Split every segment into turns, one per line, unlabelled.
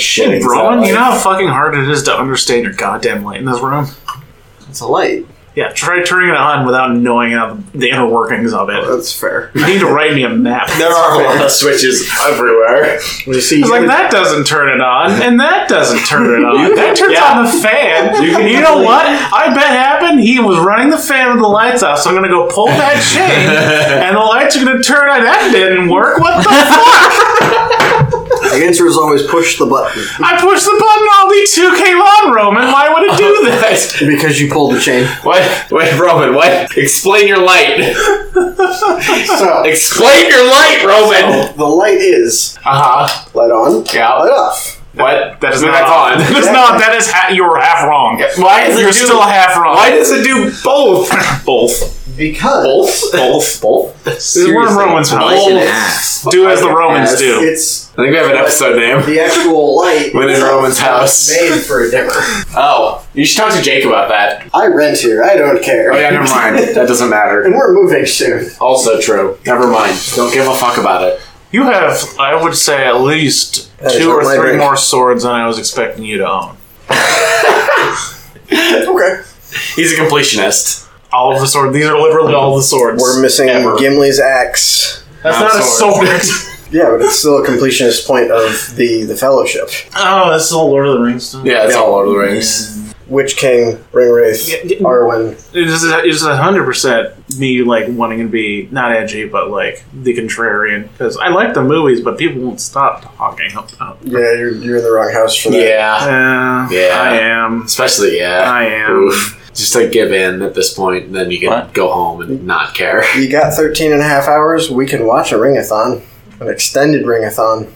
Shit,
Rowan, you know how fucking hard it is to understand your goddamn light in this room?
It's a light.
Yeah, try turning it on without knowing how the inner workings of it.
That's fair.
You need to write me a map.
There are a lot of
switches everywhere.
When you see,
It's like that doesn't turn it on, and that doesn't turn it on. That turns on the fan. You, know what? I bet happened. He was running the fan with the lights off, so I'm gonna go pull that chain, and the lights are gonna turn on. That didn't work. What the fuck?
The answer is always push the button
I pushed the button all the two came on, Roman. Why would it do that?
because you pulled the chain.
What? Wait, Roman, what? Explain your light.
so,
Explain your light, Roman!
the light is
Uh huh.
light on,
Yeah.
light off.
What?
That is
Move
not.
back on.
That is not. That is ha- you're half wrong.
Why does it
You're
do-
still half wrong.
Why does it do both? both.
Because
Both? Both? Both?
This is one of Roman's
Both.
house. Do as the Romans
it's,
do.
it's
I think we have an episode name.
the actual light.
When in
itself
Roman's
is
house.
made for a dimmer.
Oh, you should talk to Jake about that.
I rent here. I don't care.
Oh yeah, never mind. That doesn't matter.
And we're moving soon.
Also true. Never mind. Don't give a fuck about it.
You have, I would say, at least
is
two
not
or
my
three
drink.
more swords than I was expecting you to own.
Okay.
He's a completionist.
All of the swords. These are literally all the swords.
We're missing
ever.
Gimli's axe.
That's not,
not a
a sword.
Yeah, but it's still a completionist point of the the fellowship.
oh, that's all Lord of the Rings stuff.
Yeah, it's all Lord of the Rings.
Witch King, Ringwraith,
Yeah, yeah.
Arwen.
It is, it is 100% me, like, wanting to be, not edgy, but, like, the contrarian. Because I like the movies, but people won't stop talking about them.
Yeah, you're, you're in the wrong house for that.
Yeah.
Uh,
Yeah.
I am.
Especially yeah.
I am.
Oof. Just like give in at this point, and then you can
What?
go home and not care.
You got 13 and a half hours. We can watch a ringathon, an extended ringathon.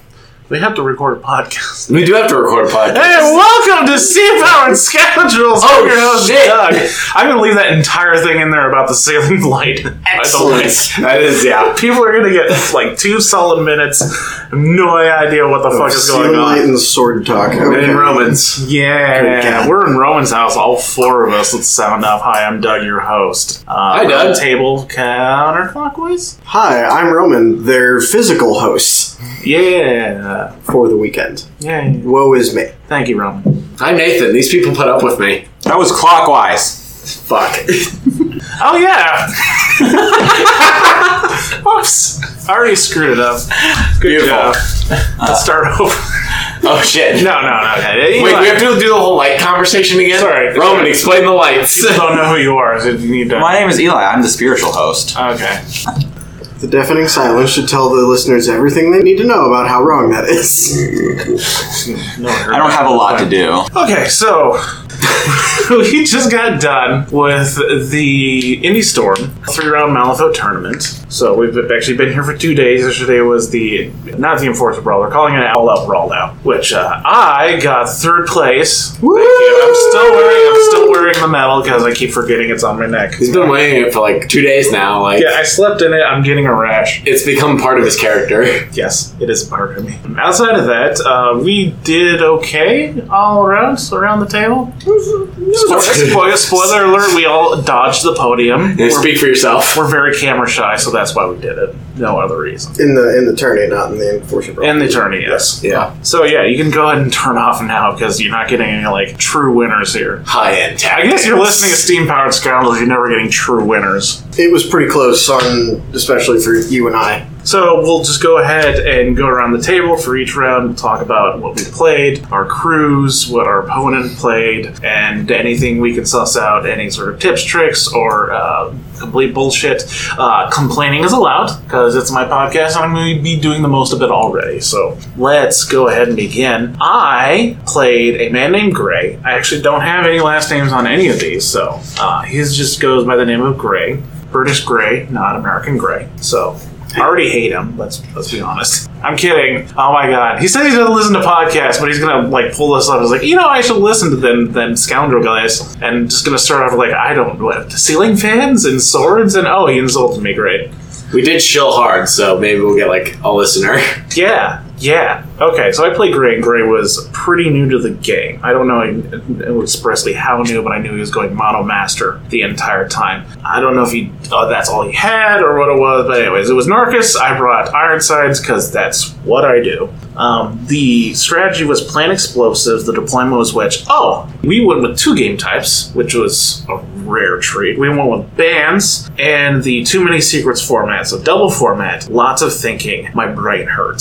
We have to record a podcast.
We do have to record a
Hey,
podcast.
welcome to Sea Powered Scoundrels. I'm
Oh,
your host,
shit.
Doug. I'm gonna leave that entire thing in there about the sailing light. by the way.
Excellent. That is yeah.
People are gonna get like two solid minutes. No idea what the fuck is going
Ceiling light
on.
and sword talk.
And
Okay.
in Romans.
Yeah,
God.
we're in Roman's house, all four of us. Let's sound off. Hi, I'm Doug, your host. Uh, Hi,
Doug.
Table counterclockwise.
Hi, I'm Roman, their physical hosts
Yeah,
for the weekend.
yeah.
Woe is me.
Thank you, Roman.
I'm Nathan. These people put up with me.
That was clockwise.
Fuck.
Oh yeah. Whoops! I already screwed it up. Good
Beautiful.
job. Let's start over.
Oh shit.
No, no, no. no.
Wait, we have to do the whole light conversation again.
Sorry.
Roman, explain the lights.
People don't know who you are. So you need to.
My name is Eli. I'm the spiritual host.
Okay.
The deafening silence should tell the listeners everything they need to know about how wrong that is.
No,
I don't have a lot to do.
Okay, so we just got done with the Indie Storm three-round Malifaux tournament. So we've actually been here for two days. Yesterday was the not the Enforcer Brawl. We're calling it an All Out Brawl now, which uh, I got third place. Thank you. I'm still wearing I'm still wearing the medal because I keep forgetting it's on my neck.
He's been wearing it for like two days now. Like
Yeah, I slept in it. I'm getting a rash.
it's become part of his character.
Yes, it is part of me. Outside of that, uh, we did okay all around around the table. Spoiler, spoiler alert: We all dodged the podium.
And
We're,
speak for yourself.
we're very camera shy, so that's why we did it. No other reason.
In the in the tourney, not in the enforcer.
And the tourney, yes.
Yeah.
So yeah, you can go ahead and turn off now because you're not getting any like true winners here.
High end
I
tech.
guess you're listening to Steam Powered Scoundrels. You're never getting true winners.
It was pretty close on, especially for you and I.
So we'll just go ahead and go around the table for each round and talk about what we played, our crews, what our opponent played, and anything we can suss out, any sort of tips, tricks, or uh, complete bullshit. Uh, complaining is allowed because it's my podcast and I'm going to be doing the most of it already. So let's go ahead and begin. I played a man named Gray. I actually don't have any last names on any of these, so uh, his just goes by the name of Gray. British Gray, not American Gray. So I already hate him. Let's let's be honest. I'm kidding. Oh my god, he said he doesn't listen to podcasts, but he's gonna like pull us up. He's like, you know, I should listen to them, them scoundrel guys, and just gonna start off like, I don't what ceiling fans and swords and oh, he insulted me. Great.
We did chill hard, so maybe we'll get like a listener.
Yeah, yeah. Okay, so I played Gray, and Gray was pretty new to the game. I don't know expressly how new, but I knew he was going Mono Master the entire time. I don't know if he uh, that's all he had or what it was, but anyways, it was Narcus. I brought Ironsides because that's what I do. Um, the strategy was plan explosive. The deployment was wedge. Oh, we went with two game types, which was a rare treat. We went with bands and the too many secrets format, so double format. Lots of thinking. My brain hurts.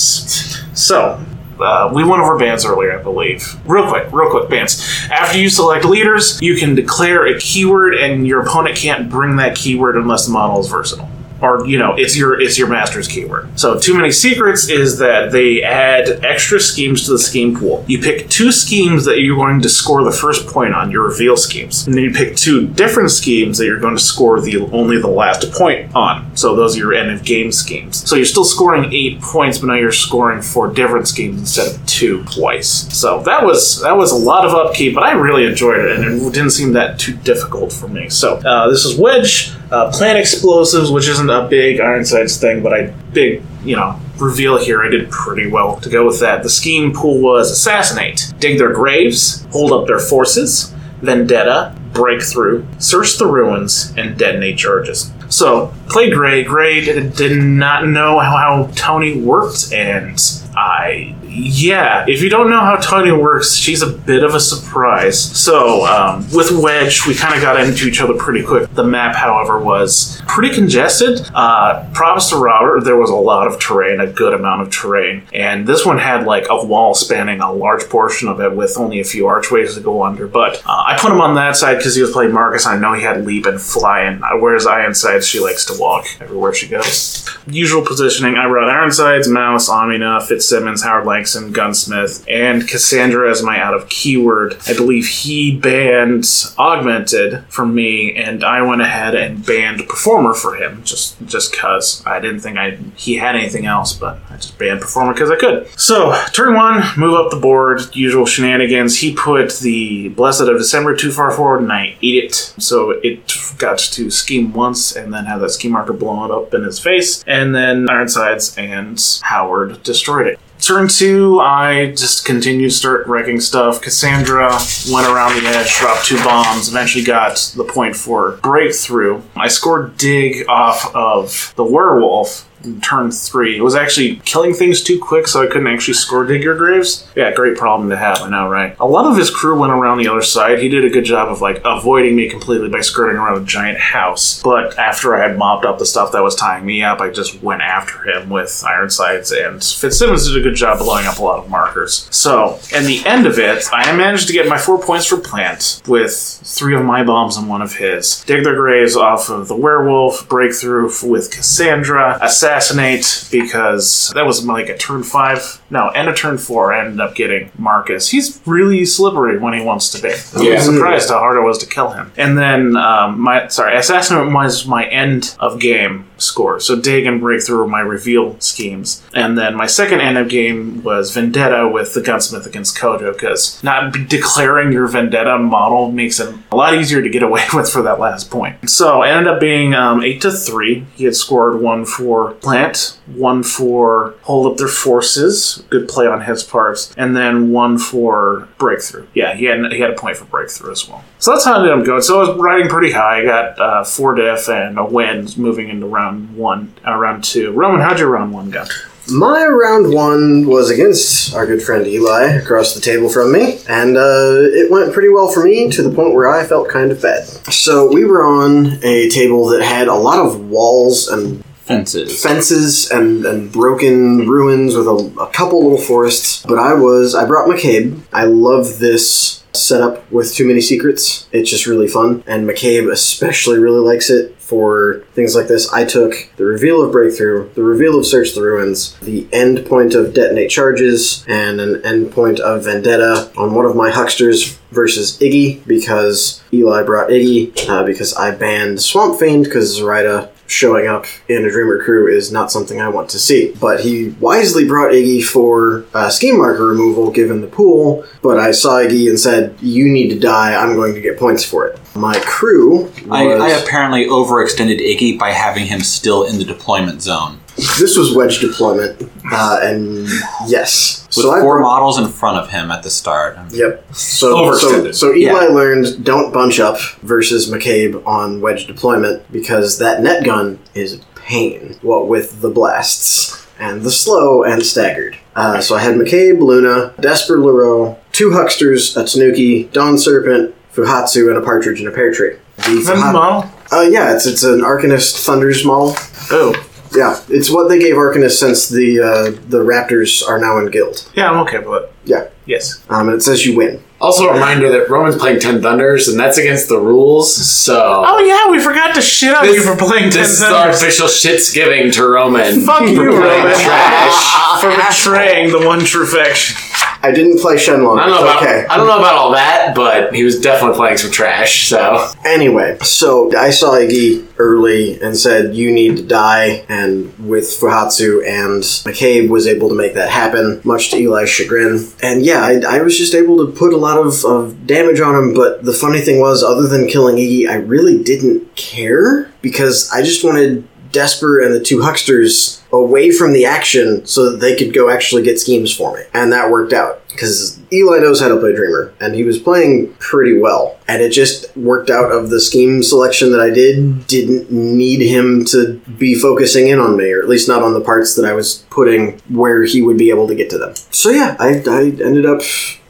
So. Uh, we went over bands earlier, I believe. Real quick, real quick, bands. After you select leaders, you can declare a keyword, and your opponent can't bring that keyword unless the model is versatile or you know it's your it's your master's keyword so too many secrets is that they add extra schemes to the scheme pool you pick two schemes that you're going to score the first point on your reveal schemes and then you pick two different schemes that you're going to score the only the last point on so those are your end of game schemes so you're still scoring eight points but now you're scoring four different schemes instead of two twice so that was that was a lot of upkeep but i really enjoyed it and it didn't seem that too difficult for me so uh, this is wedge uh, plant explosives, which isn't a big Ironsides thing, but I big you know reveal here. I did pretty well to go with that. The scheme pool was assassinate, dig their graves, hold up their forces, vendetta, breakthrough, search the ruins, and detonate charges. So play Gray. Gray did, did not know how, how Tony worked, and I yeah. If you don't know how Tony works, she's a bit of a surprise. So um, with Wedge, we kind of got into each other pretty quick. The map, however, was pretty congested. Uh, props to Robert, there was a lot of terrain, a good amount of terrain, and this one had like a wall spanning a large portion of it with only a few archways to go under. But uh, I put him on that side because he was playing Marcus. I know he had leap and flying, whereas Ironsides, she likes to walk everywhere she goes. Usual positioning: I brought Ironsides, Mouse, Amina, Fitzsimmons, Howard Langston, Gunsmith, and Cassandra as my out of keyword. I believe he banned Augmented for me, and I went ahead and banned Performer for him just just cause I didn't think I he had anything else, but I just banned Performer because I could. So turn one, move up the board, usual shenanigans. He put the Blessed of December too far forward, and I ate it. So it got to scheme once, and then have that scheme marker blown up in his face, and then Ironsides and Howard destroyed it. Turn two, I just continued to start wrecking stuff. Cassandra went around the edge, dropped two bombs, eventually got the point for breakthrough. I scored dig off of the werewolf in turn three. It was actually killing things too quick, so I couldn't actually score dig your graves. Yeah, great problem to have, I know, right? A lot of his crew went around the other side. He did a good job of like avoiding me completely by skirting around a giant house. But after I had mopped up the stuff that was tying me up, I just went after him with Ironsides and Fitzsimmons did a good job blowing up a lot of markers. So, in the end of it, I managed to get my four points for plant with three of my bombs and one of his. Dig their graves off of the werewolf, breakthrough f- with Cassandra, assassinate because that was like a turn five. No, end of turn four. I ended up getting Marcus. He's really slippery when he wants to be. I
Yeah.
was surprised how hard it was to kill him. And then um, my sorry, assassinate was my end of game score. So dig and breakthrough were my reveal schemes. And then my second end of game was vendetta with the gunsmith against Kodo because not b- declaring your vendetta model makes it a lot easier to get away with for that last point. So it ended up being um, eight to three. He had scored one for plant, one for hold up their forces. Good play on his parts, and then one for breakthrough. Yeah, he had he had a point for breakthrough as well. So that's how I ended up going. So I was riding pretty high. I got uh, four diff and a win moving into round one, uh, round two. Roman, how'd your round one go?
My round one was against our good friend Eli across the table from me, and uh, it went pretty well for me to the point where I felt kind of bad. So we were on a table that had a lot of walls and
Fences.
fences and, and broken ruins with a, a couple little forests. But I was I brought McCabe. I love this setup with too many secrets. It's just really fun, and McCabe especially really likes it for things like this. I took the reveal of breakthrough, the reveal of search the ruins, the end point of detonate charges, and an end point of vendetta on one of my hucksters versus Iggy because Eli brought Iggy uh, because I banned Swamp Fiend because Zoraida showing up in a Dreamer crew is not something I want to see. But he wisely brought Iggy for uh, scheme marker removal given the pool, but I saw Iggy and said, You need to die, I'm going to get points for it. My crew. Was,
I, I apparently overextended Iggy by having him still in the deployment zone
this was wedge deployment, uh, and yes.
with
I
four
brought-
models in front of him at the start.
Yep. So, so,
Overextended.
so Eli
Yeah.
learned don't bunch up versus McCabe on wedge deployment because that net gun is a pain, what with the blasts and the slow and staggered. Uh, so I had McCabe, Luna, Desper Leroux, two hucksters, a tanuki, Dawn Serpent, Fuhatsu, and a partridge in a pear tree. The Fuhat-
model?
uh, yeah, it's it's an Arcanist Thunders model.
Oh.
Yeah, it's what they gave Arcanists since the uh, the Raptors are now in Guild.
Yeah, I'm okay with it.
Yeah,
Yes.
um, and it says you win.
Also, a reminder that Roman's playing Ten Thunders, and that's against the rules. So
Oh yeah, we forgot to shit on you for playing Ten
This is our
Thunders.
official shits giving to Roman.
Fuck you,
for playing
Roman.
Trash.
For betraying the one true faction.
I didn't play Shenlong.
I don't know
It's
about
okay.
I don't know about all that, but he was definitely playing some trash. So
Anyway, so I saw Iggy early and said, You need to die. And with Fuhatsu and McCabe was able to make that happen, much to Eli's chagrin. And yeah, I, I was just able to put a lot of, of damage on him. But the funny thing was, other than killing Iggy, I really didn't care because I just wanted Desper and the two hucksters away from the action so that they could go actually get schemes for me. And that worked out because Eli knows how to play Dreamer and he was playing pretty well. And it just worked out of the scheme selection that I did. Didn't need him to be focusing in on me, or at least not on the parts that I was putting where he would be able to get to them. So yeah, I, I ended up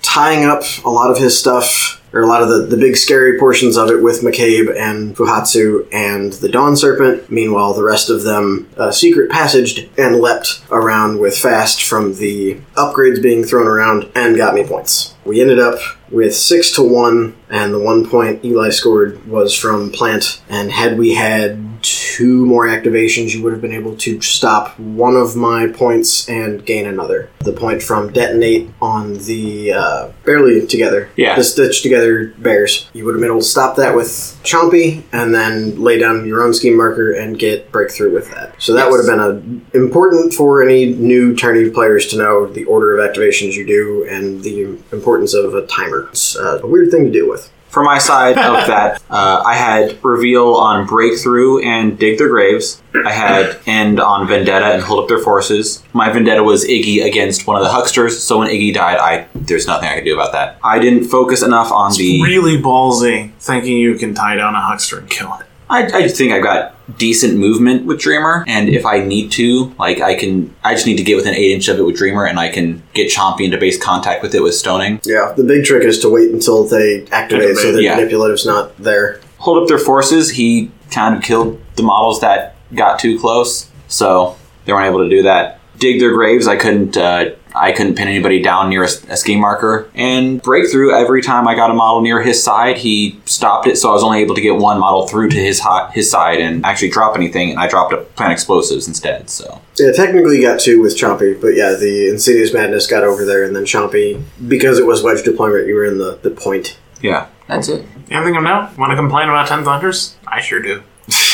tying up a lot of his stuff, or a lot of the, the big scary portions of it with McCabe and Fuhatsu and the Dawn Serpent. Meanwhile, the rest of them uh, secret passaged and leapt around with Fast from the upgrades being thrown around and got me points. We ended up with six to one, and the one point Eli scored was from Plant. And had we had two more activations, you would have been able to stop one of my points and gain another. The point from Detonate on the uh, barely together,
Yeah.
the stitched together bears. You would have been able to stop that with Chompy, and then lay down your own scheme marker and get breakthrough with that. So that would have been a, important for any new tourney players to know the order of activations you do and the importance of a timer. It's uh, a weird thing to deal with.
For my side of that, uh, I had reveal on breakthrough and dig their graves. I had end on vendetta and hold up their forces. My vendetta was Iggy against one of the hucksters, so when Iggy died, I there's nothing I could do about that. I didn't focus enough on the.
Really ballsy, thinking you can tie down a huckster and kill it.
I, I think I've got decent movement with Dreamer, and if I need to, like I can, I just need to get within eight inch of it with Dreamer, and I can get Chompy into base contact with it with stoning.
Yeah, the big trick is to wait until they activate so that
Yeah.
manipulative's not there.
Hold up their forces. He kind of killed the models that got too close, so they weren't able to do that. Dig their graves. I couldn't. Uh, I couldn't pin anybody down near a, a ski marker. And breakthrough. Every time I got a model near his side, he stopped it. So I was only able to get one model through to his hot, his side and actually drop anything. And I dropped a plant explosives instead. So.
Yeah, technically you got two with Chompy, but yeah, the Insidious Madness got over there, and then Chompy, because it was wedge deployment, you were in the, the point.
Yeah, that's it.
Anything of note? Want to complain about Ten Thunders? I sure do.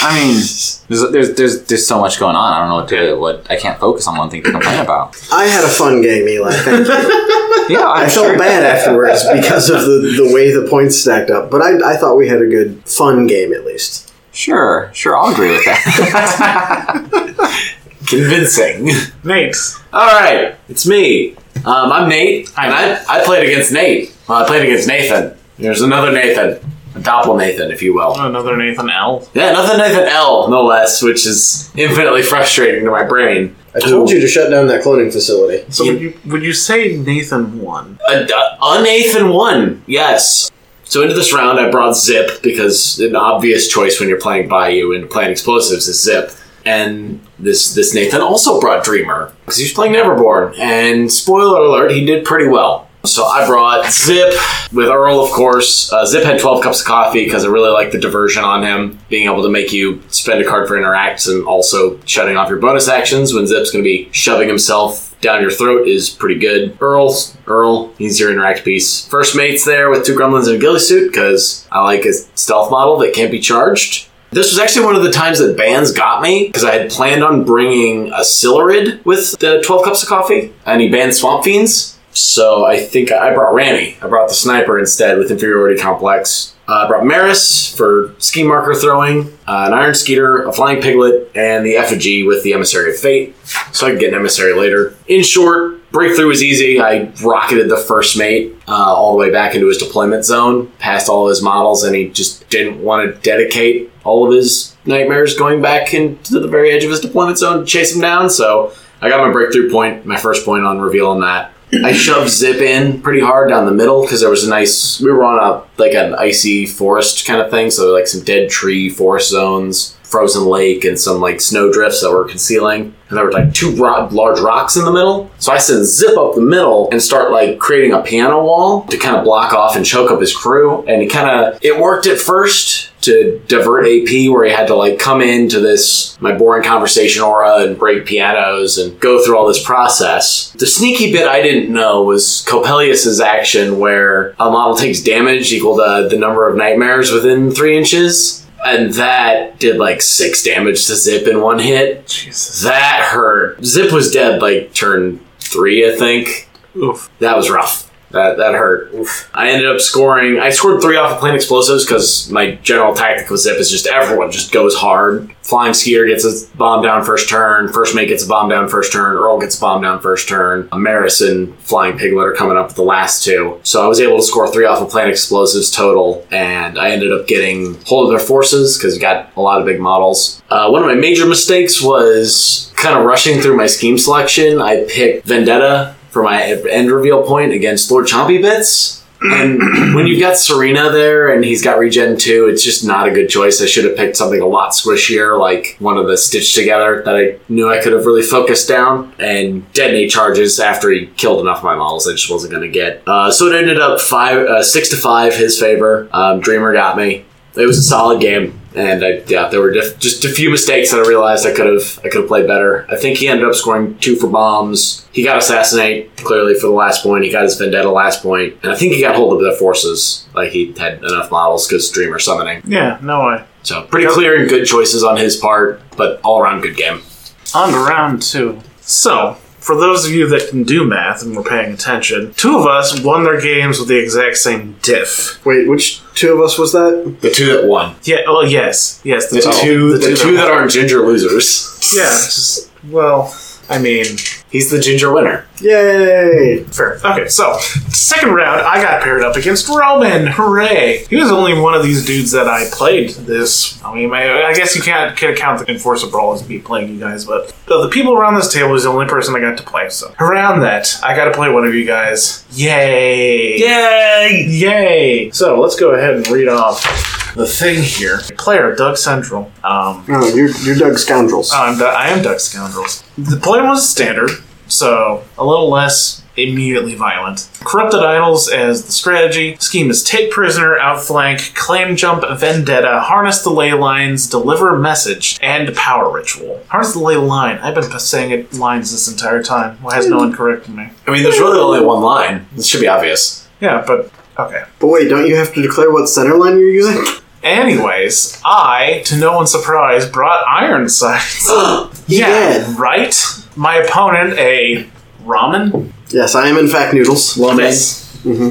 I mean, there's there's there's, there's so much going on. I don't know what to what I can't focus on one thing to complain about.
I had a fun game, Eli. Thank you.
Yeah,
I
I'm
felt
sure.
bad afterwards because of the, the way the points stacked up, but I, I thought we had a good, fun game at least.
Sure, sure, I'll agree with that.
convincing.
Nate,
All right, it's me. Um, I'm Nate, and I, I played against Nate. Well, I played against Nathan. There's another Nathan, a doppel Nathan, if you will.
Oh, another Nathan L.
Yeah, another Nathan L, no less, which is infinitely frustrating to my brain.
I told you to shut down that cloning facility.
So would you would you say Nathan won?
A, a, a Nathan one, yes. So into this round, I brought Zip because an obvious choice when you're playing Bayou and playing explosives is Zip. And this this Nathan also brought Dreamer because he was playing Neverborn. And spoiler alert, he did pretty well. So I brought Zip with Earl, of course. Uh, Zip had 12 cups of coffee because I really liked the diversion on him, being able to make you spend a card for interacts and also shutting off your bonus actions when Zip's going to be shoving himself down your throat is pretty good. Earl's Earl, he's your interact piece. First mate's there with two gremlins and a ghillie suit because I like a stealth model that can't be charged. This was actually one of the times that bands got me because I had planned on bringing a Silurid with the 12 cups of coffee, and he banned Swamp Fiends. So I think I brought Ranny. I brought the sniper instead with Inferiority Complex. Uh, I brought Maris for ski marker throwing, uh, an Iron Skeeter, a Flying Piglet, and the Effigy with the Emissary of Fate. So I can get an Emissary later. In short, Breakthrough was easy. I rocketed the first mate uh, all the way back into his deployment zone, past all his models, and he just didn't want to dedicate all of his nightmares going back into the very edge of his deployment zone to chase him down. So I got my breakthrough point, my first point on reveal on that. I shoved Zip in pretty hard down the middle because there was a nice. We were on a like an icy forest kind of thing, so like some dead tree forest zones, frozen lake, and some like snow drifts that were concealing. And there were like two ro- large rocks in the middle. So I send Zip up the middle and start like creating a piano wall to kind of block off and choke up his crew. And he kind of it worked at first to divert AP where he had to like come into this my boring conversation aura and break pianos and go through all this process. The sneaky bit I didn't know was Coppelius's action where a model takes damage equal to the number of nightmares within three inches. And that did like six damage to Zip in one hit. Jesus. That hurt. Zip was dead like turn three, I think.
Oof.
That was rough. That, that hurt. I ended up scoring. I scored three off of plane explosives because my general tactic with Zip is just everyone just goes hard. Flying skier gets a bomb down first turn. First mate gets a bomb down first turn. Earl gets a bomb down first turn. Maris and flying piglet are coming up with the last two. So I was able to score three off of plane explosives total, and I ended up getting hold of their forces because we got a lot of big models. Uh, one of my major mistakes was kind of rushing through my scheme selection. I picked Vendetta for my end reveal point against Lord Chompy Bits. And when you've got Serena there and he's got regen too, it's just not a good choice. I should have picked something a lot squishier, like one of the stitched together that I knew I could have really focused down and detonate charges after he killed enough of my models. I just wasn't going to get. Uh, so it ended up five, uh, six to five his favor. Um, Dreamer got me. It was a solid game, and I, yeah, there were diff- just a few mistakes that I realized I could have I could have played better. I think he ended up scoring two for bombs. He got assassinate clearly for the last point. He got his vendetta last point, and I think he got hold of their forces. Like he had enough models because dreamer summoning.
Yeah, no way.
So pretty clear and good choices on his part, but all around good game.
On to round two. So, for those of you that can do math and were paying attention, two of us won their games with the exact same diff.
Wait, which two of us was that?
The two that won,
Yeah, oh, yes. Yes, the,
the two the, two that
won.
aren't ginger losers.
Yeah, just, well, I mean,
He's the ginger winner.
Yay!
Fair. Okay, so second round, I got paired up against Roman. Hooray! He was only one of these dudes that I played this. I mean, I, I guess you can't, can't count the Enforcer Brawl as me playing you guys, but of the people around this table was the only person I got to play. So around that, I got to play one of you guys. Yay!
Yay!
Yay! So let's go ahead and read off the thing here. Player Doug Central. Um,
No, Oh, you're, you're Doug Scoundrels.
I'm du- Um, I am Duck Scoundrels. The play was standard, so a little less immediately violent. Corrupted Idols as the strategy. Scheme is take prisoner, outflank, claim jump, vendetta, harness the ley lines, deliver message, and power ritual. Harness the ley line. I've been saying it lines this entire time. Why has no one corrected me?
I mean, there's really only one line. This should be obvious.
Yeah, but okay.
but wait, don't you have to declare what center line you're using?
Anyways, I, to no one's surprise, brought Ironsides. yeah,
did.
right? My opponent, a ramen?
Yes, I am in fact Noodles.
Lomain,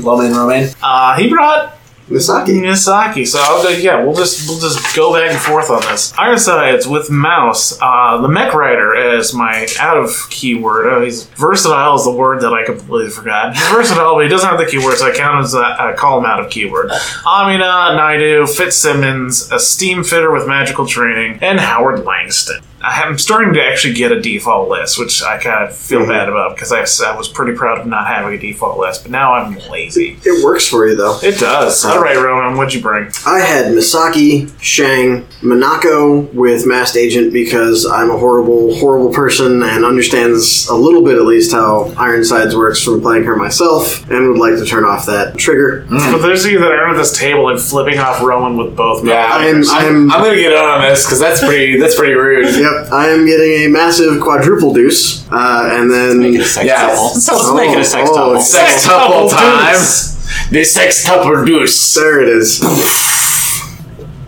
Lomain, Romain.
Uh, he brought
Misaki.
Misaki. So I'll go, yeah, we'll just we'll just go back and forth on this. Ironsides with Mouse, uh, the Mech Rider as my out of keyword. Oh, he's versatile is the word that I completely forgot. He's versatile, but he doesn't have the keyword, so I count him as a, I call him out of keyword. Amina Naidu, Fitzsimmons, a steam fitter with magical training, and Howard Langston. I'm starting to actually get a default list, which I kind of feel bad about because I, I was pretty proud of not having a default list, but now I'm lazy.
It works for you though.
It does. All right, Roman, what'd you bring?
I had Misaki, Shang, Monaco with Masked Agent because I'm a horrible, horrible person and understands a little bit at least how Ironsides works from playing her myself and would like to turn off that trigger.
For those of you that are at this table and flipping off Roman with both men.
Yeah,
I'm, I'm,
I'm gonna get out on this because that's pretty. That's pretty rude.
yep, I am getting a massive quadruple deuce, uh, and
Make it
then
a sex
Yeah.
double.
So
Let's make it a sex
oh,
double.
it's-
Sextuple
Sextuple
time. The sextuple deuce.
there it is.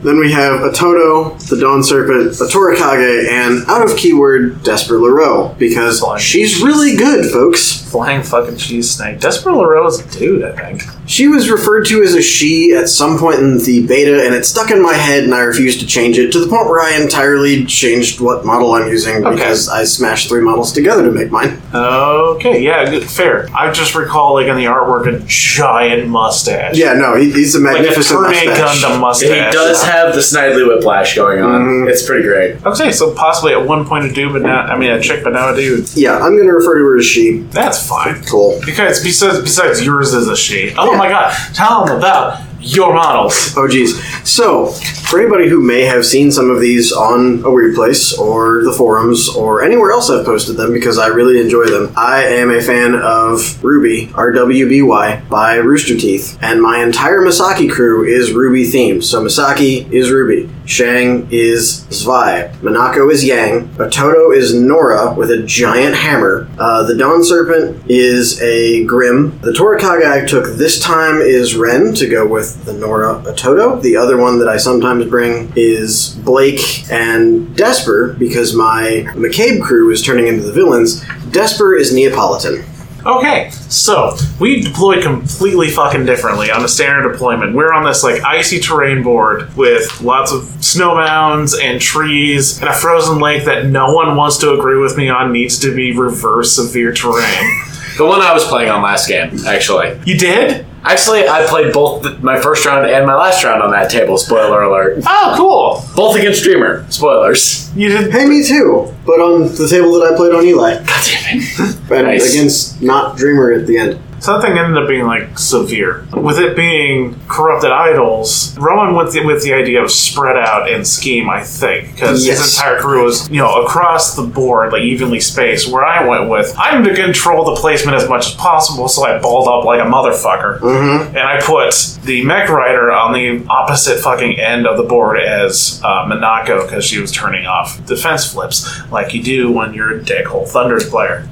Then we have a Toto, the Dawn Serpent, a Torikage, and out of keyword Desper LaRoe because she's really good, folks.
flying fucking cheese snake. Desperate is a dude, I think.
She was referred to as a she at some point in the beta, and it stuck in my head, and I refused to change it to the point where I entirely changed what model I'm using
Okay.
because I smashed three models together to make mine.
Okay, yeah, good, fair. I just recall, like, in the artwork, a giant mustache.
Yeah, no, he, he's a
Like a
magnificent
Tornado
mustache.
Gundam
He
mustache.
does have the Snidely Whiplash going on. It's pretty great.
Okay, so possibly at one point a dude, but not, I mean, a chick, but now a dude.
Yeah, I'm going to refer to her as she.
That's fine.
Cool.
Because besides, besides yours is a she. Oh my god, tell them about your models.
Oh, geez. So, for anybody who may have seen some of these on A Weird Place or the forums or anywhere else I've posted them because I really enjoy them, I am a fan of Ruby, R-W-B-Y, by Rooster Teeth. And my entire Misaki crew is Ruby themed. So, Misaki is Ruby. Shang is Zwei. Minako is Yang. Ototo is Nora with a giant hammer. Uh, the Dawn Serpent is a Grim. The Torakaga I took this time is Ren to go with the Nora Ototo. The other one that I sometimes bring is Blake and Desper because my McCabe crew is turning into the villains. Desper is Neapolitan.
Okay, so we deployed completely fucking differently on a standard deployment. We're on this like icy terrain board with lots of snow mounds and trees and a frozen lake that no one wants to agree with me on needs to be reverse severe terrain.
The one I was playing on last game, actually.
you did?
Actually, I played both th- my first round and my last round on that table. Spoiler alert.
Oh,
Both against Dreamer. Spoilers.
cool. You did
Hey, me too, but on the table that I played on Eli.
God damn it.
And
Nice.
against not Dreamer at the end.
Something ended up being like severe. With it being corrupted idols, Roman went the, with the idea of spread out and scheme, I think, because his
Yes.
entire crew was, you know, across the board, like evenly spaced, where I went with, I'm to control the placement as much as possible, so I balled up like a motherfucker. And I put the mech rider on the opposite fucking end of the board as uh, Minako, because she was turning off defense flips, like you do when you're a dickhole Thunders player.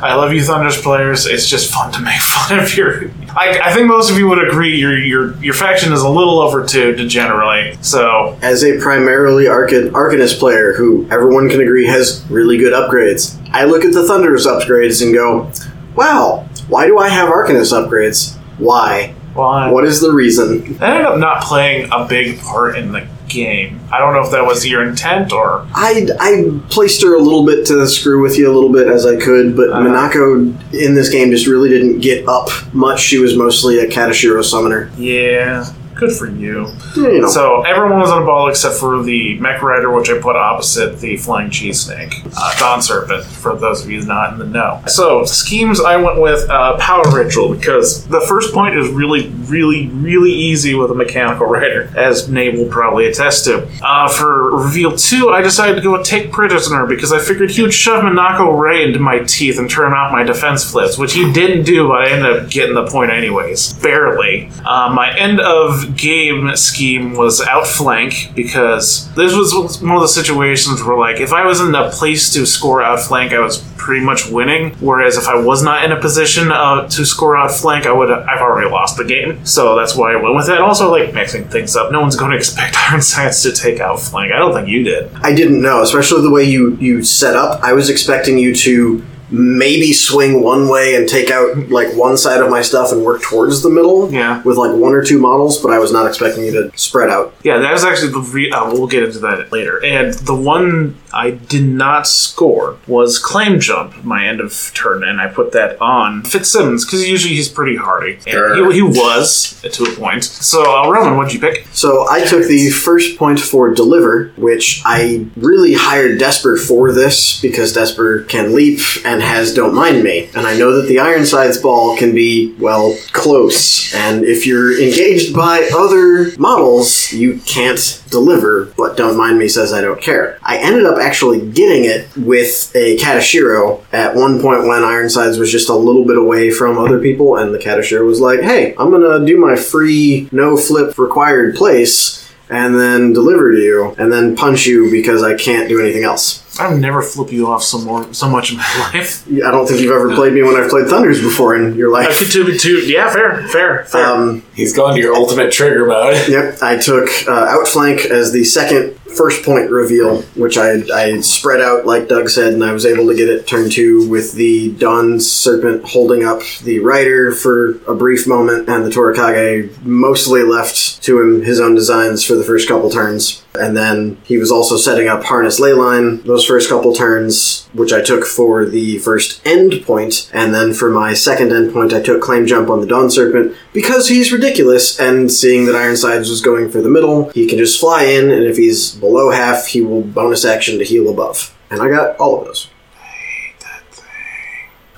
I love you, Thunders players. It's just fun to make fun of your. I, I think most of you would agree your your your faction is a little over two to generally. So
as a primarily Arcan- Arcanist player who everyone can agree has really good upgrades, I look at the Thunder's upgrades and go, wow, why do I have Arcanist upgrades? Why?
why?
What is the reason?
I ended up not playing a big part in the game. I don't know if that was your intent or
I, I placed her a little bit to screw with you a little bit as I could, but Minako in this game just really didn't get up much. She was mostly a Katashiro summoner.
yeah. Good for you.
You know,
So everyone was on a ball except for the mech rider, which I put opposite the flying cheese snake, uh, Don Serpent, for those of you not in the know. So schemes I went with uh, power ritual because the first point is really, really, really easy with a mechanical rider, as Nate will probably attest to. Uh, for reveal two, I decided to go with take prisoner because I figured he would shove Minako right into my teeth and turn off my defense flips, which he didn't do, but I ended up getting the point anyways, barely. Uh, my end of game scheme was outflank because this was one of the situations where, like, if I was in a place to score outflank, I was pretty much winning. Whereas if I was not in a position uh, to score outflank, I would I've already lost the game. So that's why I went with it. Also, like mixing things up. No one's going to expect Iron Science to take outflank. I don't think you did.
I didn't know, especially the way you you set up. I was expecting you to maybe swing one way and take out like one side of my stuff and work towards the middle.
Yeah.
With like one or two models, but I was not expecting you to spread out.
Yeah, that was actually the. Re- uh, we'll get into that later. And the one I did not score was claim jump, my end of turn, and I put that on Fitzsimmons because usually he's pretty hardy. And
Sure.
he, he was to a point. So, uh, Roman, what'd you pick?
So I took the first point for deliver, which I really hired Desper for this because Desper can leap and has don't mind me, and I know that the Ironsides ball can be well close, and if you're engaged by other models, you can't deliver. But don't mind me says I don't care. I ended up actually getting it with a Katashiro at one point when Ironsides was just a little bit away from other people, and the Katashiro was like, "Hey, I'm gonna do my free no flip required place." and then deliver to you, and then punch you because I can't do anything else.
I've never flipped you off so more so much in my life.
I don't think you've ever played me when I've played Thunders before in your
I
life.
could do two. Uh, Yeah, fair, fair, fair.
Um,
He's gone to your ultimate trigger mode.
yep, I took uh, Outflank as the second first point reveal, which I, I spread out, like Doug said, and I was able to get it turn two with the Dawn Serpent holding up the Rider for a brief moment, and the Torikage mostly left to him his own designs for the first couple turns. And then he was also setting up Harness Leyline those first couple turns, which I took for the first end point. And then for my second end point, I took Claim Jump on the Dawn Serpent because he's ridiculous. And seeing that Ironsides was going for the middle, he can just fly in, and if he's below half, he will bonus action to heal above. And I got all of those.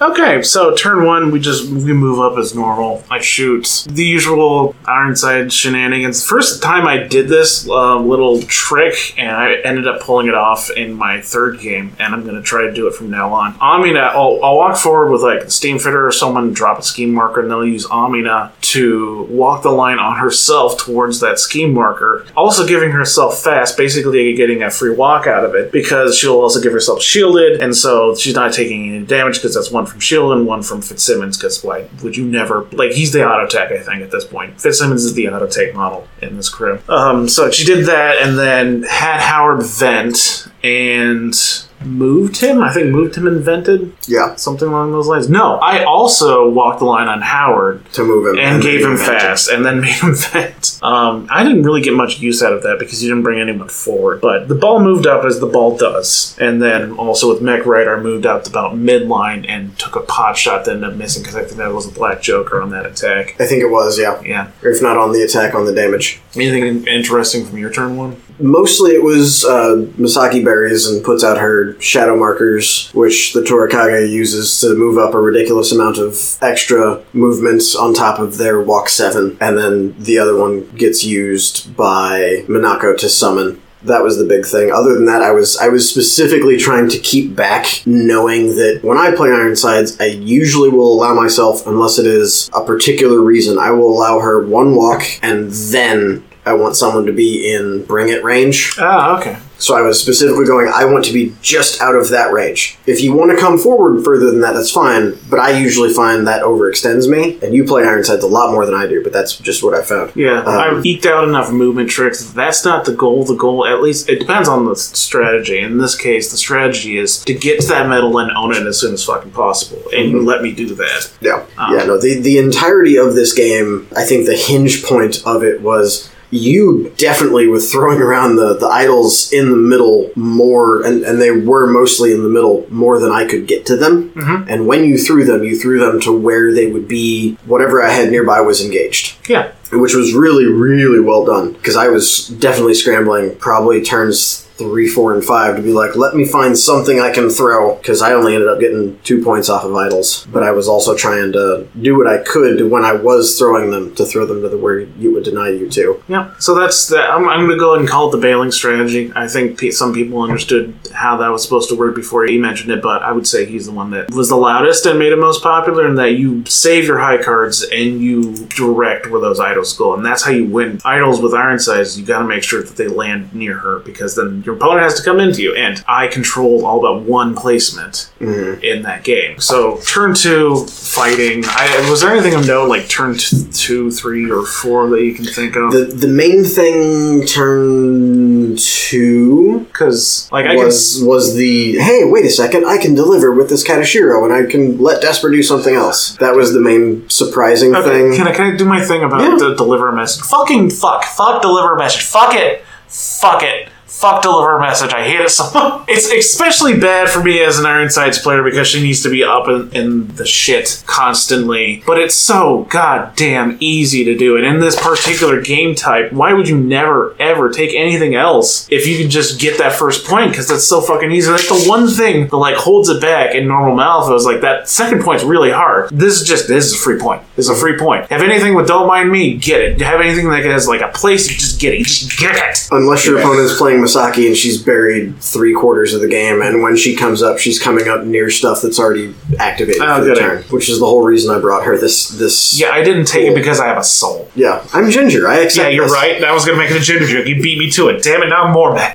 Okay, so turn one, we just we move up as normal. I shoot the usual Ironside shenanigans. First time I did this uh, little trick, and I ended up pulling it off in my third game, and I'm gonna try to do it from now on. Amina, I'll, I'll walk forward with like the steam fitter or someone drop a scheme marker, and they'll use Amina to walk the line on herself towards that scheme marker, also giving herself fast, basically getting a free walk out of it because she'll also give herself shielded, and so she's not taking any damage because that's one from shield and one from Fitzsimmons. Because why would you never like he's the auto tech I think at this point. Fitzsimmons is the auto tech model in this crew. Um, so she did that, and then had Howard vent and moved him. I think moved him and vented
Yeah,
something along those lines. No, I also walked the line on Howard
to move him
and gave him
advantage.
fast and then made him vent. Um, I didn't really get much use out of that because you didn't bring anyone forward. But the ball moved up as the ball does, and then also with Mech Rider I moved up to about midline and took a pot shot that ended up missing because I think that was a Black Joker on that attack.
I think it was, yeah.
Yeah.
If not on the attack, on the damage.
Anything in- interesting from your turn one?
Mostly it was uh, Masaki berries and puts out her shadow markers, which the Torikage uses to move up a ridiculous amount of extra movements on top of their walk seven. And then the other one gets used by Minako to summon. That was the big thing. Other than that, I was I was specifically trying to keep back, knowing that when I play Ironsides, I usually will allow myself, unless it is a particular reason, I will allow her one walk and then I want someone to be in bring it range.
Ah, okay.
So I was specifically going, I want to be just out of that range. If you want to come forward further than that, that's fine, but I usually find that overextends me. And you play Ironsides a lot more than I do, but that's just what I found.
Yeah,
Um,
I've eked out enough movement tricks. That's not the goal. The goal, at least, it depends on the s- strategy. In this case, the strategy is to get to that medal and own it as soon as fucking possible. And you let me do that.
Yeah. yeah, no, the, the entirety of this game, I think the hinge point of it was you definitely with throwing around the, the idols in the middle more, and, and they were mostly in the middle more than I could get to them. Mm-hmm. And when you threw them, you threw them to where they would be, whatever I had nearby was engaged
Yeah.
which was really really well done because i was definitely scrambling probably turns three four and five to be like let me find something i can throw because i only ended up getting two points off of idols but i was also trying to do what i could when i was throwing them to throw them to the where you would deny you to
Yeah, so that's that. I'm, I'm going to go ahead and call it the bailing strategy. I think pe- some people understood how that was supposed to work before he mentioned it, but I would say he's the one that was the loudest and made it most popular, and that you save your high cards and you direct where those idols go, and that's how you win idols with iron size. You got to make sure that they land near her because then your opponent has to come into you, and I control all but one placement in that game. So turn two fighting. I, was there anything of note like turn t- two, three, or four that you can think of?
the, the main thing turn two
because like I
was
can,
was the hey wait a second I can deliver with this Katashiro and I can let Desper do something else that was the main surprising
okay,
thing
can I can I do my thing about
Yeah.
the deliver a message? Fucking fuck, fuck deliver a message. Fuck it, fuck it. Fuck deliver a message. I hate it so much. It's especially bad for me as an Ironsides player because she needs to be up in, in the shit constantly. But it's so goddamn easy to do. And in this particular game type, why would you never ever take anything else if you could just get that first point? Because that's so fucking easy. Like the one thing that like holds it back in normal Malifaux is like that second point's really hard. This is just this is a free point. This is a free point. Have anything with don't mind me, get it. Have anything that has like a place, just get it. Just get it.
Unless your opponent's playing Masaki and she's buried three quarters of the game, and when she comes up, she's coming up near stuff that's already activated
Oh,
for the
good.
turn, which is the whole reason I brought her this. This
Yeah, I didn't take it because I have a soul.
Yeah, I'm Ginger. I
Yeah,
accept.
you're
this.
right. That was gonna make it a ginger joke. You beat me to it. Damn it! Now I'm more mad.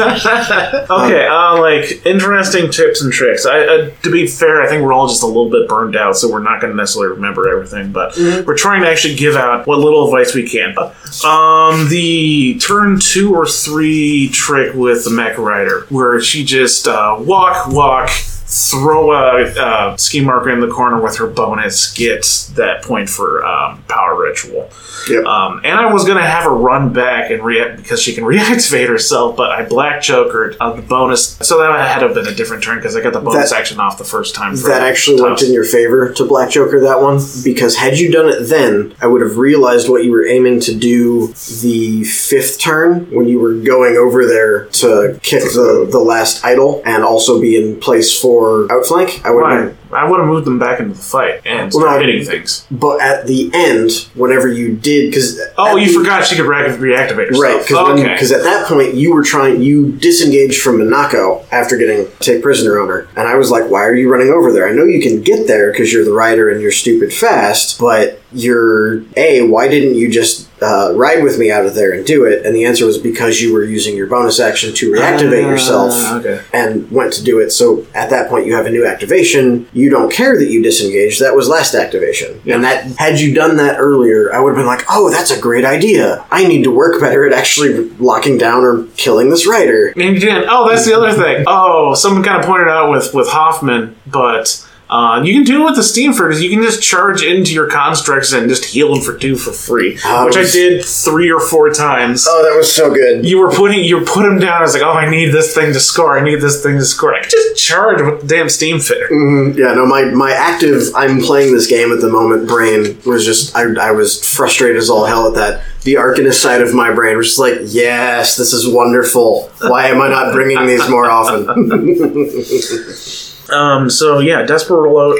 okay, uh, like interesting tips and tricks. I, uh, to be fair, I think we're all just a little bit burned out, so we're not going to necessarily remember everything. But we're trying to actually give out what little advice we can. Uh, Um, the turn two or three trick with the Mech Rider, where she just uh, walk, walk. Throw a uh, ski marker in the corner with her bonus, get that point for um, power ritual.
Yep.
Um, and I was gonna have her run back and react because she can reactivate herself, but I black jokered uh, the bonus, so that had to have been a different turn because I got the bonus
That-
action off the first time. For
that actually worked in your favor to Black Joker that one because had you done it then, I would have realized what you were aiming to do the fifth turn when you were going over there to kick the, the last idol and also be in place for outflank. I would
Right.
have,
I would have moved them back into the fight and
Well, no,
started
I-
hitting things.
but at the end, whenever you did, because
Oh, you forgot she could react- reactivate herself.
Right, because
okay.
at that point you were trying, you disengaged from Minako after getting take prisoner on her, and I was like, "Why are you running over there? I know you can get there because you're the rider and you're stupid fast, but you're a. Why didn't you just uh, ride with me out of there and do it?" And the answer was because you were using your bonus action to reactivate
Ah,
yourself
okay.
and went to do it. So at that point, you have a new activation. You don't care that you disengaged. That was last activation. And that had you done that earlier, I would have been like, oh, that's a great idea. I need to work better at actually locking down or killing this writer.
And you didn't. Oh, that's the other thing. Oh, someone kind of pointed out with with Hoffman, but uh, you can do it with the Steamford. Is you can just charge into your constructs and just heal them for two for free,
Oh,
which I
s-
did three or four times.
Oh, that was so good.
you were putting you put him down. I was like, oh, I need this thing to score. I need this thing to score. I could just charge with the damn steam fitter.
Yeah, no, my, my active, I'm playing this game at the moment brain was just, I, I was frustrated as all hell at that. The Arcanist side of my brain was just like, yes, this is wonderful. Why am I not bringing these more often?
Um, so yeah, Desperado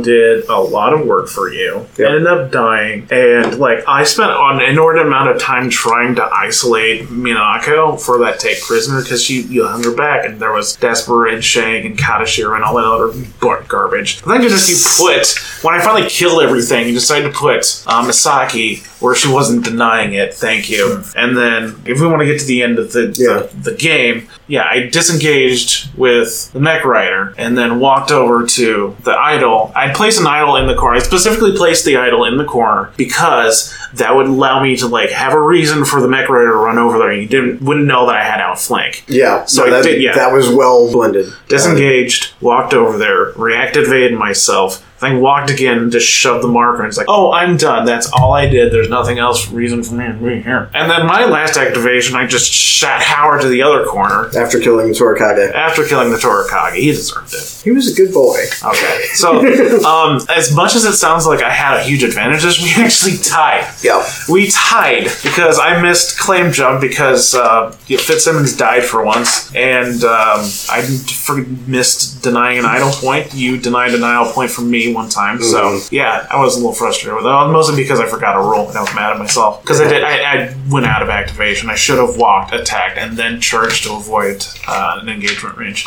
did a lot of work for you. Ended up dying, and like I spent an inordinate amount of time trying to isolate Minako for that take prisoner because she you hung her back, and there was Desperado and Shang and Katashira and all that other bar- garbage. But then you just you put when I finally killed everything, you decided to put uh, Misaki where she wasn't denying it. Thank you. And then if we want to get to the end of the
Yeah.
the, the game, yeah, I disengaged with the mech rider and then walked over to the idol. I placed an idol in the corner. I specifically placed the idol in the corner because that would allow me to like have a reason for the mech rider to run over there. You didn't wouldn't know that I had outflank.
yeah,
So
so
I
that,
did- yeah.
that was well blended.
Disengaged, walked over there, reactivated myself, then walked again and just shoved the marker. And it's like, oh, I'm done. That's all I did. There's nothing else reason for me to be here. And then my last activation, I just shot Howard to the other corner
after killing the Torkage.
after killing the Torokage. He deserved it.
He was a good boy.
Okay. So, um, as much as it sounds like I had a huge advantage, we actually tied.
Yeah.
We tied because I missed claim jump because uh, yeah, Fitzsimmons died for once, and um, I for- missed denying an idle point. You denied an idle point from me one time, so yeah, I was a little frustrated with it. Mostly because I forgot a roll and I was mad at myself because I did. I, I went out of activation. I should have walked, attacked, and then charged to avoid uh, an engagement range.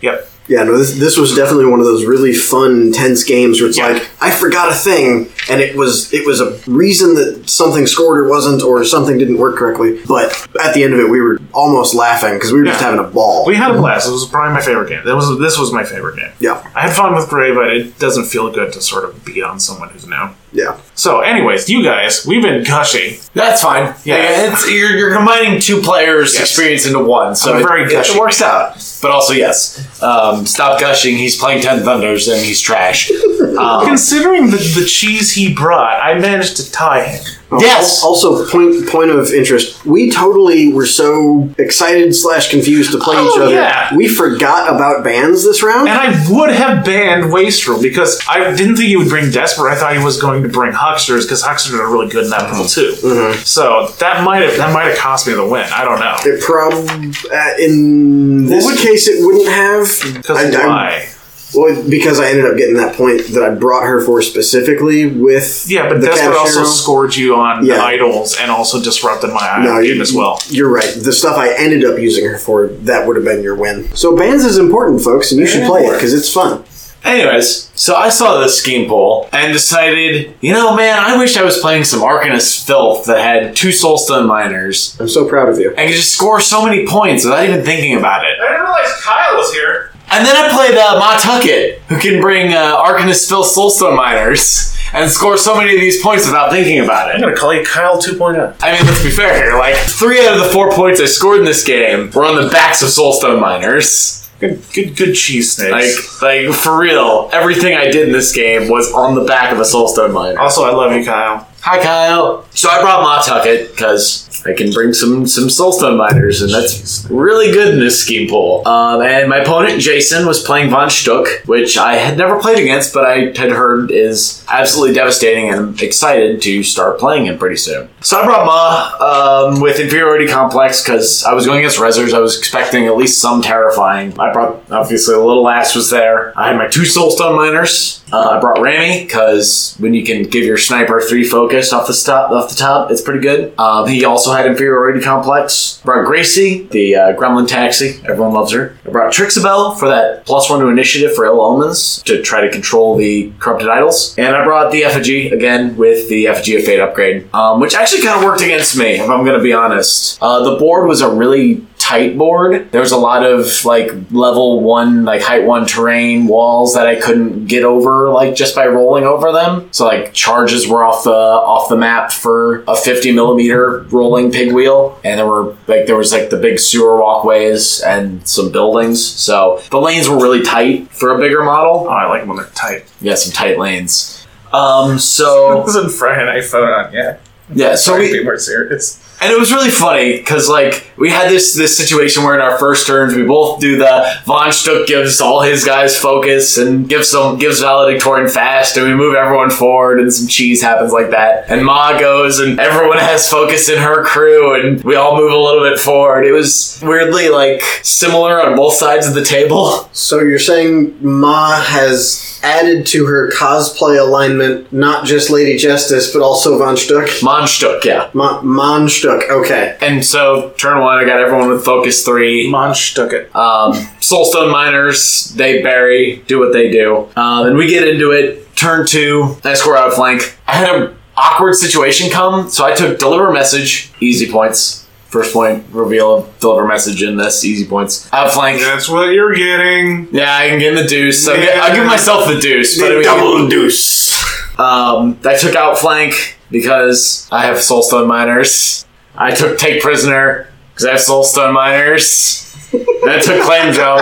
Yep.
Yeah, no, this, this was definitely one of those really fun, tense games where it's
Yeah.
like, I forgot a thing, and it was it was a reason that something scored or wasn't, or something didn't work correctly. But at the end of it, we were almost laughing because we were just
Yeah.
having a ball.
We had a blast. It was probably my favorite game. That was this was my favorite game.
yeah,
I had fun with Gray, but it doesn't feel good to sort of be on someone who's new.
yeah.
So, anyways, you guys, we've been gushing.
That's fine. Yeah, it's, you're, you're combining two players'
Yes.
experience into one, so
I'm
it,
very
it
gushy.
works out. But also, yes, um, stop gushing. He's playing Ten Thunders and he's trash.
Uh-huh.
Um,
Considering the, the cheese he brought, I managed to tie him.
yes,
Also, point point of interest, we totally were so excited slash confused to play
Oh,
each other.
yeah.
We forgot about bands this round.
And I would have banned Wastrel because I didn't think he would bring Desperate. I thought he was going to bring Hucksters because Hucksters are really good in that pool too.
Mm-hmm.
So that might have that might have cost me the win. I don't know.
It prob uh, in this
would-
case it wouldn't have. I-
Because
I-
why?
well, because I ended up getting that point that I brought her for specifically with
Yeah, but
the
Desperate also
Caballero.
scored you on
Yeah.
idols and also disrupted my
No,
idol
you-
game as well.
You're right. The stuff I ended up using her for that would have been your win. So bands is important, folks, and you should play it because it's fun.
Anyways, so I saw this scheme pool and decided, you know, man, I wish I was playing some Arcanist filth that had two Soulstone miners
I'm so proud of you.
and could just score so many points without even thinking about it.
I didn't realize Kyle was here.
And then I played uh, Ma Tuckett, who can bring uh, Arcanist filth Soulstone miners and score so many of these points without thinking about
I'm
it.
gonna call you Kyle oh. 2.0.
I mean, let's be fair here. Like, three out of the four points I scored in this game were on the backs of Soulstone miners.
Good, good, good cheese
Like,
snakes.
like for real, everything I did in this game was on the back of a Soulstone miner.
also, I love you, Kyle.
Hi, Kyle. So I brought Ma Tucket because I can bring some some Soulstone miners, and that's really good in this scheme pool. Um, and my opponent Jason was playing Von Stuck, which I had never played against, but I had heard is absolutely devastating, and I'm excited to start playing him pretty soon. So I brought Ma um, with inferiority complex because I was going against Rezzers. I was expecting at least some terrifying. I brought obviously the little ass was there. I had my two Soulstone miners. Uh, I brought Rami because when you can give your sniper three focused off the stop off the top, it's pretty good. Um, he also had inferiority complex. Brought Gracie, the uh, Gremlin taxi. Everyone loves her. I brought Trixabel for that plus one to initiative for ill omens to try to control the corrupted idols, and I brought the effigy again with the effigy of fate upgrade, um, which actually kind of worked against me if I'm going to be honest. Uh, the board was a really tight board. There was a lot of like level one, like height one terrain walls that I couldn't get over like just by rolling over them. So like charges were off the off the map for a 50 millimeter rolling pig wheel, and there were like there was like the big sewer walkways and some buildings. So the lanes were really tight for a bigger
Oh,
model.
I like them when they're tight.
Yeah, some tight lanes. Um, so
This isn't Friday Night Photon yet.
yeah, so
Sorry
we,
to be more serious.
and it was really funny because like we had this this situation where in our first turns we both do the Von Stuck gives all his guys focus and gives some gives valedictorian fast and we move everyone forward and some cheese happens like that and Ma goes and everyone has focus in her crew and we all move a little bit forward. It was weirdly like similar on both sides of the table.
So you're saying Ma has added to her cosplay alignment not just Lady Justice, but also Von Stuck?
Mon Stuck, yeah.
Ma- Mon Stuck, okay.
And so turn one, I got everyone with focus three.
Monch took it.
Um, Soulstone miners, they bury, do what they do. Um, and we get into it. Turn two, I score out of flank. I had an awkward situation come, so I took deliver message, easy points. First point, reveal of deliver message in this, easy points. Out flank. Yeah,
That's what you're getting.
I can get the deuce. I'll, get- I'll give myself the deuce. But I mean,
deuce.
um, I took out flank because I have soulstone miners. I took take prisoner because I have soulstone miners. and I took claim jump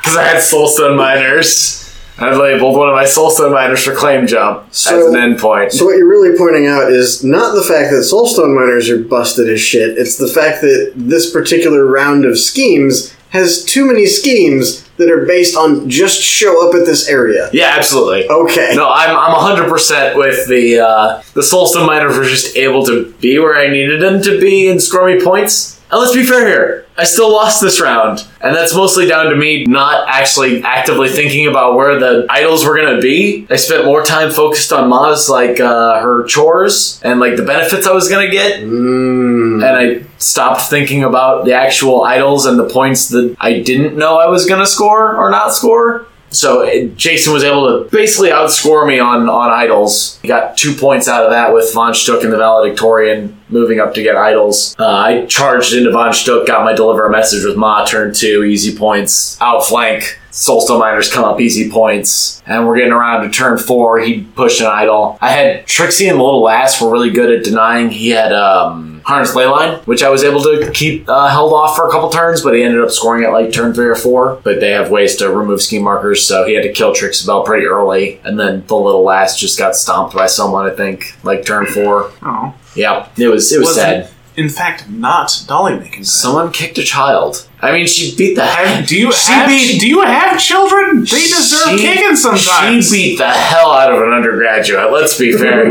because I had soulstone miners. I labeled one of my soulstone miners for claim jump as
So-
an endpoint.
So what you're really pointing out is not the fact that Soulstone miners are busted as shit, it's the fact that this particular round of schemes has too many schemes that are based on just show up at this area.
yeah,
Oh,
absolutely.
Okay.
No, I'm I'm 100% with the uh, the Soulstone Miners were just able to be where I needed them to be and score me points. And let's be fair here, I still lost this round, and that's mostly down to me not actually actively thinking about where the idols were gonna be. I spent more time focused on Ma's like uh, her chores and like the benefits I was gonna get, and I stopped thinking about the actual idols and the points that I didn't know I was gonna score or not score. So eh, Jason was able to basically outscore me on on idols. He got two points out of that with Von Stuck and the valedictorian moving up to get idols. Uh, I charged into Von Stuck, got my deliver a message with Ma turn two, easy points, outflank. Soulstone Miners come up easy points, and we're getting around to turn four. He pushed an idol. I had Trixie and the Little Lass were really good at denying. He had um, Harness Leyline, which I was able to keep uh, held off for a couple turns, but he ended up scoring at like turn three or four. But they have ways to remove scheme markers, so he had to kill Trixabel pretty early, and then the Little Lass just got stomped by someone, I think, like turn four.
Oh.
Yeah, it was it was
Wasn't,
sad.
In fact, not dolly making. So,
Someone kicked a child. I mean, she beat the heck.
do you
she
have
beat
do you have children? They deserve
She-
kicking sometimes.
She beat the hell out of an undergraduate. Let's be fair.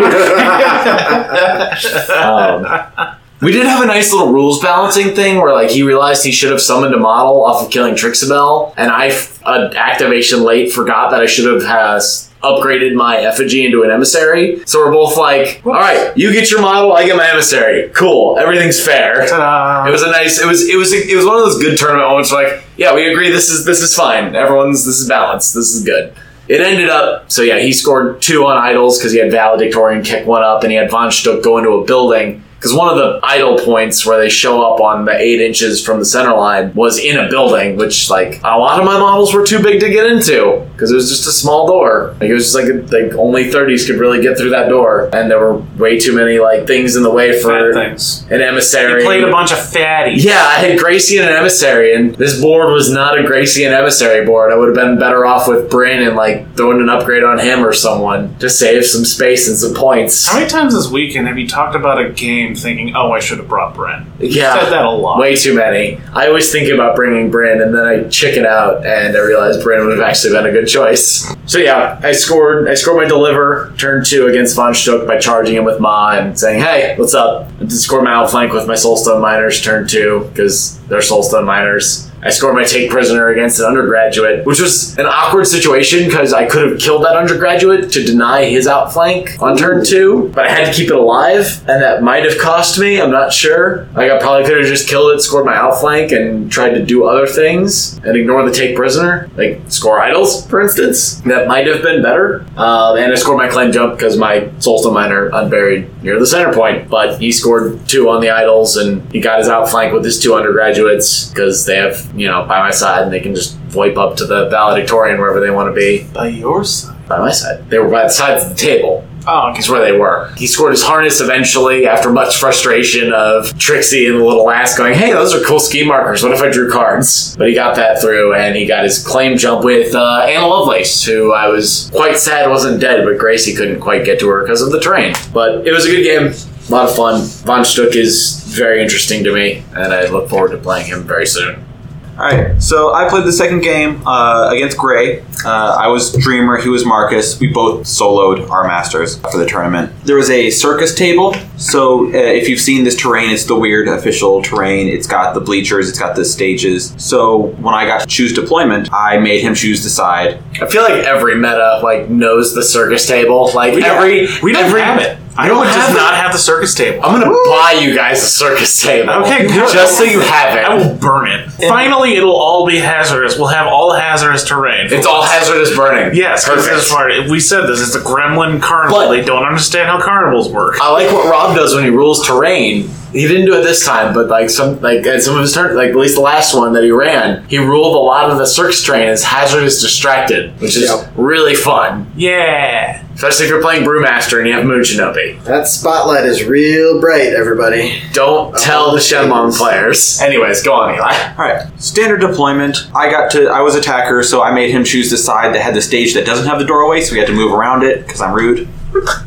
um, we did have a nice little rules balancing thing where, like, he realized he should have summoned a uh, model off of killing Trixabel, and I, f- an activation late, forgot that I should have has upgraded my effigy into an emissary. So we're both like, all right, you get your model, I get my emissary. Cool, everything's fair.
Ta-da.
It was a nice. It was. It was. It was one of those good tournament moments. Where like, yeah, we agree. This is. This is fine. Everyone's. This is balanced. This is good. It ended up. So yeah, he scored two on idols because he had valedictorian kick one up, and he had von Stuck go into a building. Because one of the idle points where they show up on the eight inches from the center line was in a building, which like a lot of my models were too big to get into because it was just a small door. Like it was just like like only thirties could really get through that door, and there were way too many like things in the way for
Bad things.
an emissary.
He played a bunch of fatties.
Yeah, I had Gracie and an emissary, and this board was not a Gracie and emissary board. I would have been better off with Bryn and like throwing an upgrade on him or someone to save some space and some points.
How many times this weekend have you talked about a game thinking, "Oh, I should have brought Brent"?
Yeah.
said that a lot.
Way too many. I always think about bringing Bryn, and then I chicken out, and I realize Bryn would have actually been a good choice. So yeah, I scored. I scored my deliver turn two against Von Stuck by charging him with Ma and saying, "Hey, what's up?" I did score my outflank with my Soulstone Miners turn two because they're Soulstone Miners. I scored my take prisoner against an undergraduate, which was an awkward situation because I could have killed that undergraduate to deny his outflank on turn two, but I had to keep it alive, and that might have cost me. I'm not sure. Like, I probably could have just killed it, scored my outflank, and tried to do other things and ignore the take prisoner, like score idols, for instance. That might have been better. Um, and I scored my claim jump because my Soulstone Miner unburied near the center point, but he scored two on the idols, and he got his outflank with his two undergraduates because they have, you know, by my side, and they can just VoIP up to the valedictorian wherever they want to be.
By your side.
By my side. They were by the sides of the table.
Oh, okay.
Is where they were. He scored his harness eventually after much frustration of Trixie and the little ass going, Hey, those are cool ski markers. What if I drew cards? But he got that through and he got his claim jump with uh, Anna Lovelace, who I was quite sad wasn't dead, but Gracie couldn't quite get to her because of the terrain. But it was a good game. A lot of fun. Von Stuck is very interesting to me, and I look forward to playing him very soon.
All right, so I played the second game uh, against Gray. Uh, I was Dreamer, he was Marcus. We both soloed our masters after the tournament. There was a circus table, so uh, if you've seen this terrain, it's the weird official terrain. It's got the bleachers, it's got the stages. So when I got to choose deployment, I made him choose the side.
I feel like every meta like knows the circus table. Like every
we don't
every,
have it.
I
I
don't
don't does
have it.
not have the circus table.
I'm gonna buy you guys a circus table.
Okay, good.
Just so you have
I
it.
will burn it. Finally, it'll all be hazardous. We'll have all hazardous terrain.
It's all hazardous burning.
Yes, because
Perfect.
this part we said this. It's a gremlin carnival.
But-
they don't understand how carnivals work.
I like what Rob does when he rules terrain. He didn't do it this time, but like some like at some of his turn, like at least the last one that he ran, he ruled a lot of the circus terrain as hazardous distracted, which is
Yep.
really fun,
yeah.
especially if you're playing Brewmaster and you have Moon Shinobi.
That spotlight is real bright, everybody.
Don't tell the Shenlong players. Anyways, go on, Eli.
All right, standard deployment. I got to. I was attacker, so I made him choose the side that had the stage that doesn't have the doorway, so we had to move around it because I'm rude.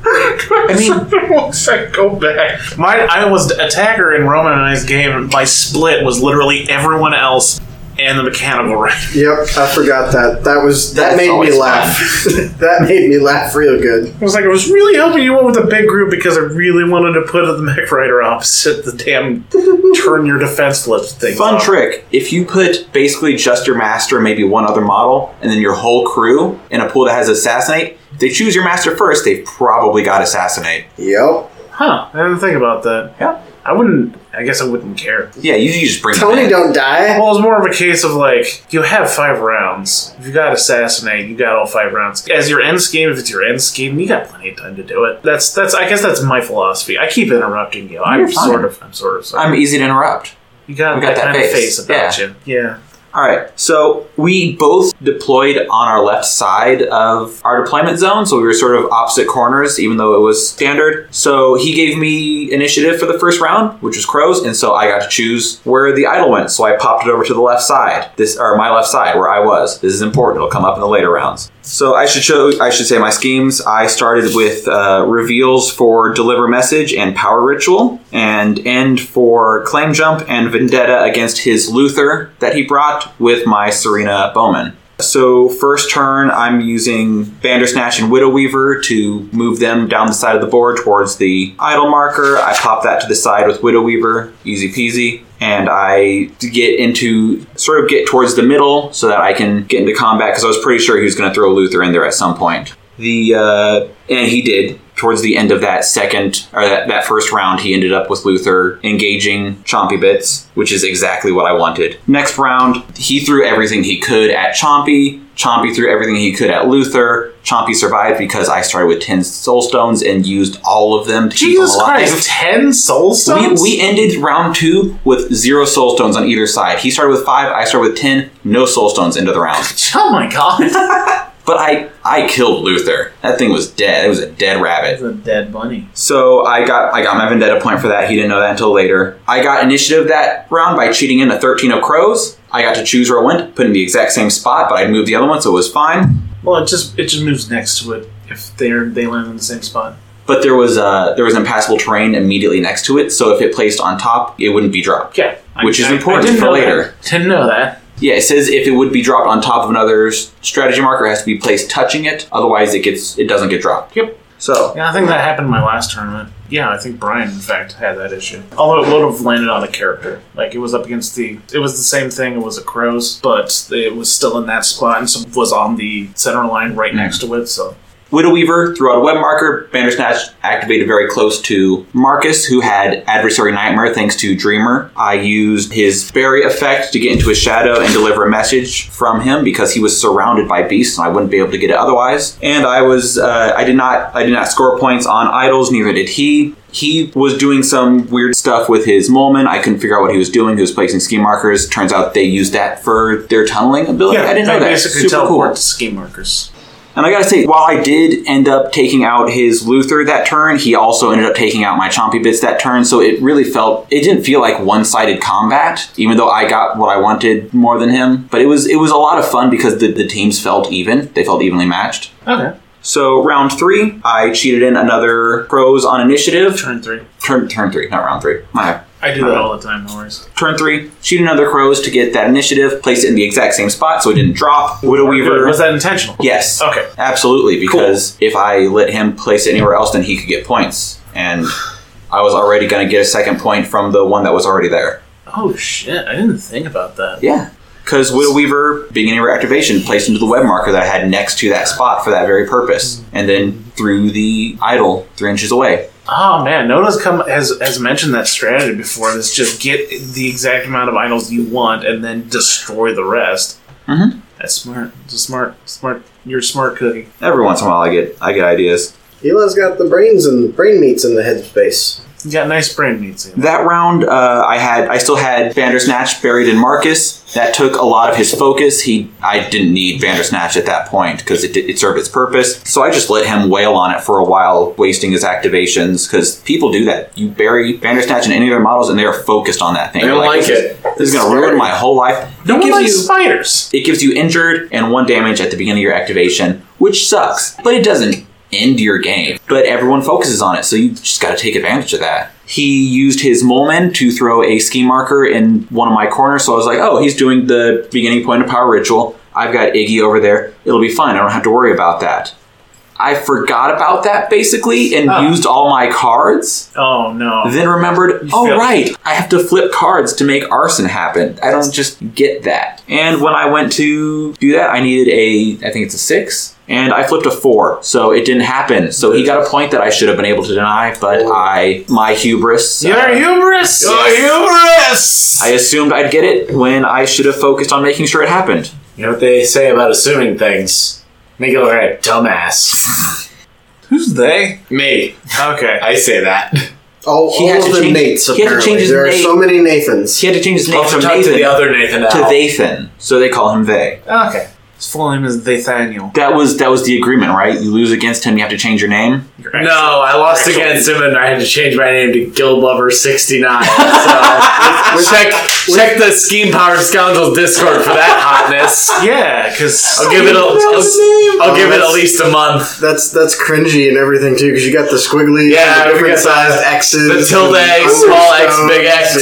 I mean, one sec, go back. My, I was attacker in Roman and I's game. My split was literally everyone else and the mechanical right.
Yep, I forgot that. That was that
That's
made me
always
laugh. that made me laugh real good.
I was like, I was really hoping you went with a big group because I really wanted to put the mech rider opposite the damn turn your defense lift thing.
Fun
up.
trick. If you put basically just your master and maybe one other model, and then your whole crew in a pool that has assassinate, if they choose your master first, they've probably got assassinate.
Yep.
Huh? I didn't think about that.
Yeah.
I wouldn't. I guess I wouldn't care.
Yeah, you, you just bring them
Tony
in.
don't die.
Well, it's more of a case of like you have five rounds. If you got assassinate, you got all five rounds. As your end scheme, if it's your end scheme, you got plenty of time to do it. That's that's. I guess that's my philosophy. I keep interrupting you. I'm
You're fine.
sort of. I'm sort of. Sorry.
I'm easy to interrupt.
you got,
I've got
that,
that
kind of
face.
face about you. Yeah.
All right, so we both deployed on our left side of our deployment zone, so we were sort of opposite corners, even though it was standard. So he gave me initiative for the first round, which was crows, and so I got to choose where the idol went. So I popped it over to the left side, this or my left side where I was. This is important; it'll come up in the later rounds. So I should show, I should say my schemes. I started with uh, reveals for deliver message and power ritual, and end for claim jump and vendetta against his Luther that he brought with my Serena Bowman. So first turn, I'm using Bandersnatch and Widow Weaver to move them down the side of the board towards the idle marker. I pop that to the side with Widow Weaver, easy peasy, and I get into sort of get towards the middle so that I can get into combat because I was pretty sure he was going to throw Luther in there at some point. the uh, and he did towards the end of that second or that, that first round he ended up with luther engaging chompy bits which is exactly what i wanted next round he threw everything he could at chompy chompy threw everything he could at luther chompy survived because i started with 10 soul stones and used all of them to
Jesus
keep him alive
Christ, ten soul
we,
stones.
we ended round two with zero soul stones on either side. He started with five, I started with ten, no soul stones into the round.
oh my god,
But I I killed Luther. That thing was dead. It was a dead rabbit.
a dead bunny.
So I got I got my vendetta point for that. He didn't know that until later. I got initiative that round by cheating in a 13 of crows. I got to choose where I went, put in the exact same spot, but I'd moved the other one, so it was fine.
well, it just it just moves next to it if they're they land in the same spot.
But there was uh, there was impassable terrain immediately next to it, so if it placed on top, it wouldn't be dropped.
Yeah,
Which is important
didn't
for
know
later.
That. Didn't know that.
Yeah, it says if it would be dropped on top of another s- strategy marker, it has to be placed touching it. Otherwise, it gets it doesn't get dropped.
Yep.
So
Yeah, I think that happened in my last tournament. Yeah, I think Brian, in fact, had that issue. Although it would have landed on a character. Like, it was up against the. It was the same thing, it was a crow's, but it was still in that spot and some was on the center line right next to it, so.
Widow Weaver threw out a web marker. Bandersnatch activated very close to Marcus, who had adversary nightmare thanks to Dreamer. I used his Barry effect to get into his shadow and deliver a message from him because he was surrounded by beasts and I wouldn't be able to get it otherwise. And I was uh, I did not I did not score points on idols, neither did he. He was doing some weird stuff with his Moleman. I couldn't figure out what he was doing. He was placing ski markers. Turns out they used that for their tunneling ability. I didn't know
they
that.
basically
Super
teleport
cool.
to ski markers.
And I gotta say, while I did end up taking out his Luther that turn, he also ended up taking out my Chompy Bits that turn, so it really felt, it didn't feel like one sided combat, even though I got what I wanted more than him. But it was it was a lot of fun because the, the teams felt even, they felt evenly matched.
Okay.
So round three, I cheated in another pros on initiative.
Turn three.
Turn, turn three, not round three. My
I do that all the time, no worries.
turn three, cheat another crows to get that initiative, place it in the exact same spot so it didn't drop. Widow Weaver.
Was that intentional?
Yes.
Okay.
Absolutely, because if I let him place it anywhere else, then he could get points, and I was already going to get a second point from the one that was already there.
Oh, shit. I didn't think about that.
Yeah, because Widow Weaver, beginning of her activation, placed into the web marker that I had next to that spot for that very purpose, and then threw the idol three inches away.
Oh man, Noda's come has has mentioned that strategy before. Is just get the exact amount of idols you want and then destroy the rest.
Mhm.
That's smart. It's a smart, smart. You're a smart cookie.
Every once in a while, I get I get ideas.
Hila's got the brains and brain meats in the headspace.
You got nice brain meats. In
That round, uh, I had I still had Vandersnatch buried in Marcus. That took a lot of his focus. He I didn't need Vandersnatch at that point because it, did- it served its purpose. So I just let him wail on it for a while, wasting his activations because people do that. You bury Vandersnatch in any of their models, and they are focused on that thing.
I don't
Like,
like it.
This is going to ruin my whole life.
no
it
one likes
gives you
spiders.
it gives you injured and one damage at the beginning of your activation, which sucks, but it doesn't end your game. But everyone focuses on it, so you just got to take advantage of that. He used his Moleman to throw a ski marker in one of my corners, so I was like, oh, he's doing the beginning point of power ritual. I've got Iggy over there. It'll be fine. I don't have to worry about that. I forgot about that basically and
Ah.
used all my cards.
Oh no.
Then remembered, oh
feel-
right, I have to flip cards to make arson happen. I don't just get that. And when I went to do that, I needed a, I think it's a six, and I flipped a four, so it didn't happen. So he got a point that I should have been able to deny, but I, my hubris. uh,
You're humorous.
humorous!
I assumed I'd get it when I should have focused on making sure it happened.
You know what they say about assuming things? Make it look like a dumbass.
Who's they?
Me.
Okay.
I say that.
All,
He
all
had
of
to
the
change-
Nates,
he had to
apparently.
change his
there are
name.
so many Nathans.
He had to change his name
Well,
from
from talk to the
Nathan
other Nathan
to
Al.
Nathan, so they call him they.
Okay. His full name is Nathaniel.
That was that was the agreement, right? You lose against him, you have to change your name.
Your
No,
actual-
I lost
Actual-
against him, and I had to change my name to Guild Lover sixty nine. So check check the Scheme Powered Scoundrels Discord for that hotness.
Yeah, because
I'll give it. A, I'll, I'll give it at least a month.
That's that's cringy and everything too, because you got the squiggly,
Yeah,
the
we
different
got
sized X's,
the tilde,
and
small X,
stones.
big X.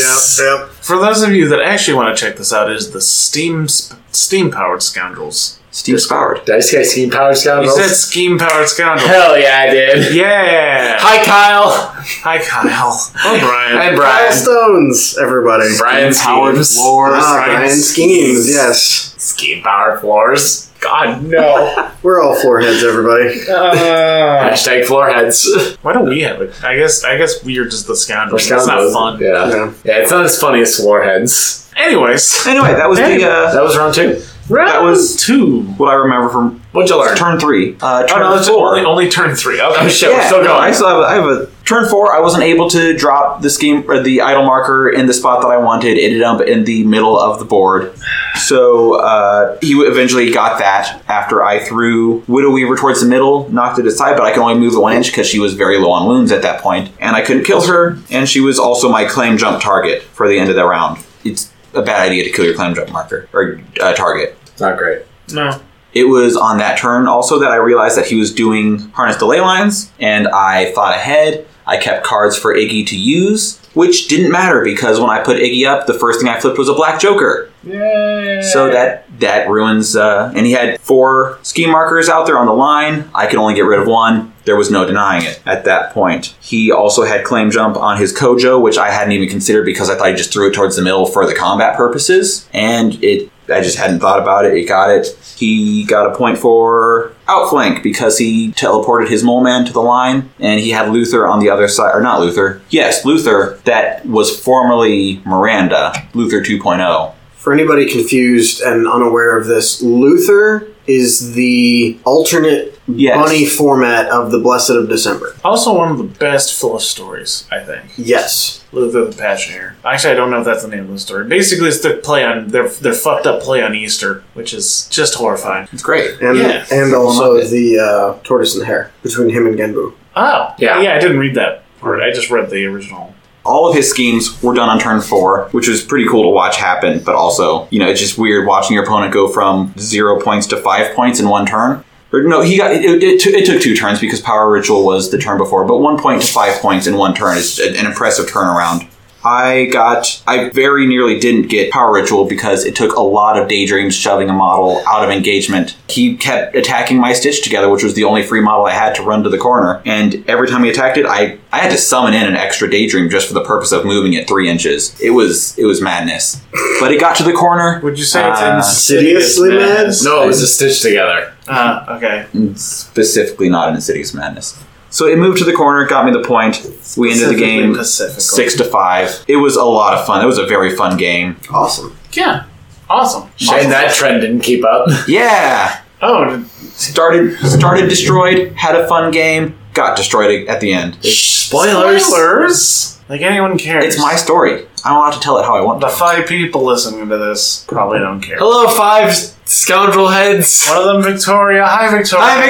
Yep, yep.
for those of you that actually want to check this out, is the steam sp- steam powered scoundrels.
Steve Spoward.
Did I say Scheme Powered
You
Scoundrels?
said scheme powered scoundrels.
Hell yeah, I did.
Yeah.
Hi, Kyle.
Hi, Kyle. Oh, Brian.
Hi,
All
Brian.
stones, everybody.
Brian
Howard
Schemes.
Lord.
Ah,
Brian
Brian
Skeens.
Skeens, yes.
Scheme Powered Floors.
God, no.
We're all floorheads, everybody.
Uh,
Hashtag floorheads.
why don't we have it? I guess I guess we are just the scoundrels. That's not
Scoundrels.
fun.
Yeah.
Yeah.
yeah. it's not as funny as floorheads.
Anyways,
Anyway, that was the uh,
That was round two.
that
was-
two.
what I remember from
Um, What'd you learn?
turn three. Uh,
Oh
turn
no, that's
four.
only, only turn three.
Oh
Okay.
shit, we're still
no,
going.
I still have a, I have a turn four. I wasn't able to drop the scheme or the idle marker in the spot that I wanted. It ended up in the middle of the board. So uh, he eventually got that after I threw Widow Weaver towards the middle, knocked it aside, but I could only move the one inch because she was very low on wounds at that point, and I couldn't kill her. And she was also my claim jump target for the end of the round. It's a bad idea to kill your claim jump marker or uh, target
not great.
No.
it was on that turn also that I realized that he was doing harness delay lines, and I thought ahead. I kept cards for Iggy to use, which didn't matter because when I put Iggy up, the first thing I flipped was a black Joker. So that that ruins. Uh, and he had four ski markers out there on the line. I could only get rid of one. There was no denying it at that point. He also had claim jump on his Kojo, which I hadn't even considered because I thought he just threw it towards the middle for the combat purposes. And it, I just hadn't thought about it. It got it. He got a point for outflank because he teleported his mole man to the line, and he had Luther on the other side, or not Luther. Yes, Luther. That was formerly Miranda, Luther oh. 2.0.
For anybody confused and unaware of this, Luther is the alternate
Yes.
bunny format of the Blessed of December.
Also, one of the best full of stories, I think.
Yes.
Luther the Passioneer. Actually, I don't know if that's the name of the story. Basically, it's the play on their their fucked up play on Easter, which is just horrifying.
It's great.
And
Yeah.
and also
Love it.
the uh, tortoise and the hare between him and Genbu.
Oh,
Yeah.
yeah. I didn't read that part. I just read the original.
all of his schemes were done on turn four, which was pretty cool to watch happen. But also, you know, it's just weird watching your opponent go from zero points to five points in one turn. Or no, he got it. It, took- it took two turns because Power Ritual was the turn before, but one point to five points in one turn is an an impressive turnaround. I got, I very nearly didn't get Power Ritual because it took a lot of daydreams shoving a model out of engagement. He kept attacking my Stitch Together, which was the only free model I had to run to the corner. And every time he attacked it, I, I had to summon in an extra daydream just for the purpose of moving it three inches. It was, it was madness. But it got to the corner.
Would you say
Uh,
it's insidious?
Seriously,
madness?
No, it was a stitch together.
Uh, okay.
specifically not in Insidious Madness. So it moved to the corner, got me the point. We ended the game
Pacific.
six to five. It was a lot of fun. It was a very fun game.
Awesome.
Yeah. Awesome.
Shame that trend didn't keep up.
Yeah,
Oh,
started started destroyed. Had a fun game. Got destroyed at the end.
Spoilers.
spoilers. Like anyone cares.
It's my story. I'm allowed to tell it how I want.
The
To.
five people listening to this probably don't care.
Hello, five scoundrel heads.
One of them, Victoria. Hi, Victoria.
Hi,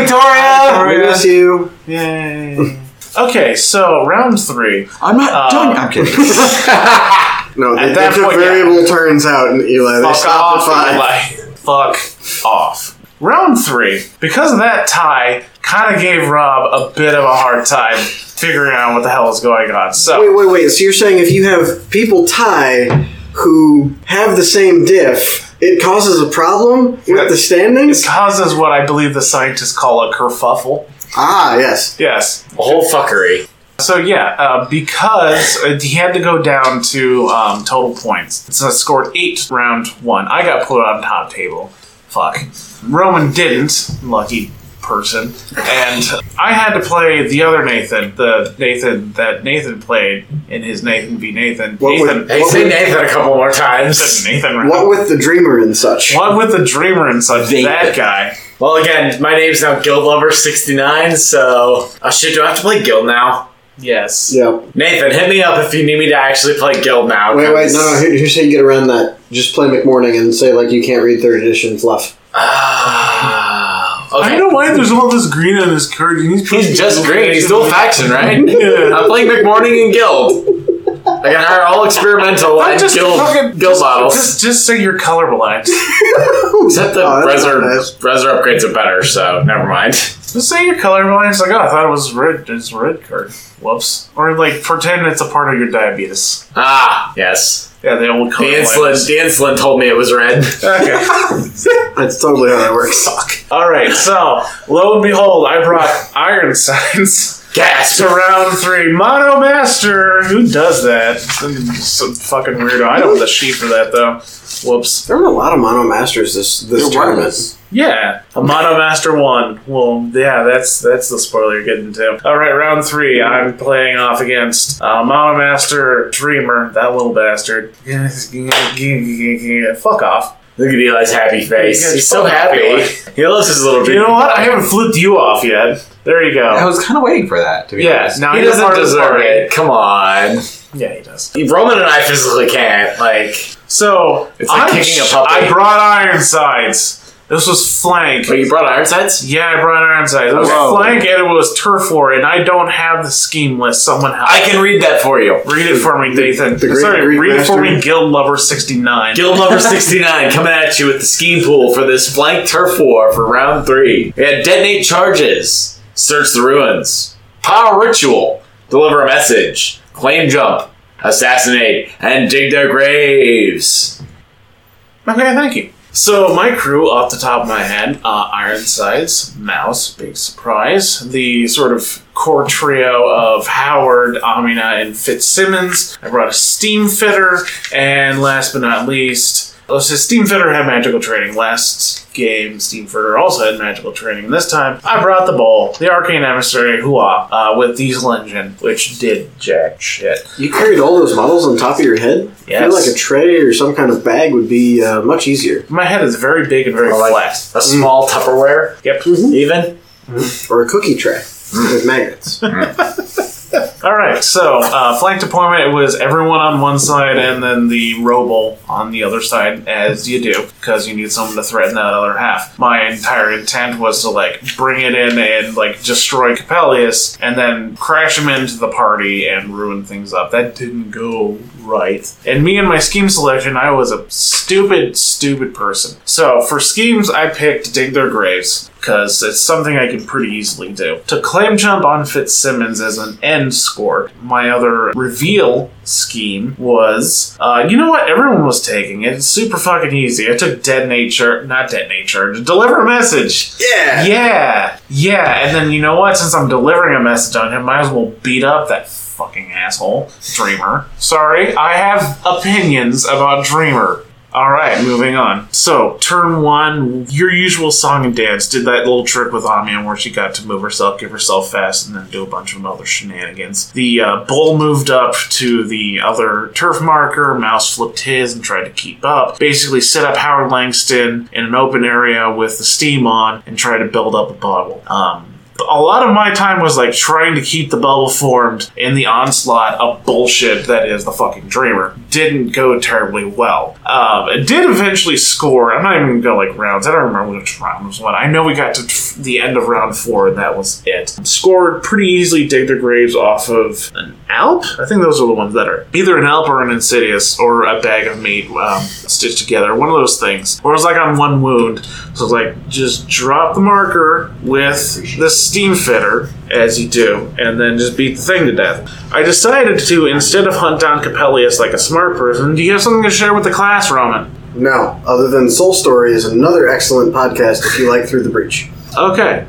Victoria.
We miss you.
Yay. okay, so round three.
I'm not
Uh,
done. I'm kidding.
No, they,
At
they
that
took
point, yeah.
variable turns out in Eli. They
Fuck
stopped
off,
at five.
Eli. Fuck off. Round three. Because of that tie, kind of gave Rob a bit of a hard time figuring out what the hell is going on.
Wait,
So,
wait, wait. So you're saying if you have people tie who have the same diff, it causes a problem with the standings?
causes what I believe the scientists call a kerfuffle.
Ah, yes.
Yes.
A whole fuckery.
So yeah, uh, because uh, he had to go down to um, total points. So I scored eight round one. I got put on top table. Fuck. Roman didn't. Lucky person. And I had to play the other Nathan, the Nathan that Nathan played in his Nathan v Nathan.
What would-
Nathan.
Hey,
What
say
would-
Nathan a couple more times.
Nathan. round.
What with the dreamer and such?
What with the dreamer and such?
Nathan.
That guy.
Well, again, my name's now Guild Lover sixty nine. So, oh shit, do I have to play Guild now?
Yes.
Yep.
Nathan, hit me up if you need me to actually play Guild now.
Wait, wait,
'cause-
no, no. Here, here's how you get around that. Just play McMorning and say like you can't read third edition fluff.
Ah,
I
okay.
don't know why there's all this green on his card. He's,
He's just green. He's dual faction, right?
Yeah.
I'm playing McMorning and Guild. I can hire all experimental
Not
and
just
Guild
fucking-
Guild
just-
models.
Just, just say you're colorblind.
Except the
Oh, that's
Rezzer,
not nice.
Rezzer upgrades are better, so never mind.
just say you're colorblind. It's like, oh, I thought it was red. It's a red card. Whoops. Or like pretend it's a part of your diabetes.
Ah, yes.
Yeah, they all
The
colorblind.
insulin, the insulin told me it was red.
Okay.
That's totally how that works.
all right. So lo and behold, I brought iron signs.
Gasp!
To round three, Mono Master. Who does that? Some fucking weirdo. I don't have the sheet for that though. Whoops.
There were a lot of mono masters this this
There
tournament.
was.
Yeah, Mono Master One. Well, yeah, that's that's the spoiler you're getting to. All right, round three. I'm playing off against uh, Mono Master Dreamer, that little bastard. Fuck off.
Look at Eli's happy face.
Yeah,
He's so
fuck
happy.
Eli.
He loves his little
You
dream.
know what? I haven't flipped you off yet. There you
I
go.
was kind of waiting for that, to be
Yeah,
honest.
now
He
he's a
doesn't
part of the
deserve
party.
it. Come on.
Yeah, he does.
Roman and I physically can't. Like,
So
It's like
I'm
kicking a
sh-
puppy.
I brought Ironsides. This was flank.
but you brought Ironsides?
Yeah, I brought Ironsides. It was
Whoa.
flank and it was turf war, and I don't have the scheme list. Someone help.
I can read that for you.
read it for me, Nathan.
the great
Sorry,
Greek
read it for
master.
me, Guild Lover sixty nine.
Guild number 69 coming at you with the scheme pool for this flank turf war for round three. We had detonate charges, search the ruins, power ritual, deliver a message, claim jump, assassinate, and dig their graves.
Okay, thank you. So my crew, off the top of my head, uh, Ironsides, Mouse, big surprise, the sort of core trio of Howard, Amina, and Fitzsimmons. I brought a steam fitter, and last but not least, oh, so steam fitter had magical training. Last game, steam fitter also had magical training. This time, I brought the bowl, the arcane emissary, hua, uh, with diesel engine, which did jack shit.
You carried all those models on top of your head? I
Yes.
feel like a tray or some kind of bag would be uh, much easier.
My head is very big and very
like- Mm-hmm.
flat.
A small Tupperware,
Yep.
even.
Or a cookie tray with magnets.
All right, so uh, flank deployment it was everyone on one side and then the roble on the other side, as you do, because you need someone to threaten that other half. My entire intent was to like bring it in and like destroy Capellius and then crash him into the party and ruin things up. That didn't go right. And me and my scheme selection, I was a stupid, stupid person. So for schemes, I picked dig their graves because it's something I can pretty easily do. To claim jump on Fitzsimmons as an end score, my other reveal scheme was, uh, you know what? Everyone was taking it. It's super fucking easy. I took dead nature, not dead nature, to deliver a message.
yeah!
Yeah, yeah. And then you know what? Since I'm delivering a message on him, might as well beat up that fucking asshole, Dreamer. Sorry, I have opinions about Dreamer. All right, moving on. So, turn one, your usual song and dance. Did that little trick with Amiya where she got to move herself, give herself fast, and then do a bunch of other shenanigans. The uh, bull moved up to the other turf marker. Mouse flipped his and tried to keep up. Basically, set up Howard Langston in an open area with the steam on and try to build up a bubble. Um, a lot of my time was like trying to keep the bubble formed in the onslaught of bullshit that is the fucking dreamer. Didn't go terribly well. Um, it did eventually score. I'm not even gonna go like rounds. I don't remember which round was what. I know we got to t- the end of round four and that was it. Scored pretty easily. Dig their graves off of an alp. I think those are the ones that are either an alp or an insidious or a bag of meat um, stitched together. One of those things. Or it was like on one wound. So it's like just drop the marker with the steam fitter as you do, and then just beat the thing to death. I decided to instead of hunt down Capellius like a smart person. Do you have something to share with the class, Roman?
No, other than Soul Story is another excellent podcast if you like Through the Breach.
Okay,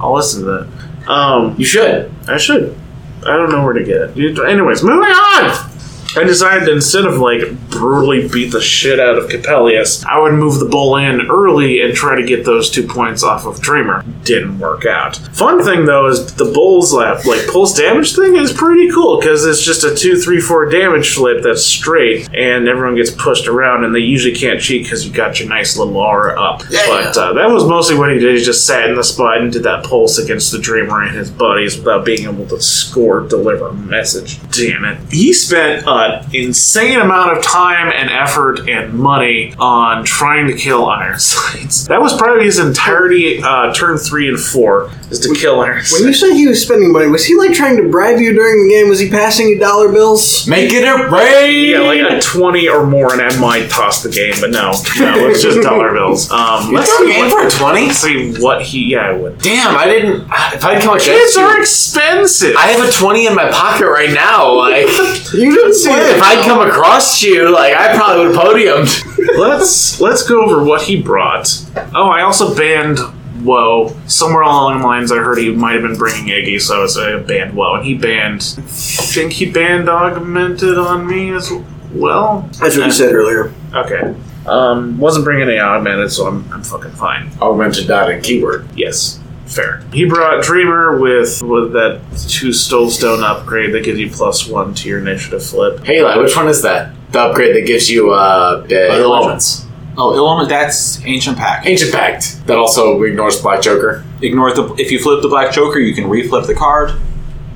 I'll listen to that. Um,
You should.
I should. I don't know where to get it. You- Anyways, moving on. I decided instead of like brutally beat the shit out of Capellius, I would move the bull in early and try to get those two points off of Dreamer. Didn't work out. Fun thing though is the bull's lap like pulse damage thing is pretty cool because it's just a two, three, four damage flip that's straight, and everyone gets pushed around, and they usually can't cheat because you got your nice little aura up. But uh, that was mostly what he did. He just sat in the spot and did that pulse against the Dreamer and his buddies without being able to score, deliver a message. Damn it. He spent an insane amount of time and effort and money on trying to kill Ironsides. That was probably his entirety uh, turn three and four, is to kill Ironsides.
When you said he was spending money, was he like trying to bribe you during the game? Was he passing you dollar bills?
Make it a raid!
Yeah, like a twenty or more, and I might toss the game, but no, no, it's just dollar bills. Um, let's
Let's
see
game for
what,
a 20?
let's see what he. Yeah, I would.
Damn, I didn't. If I'd come
Kids
against
are
you,
expensive.
I have a 20 in my pocket right now. Like,
You didn't say
if
that.
I'd come across you, like, I probably would have podiumed.
let's let's go over what he brought. Oh, I also banned Woe. Somewhere along the lines, I heard he might have been bringing Iggy, so I was uh, banned Woe, and he banned. I think he banned Augmented on me as well.
That's what you said earlier.
Okay. Um, wasn't bringing any augmented, so I'm, I'm fucking fine.
Augmented dot and keyword.
Yes, fair. He brought Dreamer with with that two Stolestone upgrade that gives you plus one to your initiative flip.
Halo, which one is that? The upgrade that gives you uh, uh ill omens.
Oh, ill omen. That's ancient pack.
Ancient Pact that also ignores Black Joker.
Ignores the. If you flip the black joker, you can reflip the card.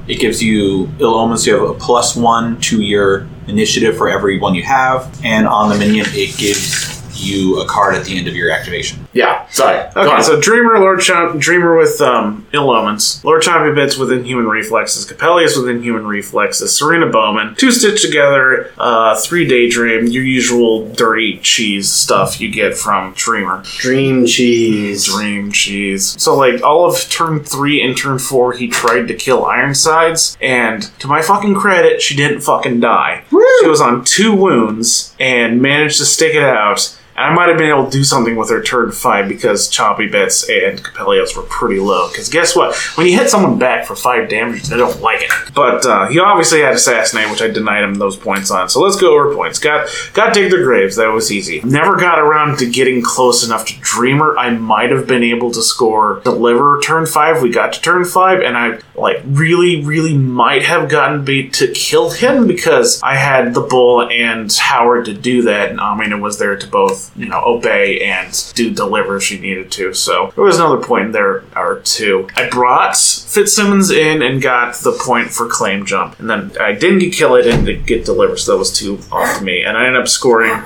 It gives you ill omens. You have a plus one to your initiative for every one you have, and on the minion, it gives you a card at the end of your activation.
Yeah, sorry. Go
Okay,
on.
so Dreamer, Lord Chom- Dreamer with um, ill omens, Lord Chompy Bits within human reflexes, Capellius within human reflexes, Serena Bowman, two stitched together, uh, three daydream, your usual dirty cheese stuff you get from Dreamer.
Dream cheese.
Dream cheese. So like all of turn three and turn four, he tried to kill Ironsides, and to my fucking credit, she didn't fucking die. She was on two wounds and managed to stick it out. And I might have been able to do something with her turn five because Choppy Bits and Capellios were pretty low. Because guess what? When you hit someone back for five damage, they don't like it. But uh, he obviously had Assassinate, which I denied him those points on. So let's go over points. Got got Dig Their Graves. That was easy. Never got around to getting close enough to Dreamer. I might have been able to score Deliver turn five. We got to turn five, and I like really, really might have gotten beat to kill him because I had the bull and Howard to do that, and Amina was there to both, you know, obey and do deliver if she needed to. So there was another point there or two. I brought Fitzsimmons in and got the point for claim jump, and then I didn't get kill it and didn't get deliver, so that was two off to me, and I ended up scoring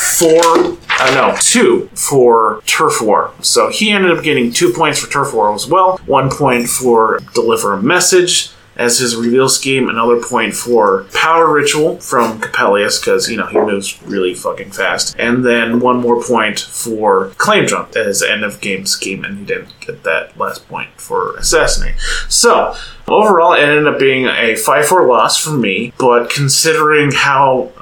four uh, no, two for Turf War. So he ended up getting two points for Turf War as well, one point for Deliver a Message as his reveal scheme, another point for Power Ritual from Capellius, because, you know, he moves really fucking fast, and then one more point for Claim Jump as end of game scheme, and he didn't get that last point for Assassinate. So, overall, it ended up being a 5 4 loss for me, but considering how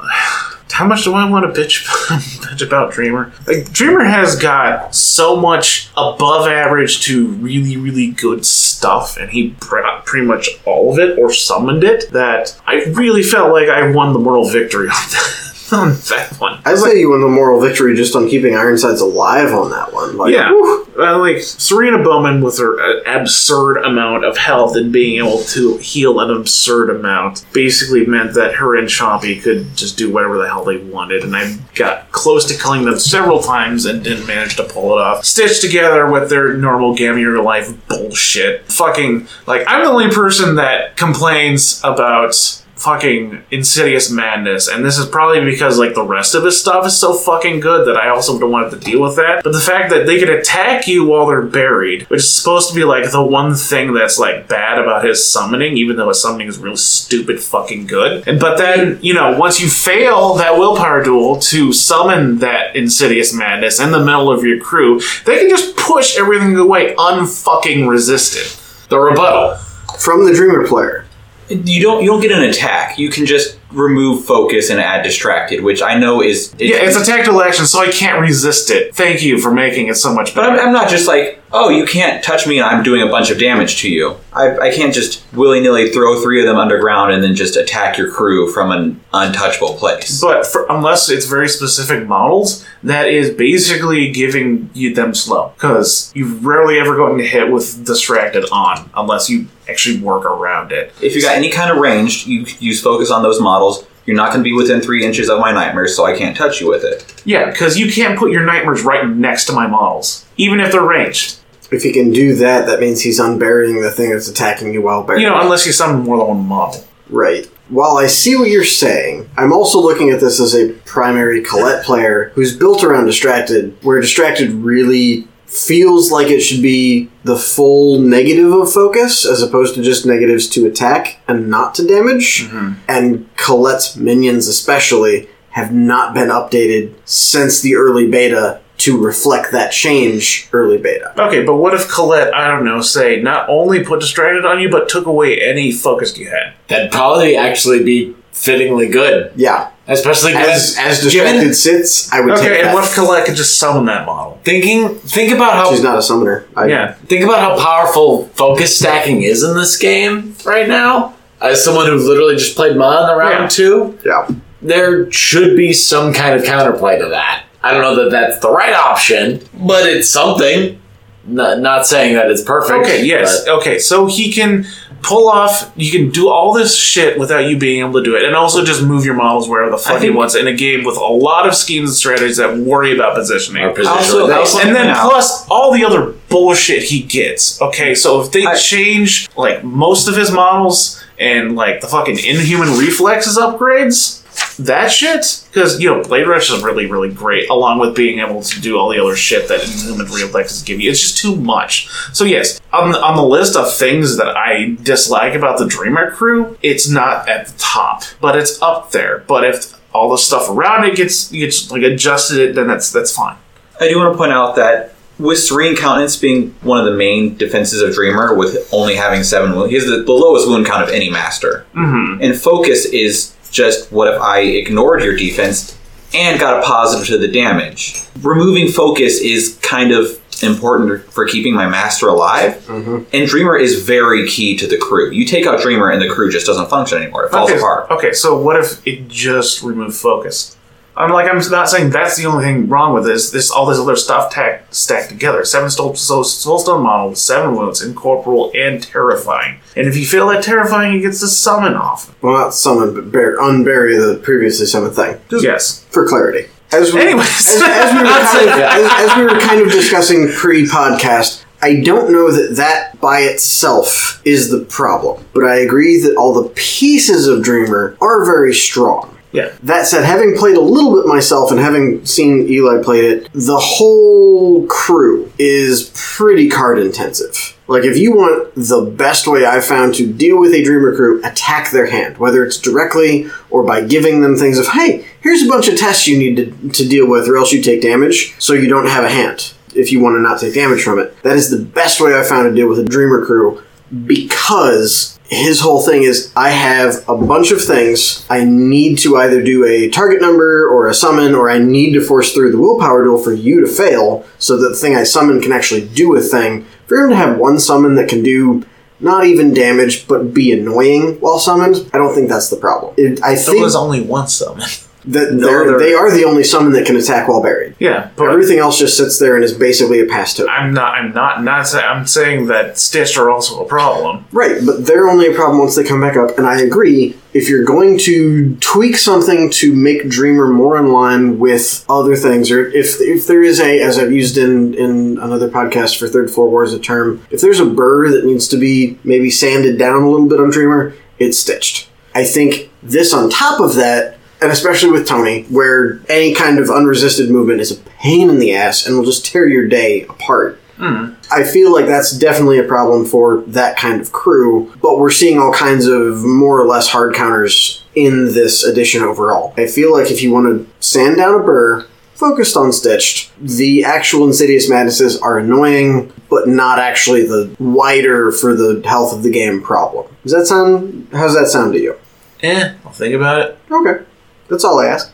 how much do I want to bitch bitch about Dreamer? Like Dreamer has got so much above average to really really good stuff, and he brought pretty much all of it or summoned it. That I really felt like I won the moral victory on that, on that one.
I'd say you won the moral victory just on keeping Ironsides alive on that one. Like,
Yeah, Uh, like Serena Bowman with her uh, absurd amount of health and being able to heal an absurd amount basically meant that her and Chompy could just do whatever the hell they wanted. And I got close to killing them several times and didn't manage to pull it off. Stitched together with their normal gamma your life bullshit. Fucking like I'm the only person that complains about fucking insidious madness and this is probably because like the rest of his stuff is so fucking good that i also don't want to deal with that but the fact that they can attack you while they're buried which is supposed to be like the one thing that's like bad about his summoning even though his summoning is real stupid fucking good and but then you know once you fail that willpower duel to summon that insidious madness in the middle of your crew they can just push everything away unfucking resisted
The rebuttal.
From the Dreamer player.
You don't. You don't get an attack. You can just remove focus and add distracted, which I know is.
Yeah, it's a tactical action, so I can't resist it. Thank you for making it so much
But
better.
I'm, I'm not just like, oh, you can't touch me and I'm doing a bunch of damage to you. I, I can't just willy nilly throw three of them underground and then just attack your crew from an untouchable place.
but for, unless it's very specific models, that is basically giving you them slow because you've rarely ever gotten hit with distracted on unless you actually work around it.
If you got any kind of ranged, you could use focus on those models. You're not going to be within three inches of my nightmare, so I can't touch you with it.
Yeah, because you can't put your nightmares right next to my models, even if they're ranged.
If he can do that, that means he's unburying the thing that's attacking you while buried.
You know, unless you summon more than one model.
Right. While I see what you're saying, I'm also looking at this as a primary Colette player who's built around Distracted, where Distracted really feels like it should be the full negative of focus as opposed to just negatives to attack and not to damage.
Mm-hmm.
And Colette's minions, especially, have not been updated since the early beta to reflect that change early beta.
Okay, but what if Colette, I don't know, say not only put distracted on you, but took away any focus you had?
That'd probably actually be fittingly good.
Yeah.
Especially
As,
because
as Distracted sits, I would
Okay,
take
and
that.
what if Colette could just summon that model?
thinking think about how
She's not a summoner. I,
Yeah.
Think about how powerful focus stacking is in this game right now. As someone who literally just played Mon in the round
Yeah.
two,
Yeah.
there should be some kind of counterplay to that. I don't know that that's the right option, but it's something. Not, not saying that it's perfect.
Okay, yes.
but-
Okay, so he can pull off, you can do all this shit without you being able to do it, and also just move your models wherever the fuck he
think-
wants in a game with a lot of schemes and strategies that worry about positioning.
Our position
Also-
really-
also-
and then
Yeah.
plus all the other bullshit he gets. Okay, so if they
I-
change like most of his models and like the fucking inhuman reflexes upgrades, that shit because you know Blade Rush is really really great, along with being able to do all the other shit that inhuman reflexes give you. It's just too much. So yes, on the, on the list of things that I dislike about the Dreamer crew, it's not at the top, but it's up there. But if all the stuff around it gets gets like adjusted, then that's that's fine.
I do want to point out that with Serene Countenance being one of the main defenses of Dreamer, with only having seven wounds, he has the, the lowest wound count of any master. Mm-hmm. And Focus is just what if I ignored your defense and got a positive to the damage? Removing Focus is kind of important for keeping my master alive. And Dreamer is very key to the crew. You take out Dreamer, and the crew just doesn't function anymore. It falls
okay,
apart.
Okay, so what if it just removed focus? I'm like, I'm not saying that's the only thing wrong with this. This all this other stuff tack, stacked together. Seven soul, soul, soulstone model with seven wounds, incorporeal and terrifying. And if you fail at terrifying, he gets the summon off.
Well, not summon, but bear, unbury the previously summoned thing. Just
yes.
for clarity. As we,
Anyways.
as, as we were kind
Not
of,
saying-
as, as we were kind of discussing pre-podcast, I don't know that that by itself is the problem, but I agree that all the pieces of Dreamer are very strong.
Yeah.
That said, having played a little bit myself and having seen Eli played it, the whole crew is pretty card intensive. Like, if you want the best way I've found to deal with a Dreamer crew, attack their hand, whether it's directly or by giving them things of, hey, here's a bunch of tests you need to, to deal with, or else you take damage, so you don't have a hand if you want to not take damage from it. That is the best way I found to deal with a Dreamer crew because his whole thing is I have a bunch of things. I need to either do a target number or a summon, or I need to force through the willpower duel for you to fail so that the thing I summon can actually do a thing. For him to have one summon that can do not even damage but be annoying while summoned, I don't think that's the problem. It, I think
only one summon.
that
no
they're,
other-
they are the only summon that can attack while buried.
Yeah, but
Everything else just sits there and is basically a pass token.
I'm not. I'm not. Not. Say, I'm saying that stitched are also a problem.
Right, but they're only a problem once they come back up, and I agree. If you're going to tweak something to make Dreamer more in line with other things, or if if there is a, as I've used in in another podcast for Third Floor Wars, a term, if there's a burr that needs to be maybe sanded down a little bit on Dreamer, it's stitched. I think this on top of that, and especially with Tony, where any kind of unresisted movement is a pain in the ass and will just tear your day apart. I feel like that's definitely a problem for that kind of crew, but we're seeing all kinds of more or less hard counters in this edition overall. I feel like if you want to sand down a burr, focused on stitched, the actual insidious madnesses are annoying, but not actually the wider for the health of the game problem. Does that sound how's that sound to you?
Eh. I'll think about it.
Okay. That's all I ask.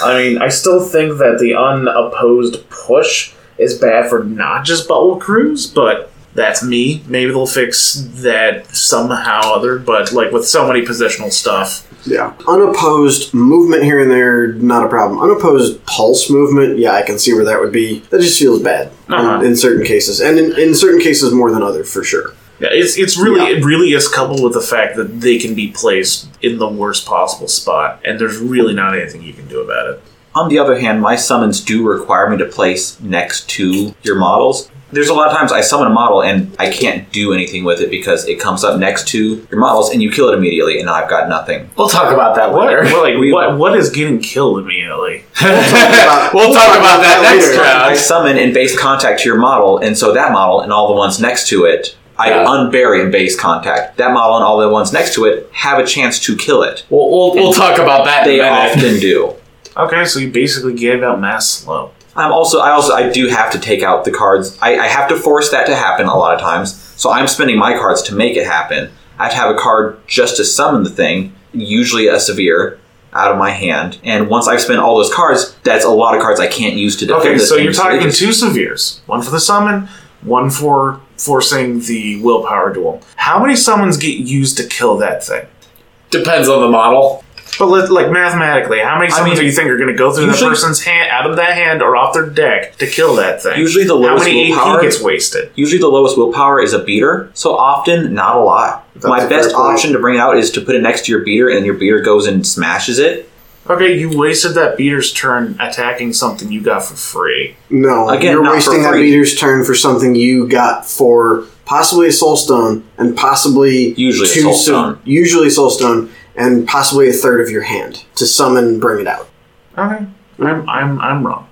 I mean, I still think that the unopposed push is bad for not just bubble crews, but that's me. Maybe they'll fix that somehow other, but like with so many positional stuff.
Yeah. Unopposed movement here and there, not a problem. Unopposed pulse movement, yeah, I can see where that would be. That just feels bad in-
Uh-huh.
in, certain cases, and in, in certain cases more than other for sure.
Yeah, it's it's really
Yeah.
it really is coupled with the fact that they can be placed in the worst possible spot, and there's really not anything you can do about it.
On the other hand, my summons do require me to place next to your models. There's a lot of times I summon a model and I can't do anything with it because it comes up next to your models and you kill it immediately and I've got nothing.
We'll talk about that later.
Well, like
We-
what what is getting killed immediately?
we'll talk about that next
later.
I
round.
summon and base contact to your model, and so that model and all the ones next to it, I
Yeah.
unbury and base contact. That model and all the ones next to it have a chance to kill it.
We'll, we'll, we'll talk about that
They
in a minute.
often do.
Okay, so you basically gave out mass slow.
I'm also I also I do have to take out the cards. I, I have to force that to happen a lot of times. So I'm spending my cards to make it happen. I have to have a card just to summon the thing, usually a severe, out of my hand. And once I've spent all those cards, that's a lot of cards I can't use to defend.
Okay,
this
so
thing.
you're
they
talking
just-
two severes. One for the summon, one for forcing the willpower duel. How many summons get used to kill that thing?
Depends on the model.
But let, like mathematically, how many summons
mean,
do you think are going to go through
usually-
that person's hand, out of that hand, or off their deck to kill that thing?
Usually the
how
lowest
many
willpower-
AP gets wasted?
Usually the lowest willpower is a beater, so often not a lot. My
a
best
fair point.
option to bring it out is to put it next to your beater and your beater goes and smashes it.
Okay, you wasted that beater's turn attacking something you got for free.
No,
Again,
you're
not for
wasting that
free.
beater's turn for something you got for possibly a soul stone and possibly
Usually a soul stone.
usually soul stone and possibly a third of your hand to summon bring it out.
Okay, I'm I'm I'm wrong.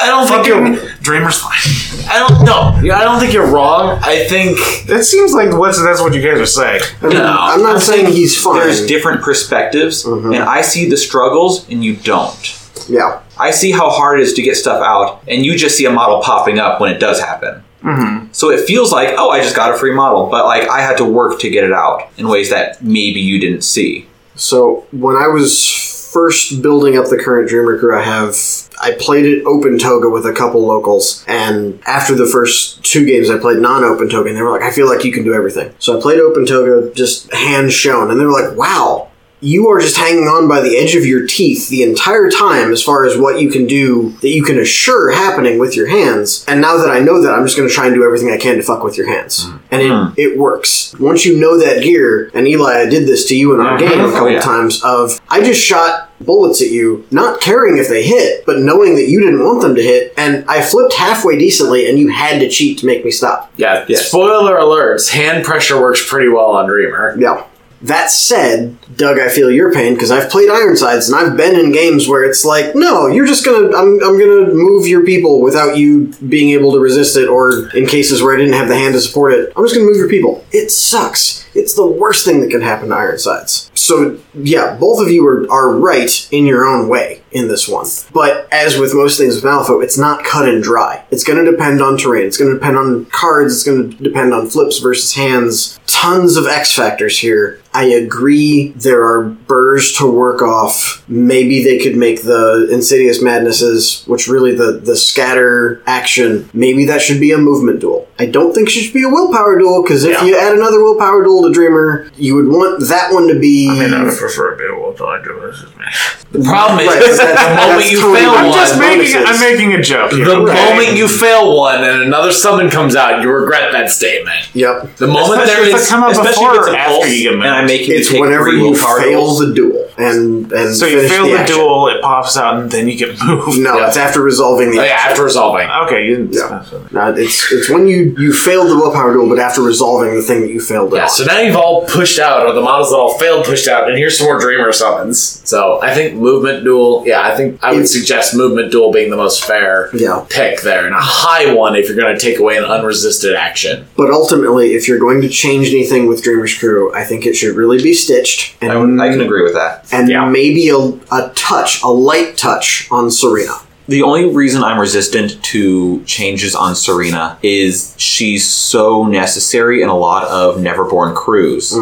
I don't
Fuck
think
you,
you're.
Dreamer's fine.
I don't know. Yeah, I don't think you're wrong. I think
That seems like what's that's what you guys are saying.
I mean,
No,
I'm not saying he's fine.
There's different perspectives,
Mm-hmm.
and I see the struggles and you don't.
yeah,
I see how hard it is to get stuff out, and you just see a model popping up when it does happen.
Mm-hmm.
So it feels like, oh, I just got a free model, but like I had to work to get it out in ways that maybe you didn't see.
So when I was first building up the current Dreamer crew, I have I played it open toga with a couple locals, and after the first two games, I played non-open toga, and they were like, "I feel like you can do everything." So I played open toga, just hand shown, and they were like, "Wow." You are just hanging on by the edge of your teeth the entire time as far as what you can do that you can assure happening with your hands. And now that I know that, I'm just going to try and do everything I can to fuck with your hands. And it,
Hmm.
it works. Once you know that gear, and Eli, I did this to you in our game a couple
Oh, yeah.
times of I just shot bullets at you, not caring if they hit, but knowing that you didn't want them to hit, and I flipped halfway decently, and you had to cheat to make me stop.
yeah.
Yes.
Spoiler alerts: hand pressure works pretty well on Dreamer.
Yeah. That said, Doug, I feel your pain because I've played Ironsides and I've been in games where it's like, no, you're just gonna, I'm, I'm gonna move your people without you being able to resist it, or in cases where I didn't have the hand to support it, I'm just gonna move your people. It sucks. It's the worst thing that can happen to Ironsides. So, yeah, both of you are, are right in your own way in this one. But as with most things with Malifaux, it's not cut and dry. It's going to depend on terrain. It's going to depend on cards. It's going to depend on flips versus hands. Tons of X factors here. I agree there are burrs to work off. Maybe they could make the Insidious Madnesses, which really the, the scatter action, maybe that should be a movement duel. I don't think it should be a willpower duel, because if
Yeah.
you add another willpower duel to Dreamer, you would want that one to be.
I mean, uh, I would prefer a bit of all I do this is me.
The problem is,
Right,
is
that-
that the
that's
moment you
totally
fail
right.
one,
I'm just making
bonuses.
I'm making a joke. here,
the
okay?
moment you fail one and another summon comes out, you regret that statement.
Yep.
The moment
Especially
there
if
is,
I come up
especially
before
if it's
or
a
after
pulse,
you get
And I make you
It's
take
whenever
three
you
willpower
fail
duels.
the duel and and
so you
finish
fail
the,
the
action.
duel, it pops out, and then you get moved.
No,
Yeah.
it's after resolving the.
Oh, yeah, after resolving.
Okay, you didn't.
Yeah. No, it's it's when you you failed the willpower duel, but after resolving the thing that you failed.
Yeah,
at.
so now you've all pushed out, or the models that all failed pushed out, and here's some more Dreamer summons. So I think Movement Duel, yeah, I think I would
It-
suggest Movement Duel being the most fair
Yeah.
pick there, and a high one if you're going to take away an unresisted action.
But ultimately, if you're going to change anything with Dreamer's Crew, I think it should really be stitched and
I, would- I can agree with that.
and
yeah.
maybe a, a touch, a light touch on Serena.
The only reason I'm resistant to changes on Serena is she's so necessary in a lot of Neverborn crews.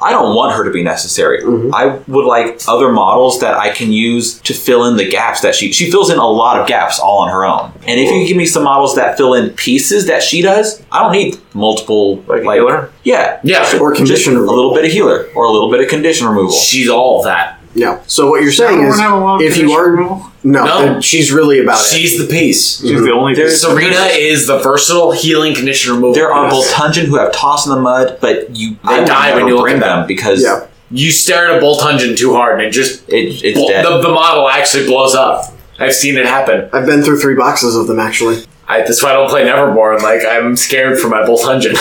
I don't want her to be necessary. I would like other models that I can use to fill in the gaps that she she fills in a lot of gaps all on her own. And if you give me some models that fill in pieces that she does, I don't need multiple
Like a healer?
Yeah,
Yeah,
Or
just a
condition removal.
little bit of healer or a little bit of condition removal.
she's all of that.
Yeah. So what you're saying
Everyone
is,
have a lot of
if you
condition
are
removal?
no,
No.
uh, she's really about it.
She's the piece.
She's the only.
Serena is the versatile healing condition removal.
There are
piece.
both Tungent who have tossed in the mud, but you I
They
would
die when
never
you look
bring
at them.
them because
Yeah.
You stare at a bolt dungeon too hard, and it just
It, it's
Well,
dead.
The, the model actually blows up. I've seen it happen.
I've been through three boxes of them actually.
I, that's why I don't play Neverborn. Like I'm scared for my Bolt Hungeon.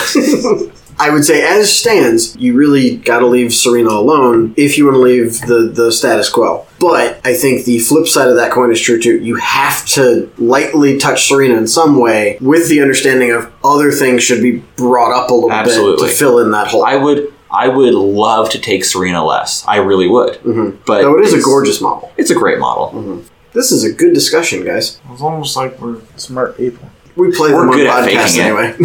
I would say, as stands, you really got to leave Serena alone if you want to leave the, the status quo. But I think the flip side of that coin is true too. You have to lightly touch Serena in some way, with the understanding of other things should be brought up a little
Absolutely.
bit to fill in that hole.
I would I would love to take Serena less. I really would. But
Though it is a
it's-
gorgeous model.
It's a great model.
This is a good discussion, guys.
It's almost like we're smart people.
We play
We're
them on
good at faking
podcast
it.
anyway.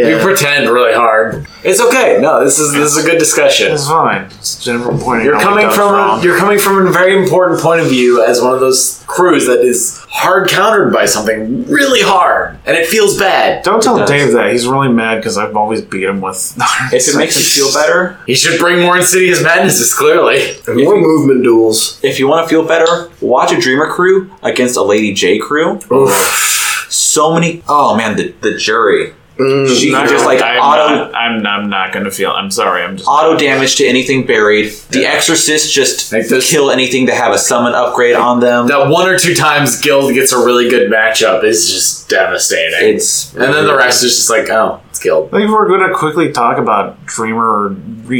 yeah. you pretend really hard. It's okay. No, this is this is a good discussion.
It's fine. It's general pointing.
You're
out
coming
what Doug's
from
wrong.
a, you're coming from a very important point of view as one of those crews that is hard countered by something really hard, and it feels bad.
Don't tell
does.
Dave that. He's really mad because I've always beat him with.
If it makes you feel better,
He should bring more insidious madnesses. Clearly,
And more movement duels.
if you want to feel better, watch a Dreamer crew against a Lady J crew. So many. Oh man, the, the jury. she can just like
I'm
auto
Not, I'm, I'm not going to feel. I'm sorry. I'm just.
auto damage to anything buried. The Exorcist just
Like this-
kill anything that have a summon upgrade on them.
that one or two times Guild gets a really good matchup is just devastating.
It's
and then the rest is just like, oh, it's Guild.
I think we're going to quickly talk about Dreamer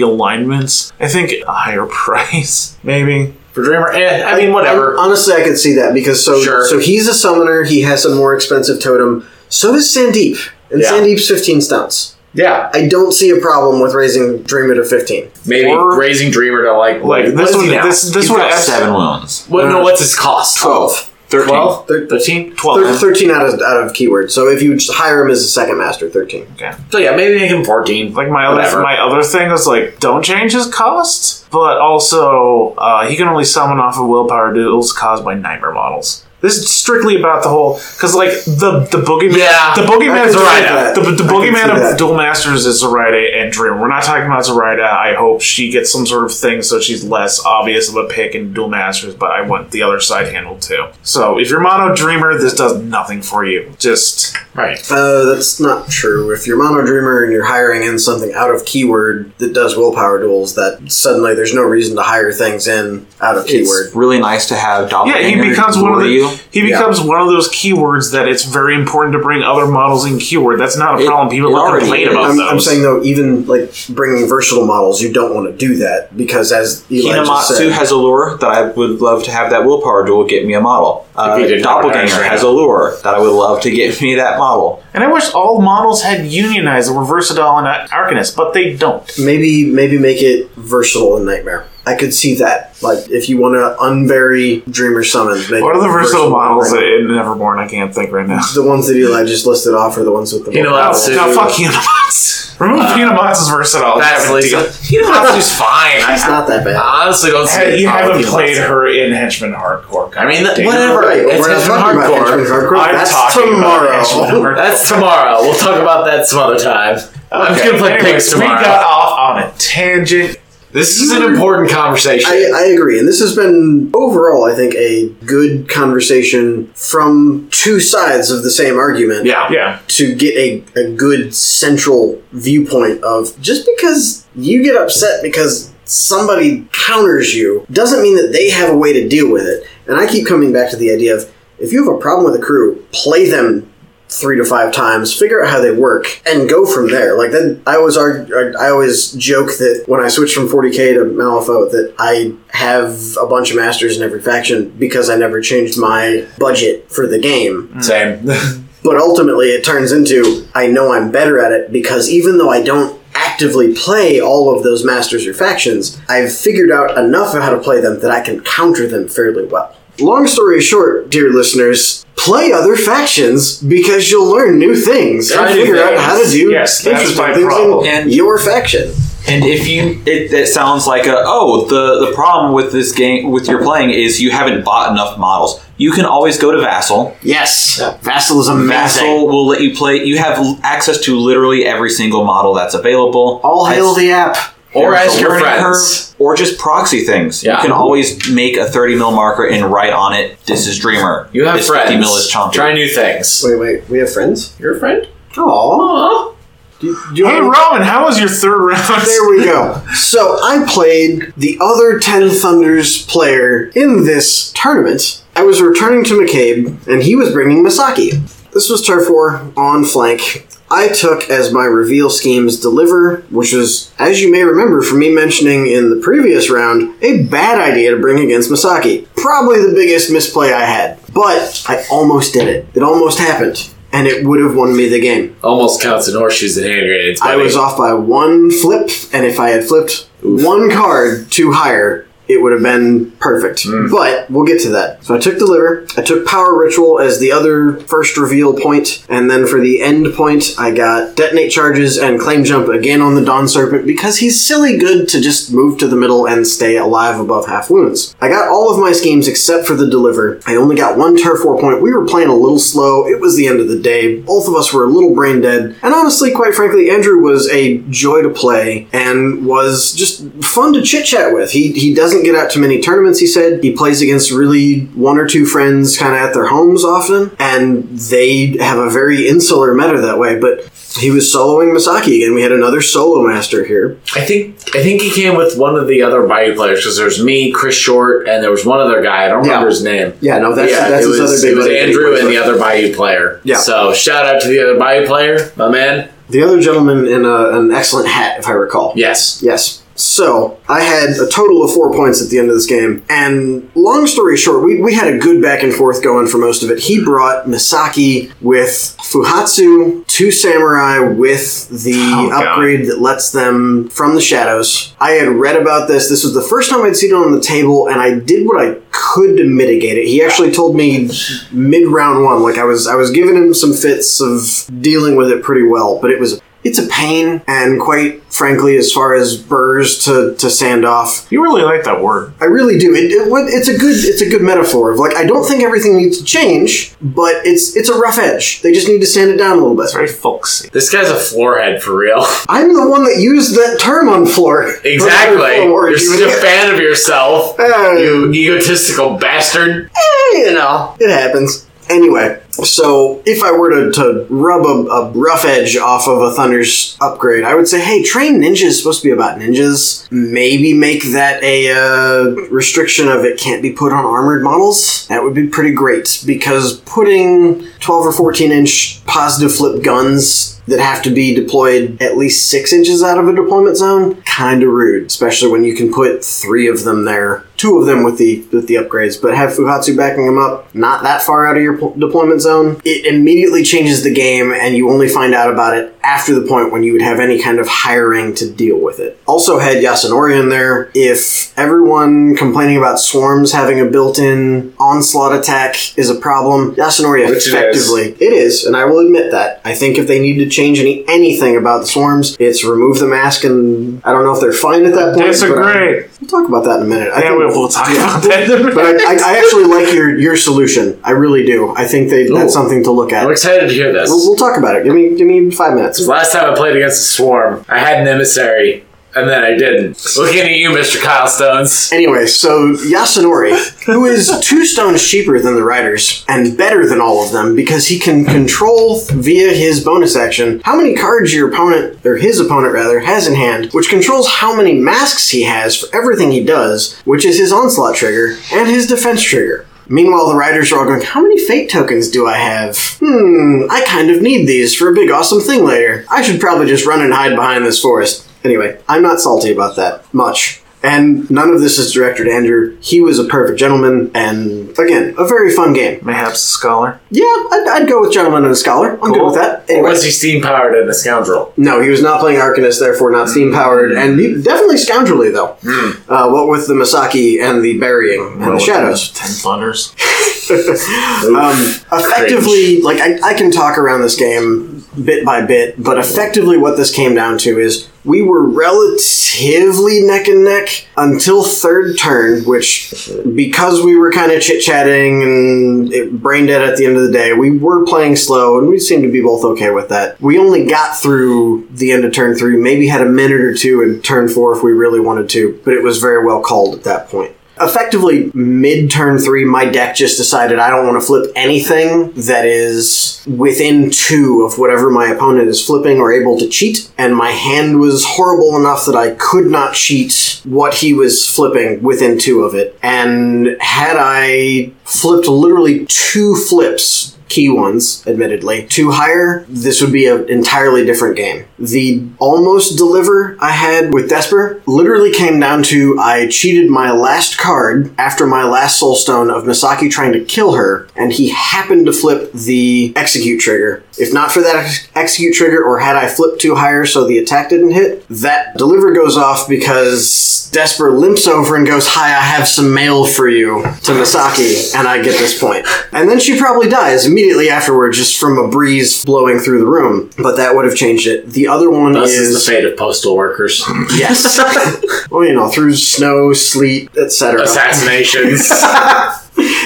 realignments. I think a higher price, maybe.
For Dreamer, eh, I mean, whatever.
Honestly, I could see that because so
Sure.
so he's a summoner. He has a more expensive totem. So does Sandeep, and
Yeah.
Sandeep's fifteen stunts.
Yeah,
I don't see a problem with raising Dreamer to fifteen.
maybe
Or-
raising Dreamer to like
Like
what is
this
he
one.
now?
This this
he's
one
got
abs-
seven wounds.
Well, no, what's his cost?
12. 13.
12?
Thir-
13?
Thir-
12.
Thirteen out of out of keyword. So if you just hire him as a second master, thirteen.
So yeah, maybe make him 14.
Like my
Whatever.
other my other thing was like, don't change his cost, but also uh, he can only summon off of willpower duels caused by nightmare models. This is strictly about the whole because like the the boogeyman
Yeah,
the boogeyman
I can see
Zoraida
that.
the, the
I can see
boogeyman of
that.
dual masters is Zoraida and Dream. We're not talking about Zoraida. I hope she gets some sort of thing so she's less obvious of a pick in dual masters. But I want the other side handled too. So if you're mono dreamer, this does nothing for you. Just
right.
Uh, that's not true. If you're mono dreamer and you're hiring in something out of keyword that does willpower duels, that suddenly there's no reason to hire things in out of keyword.
It's really nice to have
Yeah,
doppelganger.
he becomes one of the
lure you.
he becomes one of those keywords that it's very important to bring other models in keyword. That's not a
It-
problem. People
it
don't
already
complain
is.
about
I'm,
those.
I'm saying though, even like bringing versatile models, you don't want to do that because as Eli just
Hinamatsu
said,
has a lure that I would love to have that willpower duel get me a model. Uh,
If he didn't have an
doppelganger
extra
has
hand.
a lure that I would love to get me that model.
and I wish all models had unionized and were versatile and not arcanist, but they don't.
maybe maybe make it versatile in nightmare. I could see that. Like if you want to unbury dreamer summons, make
What are
it
the versatile models
Nightmare.
in Neverborn? I can't think right now.
The ones that Eli just listed off are the ones with the
You know
willpower.
what?
Oh,
Matsu.
no, fuck Hinamatsu. Remove uh, Hinamatsu's versatile.
That
That's
really
a deal.
You know, Matsu's fine.
It's
I,
not that bad.
I honestly don't see
Hey,
a
you
problem
haven't
with
played
Matsu.
her in Henchman Hardcore.
I mean, that,
Damn.
whatever.
Right,
It's
we're not
Henchman
talking about
hardcore.
Henchman hardcore.
I'm
That's
talking about Henchman
tomorrow.
Hardcore.
That's tomorrow. We'll talk about that some other time. I'm just gonna play
Anyways,
pigs
We
tomorrow.
got off on a tangent.
this is an important conversation.
I, I agree, and this has been overall, I think, a good conversation from two sides of the same argument.
yeah.
Yeah.
to get a, a good central viewpoint of just because you get upset because somebody counters you doesn't mean that they have a way to deal with it. And I keep coming back to the idea of if you have a problem with a crew, play them three to five times, figure out how they work, and go from there. Like then, I always argue, I always joke that when I switched from 40k to Malifaux, that I have a bunch of masters in every faction because I never changed my budget for the game.
Same.
Mm.
But ultimately, it turns into I know I'm better at it because even though I don't actively play all of those masters or factions, I've figured out enough of how to play them that I can counter them fairly well. Long story short, dear listeners, play other factions because you'll learn new things
Try
and
new
figure out
things.
how to do
Yes, that's
interesting
my
things
problem.
in
And-
your faction.
And if you, it, it sounds like a oh the the problem with this game with your playing is you haven't bought enough models. You can always go to Vassal.
yes.
Vassal is amazing.
Vassal will let you play. You have l- access to literally every single model that's available.
All hail
That's-
the app.
Or
there's
ask
a
your
learning
friends.
curve, or just proxy things.
Yeah.
You can always make a thirty mil marker and write on it. This is Dreamer.
You have
this
friends.
Fifty mil is Chompy.
Try new things.
Wait, wait, we have friends?
Your friend?
Aww.
Oh.
Do you
Hey,
want-
Roman, how was your third round?
There we go. So I played the other Ten Thunders player in this tournament. I was returning to McCabe, and he was bringing Misaki. This was turf war on flank. I took as my reveal schemes deliver, which was, as you may remember from me mentioning in the previous round, a bad idea to bring against Misaki. Probably the biggest misplay I had, but I almost did it. It almost happened, and it would have won me the game.
Almost counts in horseshoes and hand grenades.
I
buddy.
was off by one flip, and if I had flipped one card too higher, it would have been perfect. But we'll get to that. So I took the liver, I took power ritual as the other first reveal point, and then for the end point, I got detonate charges and claim jump again on the Dawn Serpent because he's silly good to just move to the middle and stay alive above half wounds. I got all of my schemes except for the deliver. I only got one turf war point. We were playing a little slow. It was the end of the day. Both of us were a little brain dead. And honestly, quite frankly, Andrew was a joy to play and was just fun to chit chat with. He he doesn't get out to many tournaments, he said. He plays against really one or two friends kind of at their homes often, and they have a very insular meta that way, but he was soloing Masaki again. We had another solo master here.
I think I think he came with one of the other Bayou players because there's me, Chris Short, and there was one other guy. I don't remember
Yeah.
his name.
Yeah, no, that's
yeah,
that's
it
his
was,
other big
it was
buddy that he
Andrew
plays
and
with.
the other Bayou player.
Yeah.
So shout out to the other Bayou player, my man.
The other gentleman in a, an excellent hat, if I recall.
Yes.
Yes. So I had a total of four points at the end of this game. And long story short, we, we had a good back and forth going for most of it. He brought Misaki with Fuhatsu to Samurai with the
God.
upgrade that lets them from the shadows. I had read about this. This was the first time I'd seen it on the table, and I did what I could to mitigate it. He actually told me mid round one, like I was I was giving him some fits of dealing with it pretty well, but it was it's a pain, and quite frankly, as far as burrs to, to sand off,
You really like that word.
I really do. It, it, would- it's a good it's a good metaphor of like I don't think everything needs to change, but it's it's a rough edge. They just need to sand it down a little bit.
Very folksy.
This guy's a floorhead for real.
I'm the one that used that term on floor.
Exactly.
Floor,
You're
you
such a fan of yourself.
Hey.
You egotistical bastard.
eh, you know, it happens. Anyway, so if I were to, to rub a, a rough edge off of a Thunder's upgrade, I would say, hey, train ninja is supposed to be about ninjas. Maybe make that a uh, restriction of it can't be put on armored models. That would be pretty great because putting 12 or 14 inch positive flip guns that have to be deployed at least six inches out of a deployment zone kind of rude especially when you can put three of them there two of them with the with the upgrades but have fuhatsu backing them up not that far out of your pl- deployment zone it immediately changes the game and you only find out about it after the point when you would have any kind of hiring to deal with it also had yasunori in there if everyone complaining about swarms having a built-in onslaught attack is a problem yasunori
Which it is.
effectively it is, and I will admit that. I think if they need to change any anything about the swarms, it's remove the mask, and I don't know if they're fine at that point. but I-
Disagree.
we'll talk about that in a minute. I
Yeah,
think-
we will talk about that.
But I, I, I actually like your, your solution. I really do. I think they, that's something to look at.
I'm excited to hear this.
We'll, we'll talk about it. Give me give me five minutes.
Last time I played against the Swarm, I had an emissary, and then I didn't. Looking at you, Mr. Kyle Stones.
Anyway, so Yasunori, who is two stones cheaper than the riders and better than all of them because he can control via his bonus action how many cards your opponent, or his opponent rather, has in hand, which controls how many masks he has for everything he does, which is his onslaught trigger and his defense trigger. Meanwhile, the riders are all going, How many fate tokens do I have? Hmm, I kind of need these for a big awesome thing later. I should probably just run and hide behind this forest. Anyway, I'm not salty about that. Much. And none of this is directed at Andrew. He was a perfect gentleman, and again, a very fun game.
Mayhaps a scholar.
Yeah, I'd, I'd go with gentleman and a scholar. I'm good with that.
Or
Anyway,
was he steam powered and a scoundrel?
no, he was not playing Arcanist, therefore
Hmm.
not steam powered, and he, definitely scoundrelly though. Uh, what with the Masaki and the burying and the shadows.
Ten thunders.
um, effectively, like I, I can talk around this game bit by bit, but effectively, what this came down to is we were relatively neck and neck until third turn, which because we were kind of chit chatting and it brain dead at the end of the day, we were playing slow and we seemed to be both okay with that. We only got through the end of turn three, maybe had a minute or two in turn four if we really wanted to, but it was very well called at that point effectively mid turn three, my deck just decided I don't want to flip anything that is within two of whatever my opponent is flipping or able to cheat. And my hand was horrible enough that I could not cheat what he was flipping within two of it. And had I flipped literally two flips key ones, admittedly. To higher, this would be an entirely different game. The almost deliver I had with Desper literally came down to I cheated my last card after my last soul stone of Misaki trying to kill her, and he happened to flip the execute trigger. If not for that ex- execute trigger, or had I flipped too higher so the attack didn't hit, that deliver goes off because Desper limps over and goes, Hi, I have some mail for you to Misaki, and I get this point. And then she probably dies immediately afterward just from a breeze blowing through the room, but that would have changed it. The other one
This
is.
is the fate of postal workers.
yes. well, you know, through snow, sleet, etc.
Assassinations.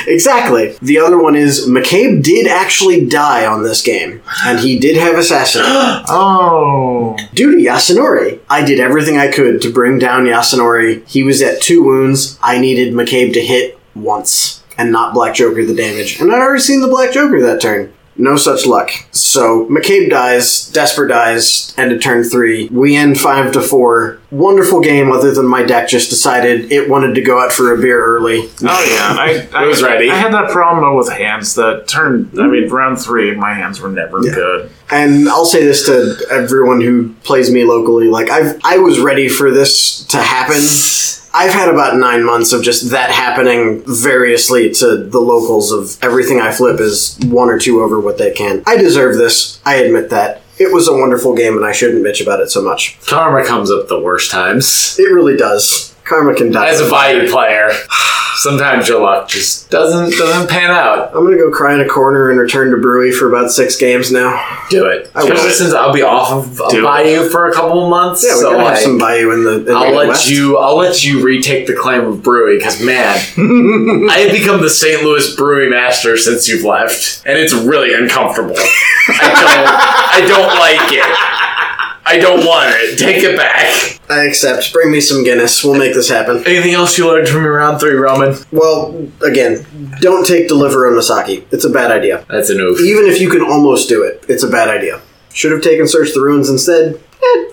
Exactly. The other one is McCabe did actually die on this game, and he did have assassinated.
Oh.
Due to Yasunori, I did everything I could to bring down Yasunori. He was at two wounds. I needed McCabe to hit once and not Black Joker the damage. And I'd already seen the Black Joker that turn. No such luck. So McCabe dies, Desper dies, end of turn three. We end five to four. Wonderful game, other than my deck just decided it wanted to go out for a beer early.
Oh yeah, I, I
It was ready.
I had that problem with hands that turned. I
Mm.
mean, round three, my hands were never good.
And I'll say this to everyone who plays me locally: like I've I was ready for this to happen. I've had about nine months of just that happening variously to the locals of everything I flip is one or two over what they can. I deserve this. I admit that. It was a wonderful game and I shouldn't bitch about it so much.
Karma comes up the worst times.
It really does. Karma can die.
As a Bayou player, sometimes your luck just doesn't doesn't pan out.
I'm gonna go cry in a corner and return to Brewy for about six games now.
Do it.
will.
Especially since I'll be off of of
Do it.
Bayou for a couple of months.
Yeah, we
so
gotta have
like,
some Bayou in the. In
I'll
the
let
West.
you. I'll let you retake the claim of brewery because man, I have become the St. Louis brewery master since you've left, and it's really uncomfortable. I don't. I don't like it. I don't want it. Take it back.
I accept. Bring me some Guinness. We'll make this happen.
Anything else you learned from your round three, Roman?
Well, again, don't take deliver on Masaki. It's a bad idea.
That's an oof.
Even if you can almost do it, it's a bad idea. Should have taken Search the Ruins instead. Eh,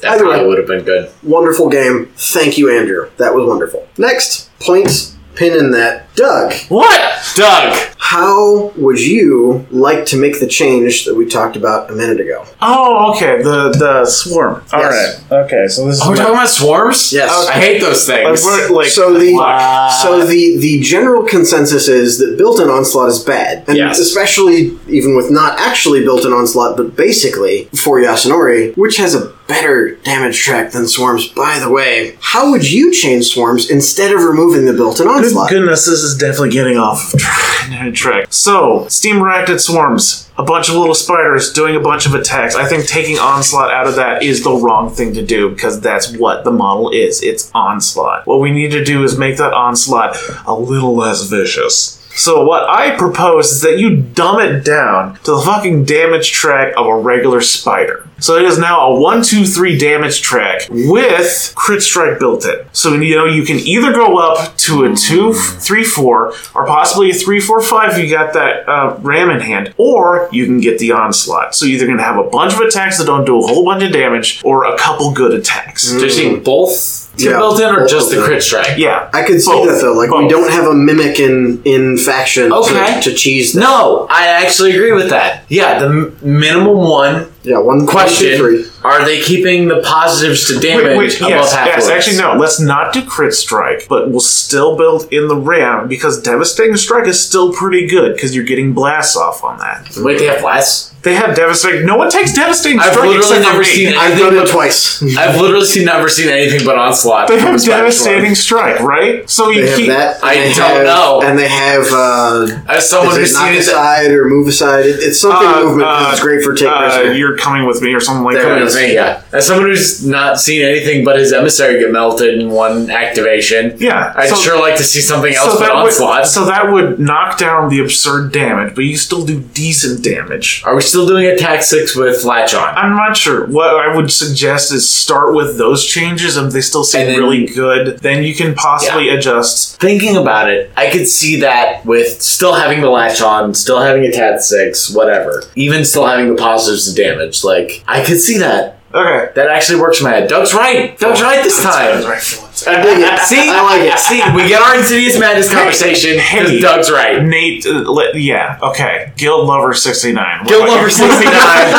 That
either
probably
way,
would have been good.
wonderful game. Thank you, Andrew. That was wonderful. Next, points, pin in that. Doug,
What, Doug?
how would you like to make the change that we talked about a minute ago?
Oh, okay. The the swarm. All right.
Yes.
Okay, so this is.
Are we talking about swarms?
Yes.
I hate those
like,
things.
we're- like,
so the
fuck.
so the the general consensus is that built-in onslaught is bad, and
Yes.
especially even with not actually built-in onslaught, but basically for Yasunori, which has a better damage track than swarms. By the way, how would you change swarms instead of removing the built-in onslaught?
Goodness, this is definitely getting off of tra- track. So, steam reacted swarms, a bunch of little spiders doing a bunch of attacks. I think taking onslaught out of that is the wrong thing to do because that's what the model is. It's onslaught. What we need to do is make that onslaught a little less vicious. So what I propose is that you dumb it down to the fucking damage track of a regular spider. So it is now a 1, 2, 3 damage track with crit strike built in. So you know you can either go up to a 2, f- 3, 4, or possibly a 3, 4, 5 if you got that uh, ram in hand, or you can get the onslaught. So you're either going to have a bunch of attacks that don't do a whole bunch of damage, or a couple good attacks.
Do you see both to
Yeah,
built in or
both
just
of
the
them.
crit strike?
Yeah.
I could see
Both.
that though. Like we
Both.
don't have a mimic in in faction to-
Okay.
to, cheese. That.
No, I actually agree with that. Yeah, the m- minimum one
Yeah, one
question:
one, two, three.
Are they keeping the positives to damage
Wait, wait,
above
yes,
half?
yes.
limits?
Actually, no. Let's not do crit strike, but we'll still build in the ram because devastating strike is still pretty good because you're getting blasts off on that.
Wait, they have less.
They have devastating. No one takes devastating
I've
strike
literally
except for
never
me.
seen.
I've
Anything
done it
but,
twice.
I've literally seen, never seen anything but onslaught.
They
from
have
a Spanish
devastating
one.
strike, right? So you
They have
keep
that. and
I
they
don't
have-
know.
And they have. Uh,
As someone who's
Is it knock
seen Oh, it,
aside or move aside? It, it's something
Uh,
movement
uh,
that's great for take
uh,
prisoner.
you're coming with me or something like
Coming
that.
to think, yeah. As someone who's not seen anything but his emissary get melted in one activation,
Yeah,
I'd
so-
sure like to see something else but
that
onslaught.
would, so that would knock down the absurd damage, but you still do decent damage.
Are we still doing attack six with latch on?
I'm not sure. What I would suggest is start with those changes, and if they still seem
And then-
really good, then you can possibly adjust.
Thinking about it, I could see that with still having the latch on, still having attack six, whatever, even still having the positives to damage. Like I could see that.
Okay.
That actually works in my head. Doug's right. Doug's right this time.
That's right.
I dig it.
See,
I like it.
See, we get our insidious madness conversation.
hey.
Doug's right.
Nate, uh, let, yeah, okay. Guild Lover 69. What
Guild
about
Lover
your-
69,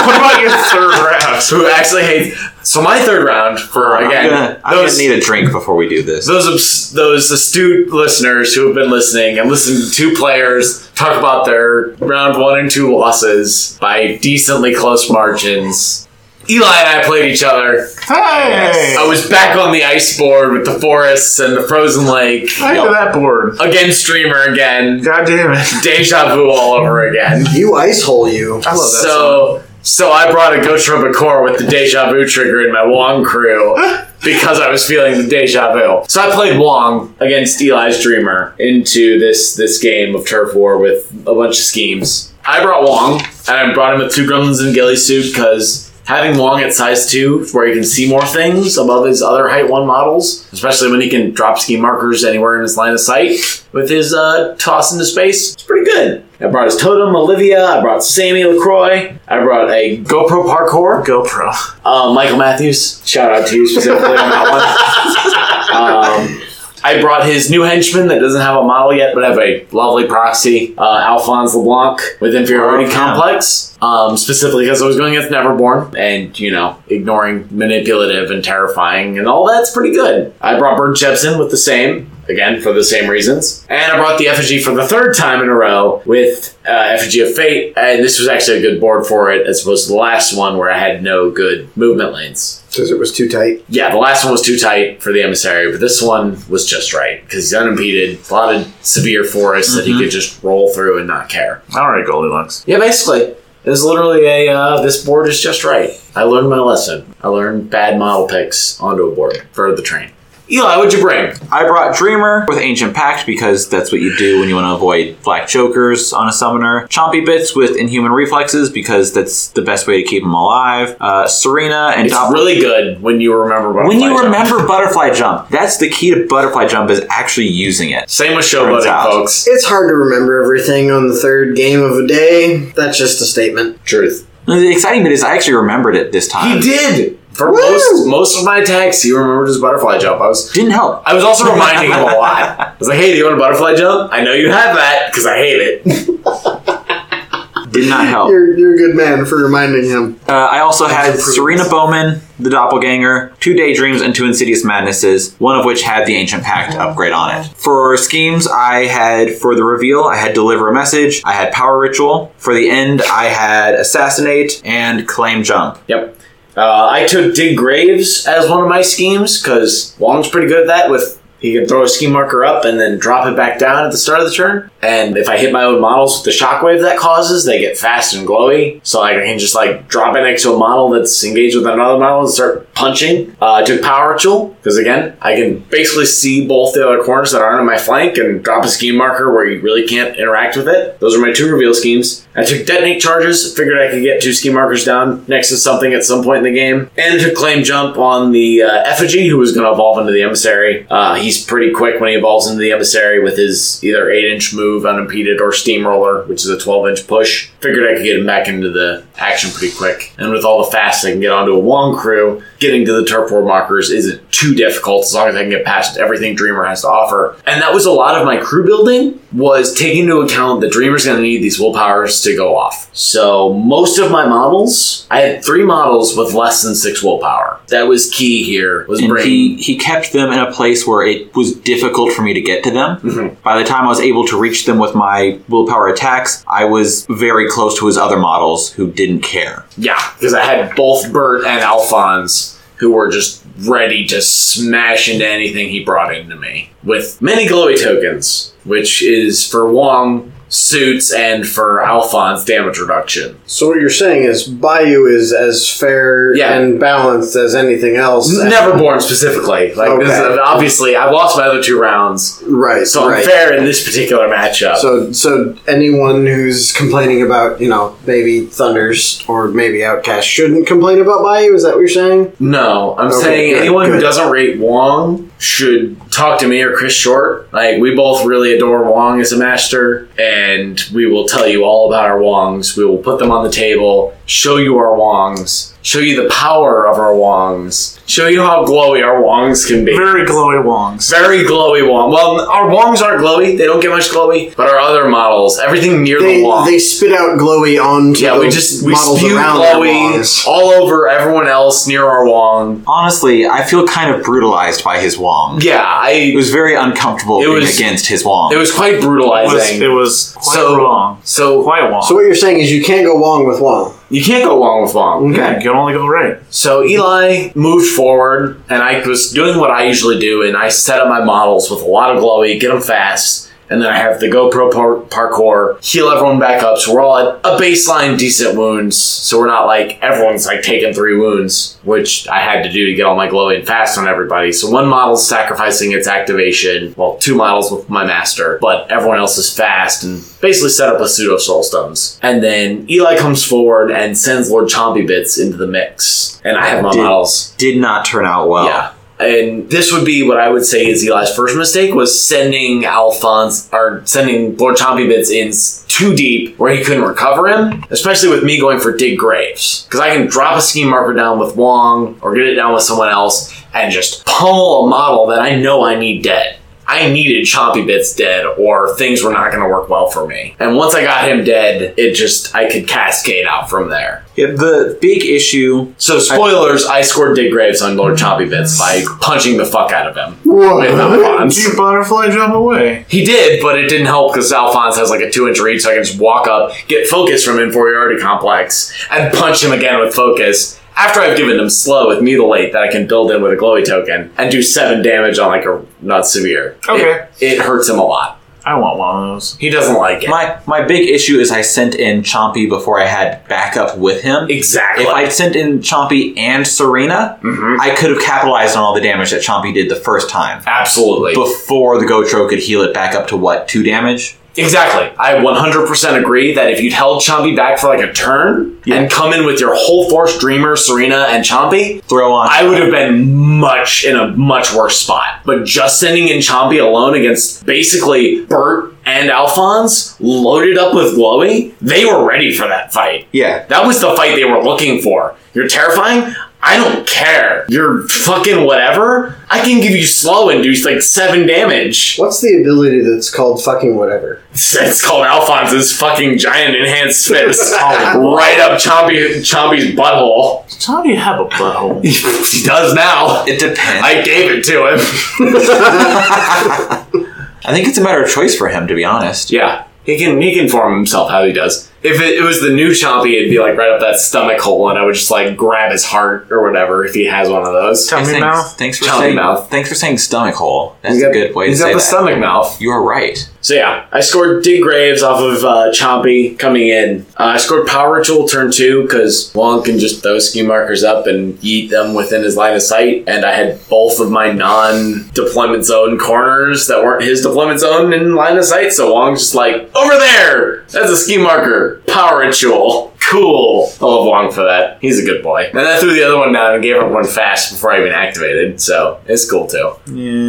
What about your third round?
who actually hates. So my third round for
I'm
again
gonna, I'm
those
gonna need a drink before we do this.
those abs- those astute listeners who have been listening and listened to two players talk about their round one and two losses by decently close margins. Eli and I played each other.
Hey!
I was back on the ice board with the forests and the frozen lake.
I
Yep.
did that board.
Again, streamer again.
God damn it.
Deja vu all over again.
You ice hole you.
I love that song.
So, so I brought a Gotra Bakor with the Deja Vu trigger in my Wong crew because I was feeling the Deja Vu. So I played Wong against Eli's Dreamer into this this game of turf war with a bunch of schemes. I brought Wong and I brought him with two Gremlins and Ghillie suit because. Having Wong at size 2, where he can see more things above his other height 1 models, especially when he can drop scheme markers anywhere in his line of sight with his uh, toss into space, it's pretty good. I brought his totem, Olivia. I brought Sammy LaCroix. I brought a GoPro parkour.
GoPro.
Uh, Michael Matthews. Shout out to you specifically on that one. Um, I brought his new henchman that doesn't have a model yet, but have a lovely proxy, uh, Alphonse LeBlanc with inferiority
Oh, yeah.
complex. Um, specifically because I was going against Neverborn and, you know, ignoring manipulative and terrifying and all that's pretty good. I brought Bert Jepson with the same, again, for the same reasons. And I brought the effigy for the third time in a row with uh, Effigy of Fate, and this was actually a good board for it as opposed to the last one where I had no good movement lanes.
Because it was too tight.
Yeah, the last one was too tight for the emissary, but this one was just right because he's unimpeded, a lot of severe forest that
Mm-hmm.
he could just roll through and not care.
Alright, Goldilocks.
Yeah, basically, it was literally a uh, this board is just right. I learned my lesson. I learned bad model picks onto a board for the train. Eli, what'd you bring?
I brought Dreamer with Ancient Pact because that's what you do when you want to avoid Black Jokers on a summoner. Chompy Bits with Inhuman Reflexes because that's the best way to keep them alive. Uh, Serena and
It's
Doppel-
really good when you remember. Butterfly
When you
Jump.
remember Butterfly Jump, that's the key to Butterfly Jump is actually using it.
same with
Turns
showboating,
out.
folks.
It's hard to remember everything on the third game of a day. That's just a statement.
Truth.
The exciting bit is I actually remembered it this time.
He did for
Woo!
most most of my attacks. He remembered his butterfly jump. I was
Didn't help.
I was also reminding him a lot. I was like, "Hey, do you want a butterfly jump? I know you have that because I hate it."
Did not help.
You're, you're a good man for reminding him.
Uh, I also had Serena Bowman, the Doppelganger, two Daydreams, and two Insidious Madnesses, one of which had the Ancient Pact upgrade on it. For schemes, I had for the reveal, I had Deliver a Message, I had Power Ritual. For the end, I had Assassinate and Claim Jump.
Yep. Uh, I took dig graves as one of my schemes because Wong's pretty good at that. With he can throw a scheme marker up and then drop it back down at the start of the turn. And if I hit my own models with the shockwave that causes, they get fast and glowy. So I can just like drop it next to a model that's engaged with another model and start punching. Uh, I took power ritual because again, I can basically see both the other corners that aren't on my flank and drop a scheme marker where you really can't interact with it. Those are my two reveal schemes. I took detonate charges, figured I could get two scheme markers down next to something at some point in the game, and took claim jump on the uh, effigy who was going to evolve into the emissary. Uh, he's pretty quick when he evolves into the emissary with his either eight inch move unimpeded or steamroller, which is a twelve inch push. Figured I could get him back into the action pretty quick, and with all the fast I can get onto a Wong crew, getting to the turf war markers isn't too difficult as long as I can get past everything Dreamer has to offer. And that was a lot of my crew building was taking into account that Dreamer's going to need these willpowers to go off. So most of my models, I had three models with less than six willpower. That was key here. Was
And
bringing
he, he kept them in a place where it was difficult for me to get to them. By the time I was able to reach them with my willpower attacks, I was very close to his other models who didn't care.
Yeah, because I had both Bert and Alphonse who were just ready to smash into anything he brought into me with many glowy tokens, which is for Wong suits and for Alphonse damage reduction.
So what you're saying is Bayou is as fair
Yeah.
and balanced as anything else.
Neverborn specifically. Like this is,
Okay.
obviously I lost my other two rounds,
Right.
so
right.
I'm fair in this particular matchup.
So, so anyone who's complaining about, you know, maybe Thunders or maybe Outcast shouldn't complain about Bayou. Is that what you're saying?
No, I'm
Okay,
saying
good,
anyone who
good.
doesn't rate Wong should talk to me or Chris Short. Like we both really adore Wong as a master, and we will tell you all about our Wongs. We will put them on the table. show you our wongs, show you the power of our wongs, show you how glowy our wongs can be.
Very glowy wongs.
Very glowy wong. Well, our wongs aren't glowy; they don't get much glowy. But our other models, everything near
They,
the wong,
they spit out glowy onto
yeah,
the
we just we
models
spew
around their
glowy
wands.
all over everyone else near our wong.
Honestly, I feel kind of brutalized by his wong.
Yeah, I
It was very uncomfortable
It
being
was-
against his wong.
it was quite
It was,
brutalizing.
it was quite
so
wrong.
So
Quite wrong.
So what you're saying is you can't go wrong with Wong.
you can't go wrong with wong.
you can only go right.
So Eli moved forward, and I was doing what I usually do, and I set up my models with a lot of glowy, get them fast, and then I have the GoPro par- parkour, heal everyone back up, so we're all at a baseline decent wounds, so we're not like everyone's like taking three wounds, which I had to do to get all my glowy and fast on everybody. So one model's sacrificing its activation, well, two models with my master, but everyone else is fast and basically set up a pseudo soulstones. And then Eli comes forward and sends Lord Chompy Bits into the mix, and I have my
Did-
models
Did not turn out well.
yeah. And this would be what I would say is Eli's first mistake was sending Alphonse or sending Lord Chompy Bits in s- too deep where he couldn't recover him, especially with me going for dig graves. Because I can drop a scheme marker down with Wong or get it down with someone else and just pummel a model that I know I need dead. I needed Chompy Bits dead, or things were not going to work well for me. And once I got him dead, it just, I could cascade out from there.
Yeah, The big issue
So spoilers, I, scored Dig Graves on Lord Chompy Bits by punching the fuck out of him. With Alphonse.
You butterfly jump away.
He did, but it didn't help because Alphonse has like a two inch reach, so I can just walk up, get focus from inferiority complex, and punch him again with focus. After I've given him slow with mutilate that I can build in with a glowy token and do seven damage on like a not severe.
Okay.
It, it hurts him a lot.
I want one of those.
He doesn't like it.
My my big issue is I sent in Chompy before I had backup with him.
exactly.
If I'd sent in Chompy and Serena,
Mm-hmm.
I could have capitalized on all the damage that Chompy did the first time.
Absolutely.
Before the Gotro could heal it back up to what, two damage?
Exactly. I 100% agree that if you'd held Chompy back for like a turn and come in with your whole force, Dreamer, Serena, and Chompy,
Throw on
I would have been much in a much worse spot. But just sending in Chompy alone against basically Bert and Alphonse, loaded up with Glowy, they were ready for that fight.
Yeah.
That was the fight they were looking for. You're terrifying? I don't care. You're fucking whatever. I can give you slow and do like seven damage.
What's the ability that's called fucking whatever?
It's called Alphonse's fucking giant enhanced fist.
Oh,
right up Chompy, Chompy's butthole.
How do you have a butthole?
he does now.
It depends. I,
I gave it to him.
think it's a matter of choice for him, to be honest.
Yeah. He can he can form himself how he does. If it, it was the new Chompy, it'd be like right up that stomach hole, and I would just like grab his heart or whatever if he has one of those.
Tummy
thanks,
mouth?
Thanks for
Tummy
saying
mouth.
Thanks for saying stomach hole. That's
He's got-
a good way to
he's
say
got the
that.
stomach mouth.
You are right.
So yeah, I scored Dig Graves off of uh, Chompy coming in. Uh, I scored Power Ritual turn two because Wong can just throw ski markers up and yeet them within his line of sight. And I had both of my non-deployment zone corners that weren't his deployment zone in line of sight. So Wong's just like over there. That's a ski marker. Power Ritual. Cool. I love Wong for that. He's a good boy. And I threw the other one down and gave up one fast before I even activated. So it's cool too.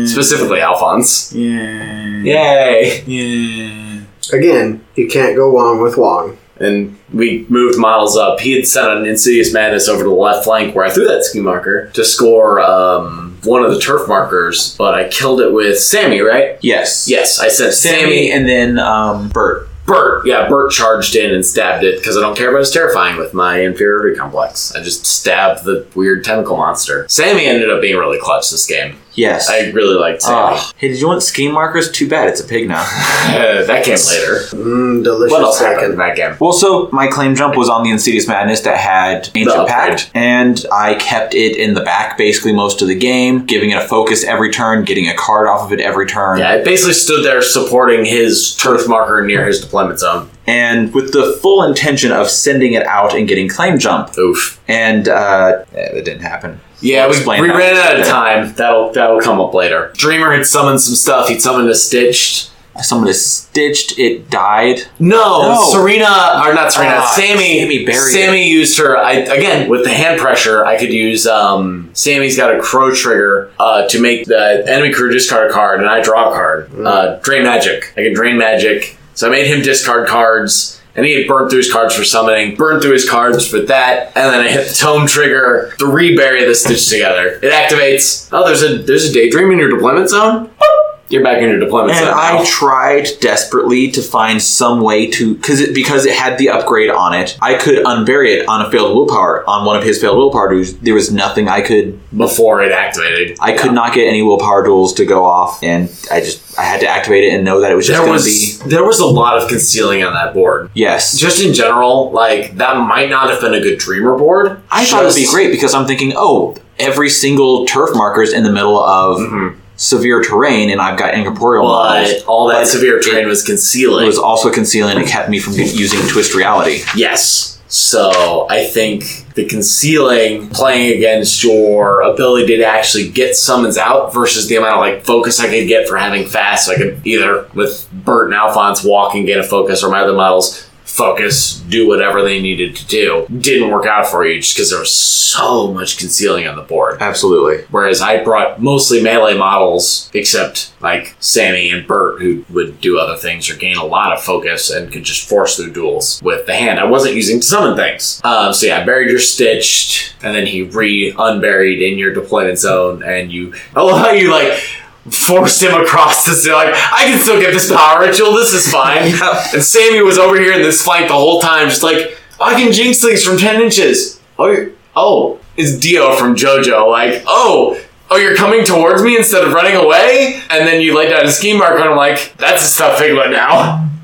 Specifically Alphonse.
Yeah.
Yay.
Yeah.
Again, you can't go wrong with Wong.
and we moved models up. He had sent an Insidious Madness over to the left flank where I threw that ski marker to score um, one of the turf markers, but I killed it with Sammy, right?
Yes.
Yes, I sent
Sammy
Sammy and
and then um, Bert.
Bert. Yeah, Bert charged in and stabbed it because I don't care about his terrifying with my inferiority complex. I just stabbed the weird tentacle monster. Sammy ended up being really clutch this game.
Yes.
I really liked Sammy.
Ah. hey, did you want scheme markers? Too bad, it's a pig now.
Uh, that came later.
Mmm,
What
delicious
else happened
second.
in that game?
Well, so my claim jump was on the Insidious Madness that had
The
Ancient
upgrade.
Pact, and I kept it in the back basically most of the game, giving it a focus every turn, getting a card off of it every turn.
Yeah, it basically stood there supporting his turf marker near his deployment zone.
And with the full intention of sending it out and getting claim jump.
Oof.
And uh, yeah, that didn't happen.
Yeah, we,
Explain
we
that.
ran out of time. That'll that'll come up later. Dreamer had summoned some stuff. He'd summoned a stitched.
Someone is stitched, it died.
No,
No.
Serena or not Serena.
Ah,
Sammy.
Sammy buried
Sammy used her. I, again with the hand pressure. I could use. Um, Sammy's got a crow trigger uh, to make the enemy crew discard a card,
Mm.
and I draw a card. Uh, drain magic. I can drain magic. So I made him discard cards. and he had burned through his cards for summoning, burned through his cards for that, and then I hit the tome trigger to rebury the stitch together. It activates. Oh, there's a there's a daydream in your deployment zone. Boop. You're back in your deployment
And
zone.
I
now.
tried desperately to find some way to because it because it had the upgrade on it. I could unbury it on a failed willpower on one of his failed willpower duels. There was nothing I could.
before it activated.
I could not get any willpower duels to go off, and I just I had to activate it and know that it was just
There
going to
was
be
there was a lot of concealing on that board.
yes.
Just in general, like that might not have been a good dreamer board.
I thought it'd be
Just-
great because I'm thinking, oh, every single turf marker is in the middle of severe terrain, and I've got incorporeal models.
Mm-hmm. But all that
But
severe terrain
it-
was
It
concealing.
was also concealing. It kept me from using twist reality.
Yes. So I think the concealing playing against your ability to actually get summons out versus the amount of like focus I could get for having fast. So I could either with Bert and Alphonse walk and get a focus or my other models focus, do whatever they needed to do. Didn't work out for you just because there was so much concealing on the board.
Absolutely.
Whereas I brought mostly melee models, except like Sammy and Bert, who would do other things or gain a lot of focus and could just force through duels with the hand. I wasn't using to summon things. Um, so yeah, I buried your stitched, and then he re unburied in your deployment zone, and you. I love how you like. Forced him across the city, like, I can still get this power ritual, this is fine. And Sammy was over here in this flank the whole time, just like, I can jinx things from 10 inches. Oh, you're- oh, is Dio from JoJo like, oh, oh, you're coming towards me instead of running away? And then you lay down a ski marker, and I'm like, that's a stuffed figment now.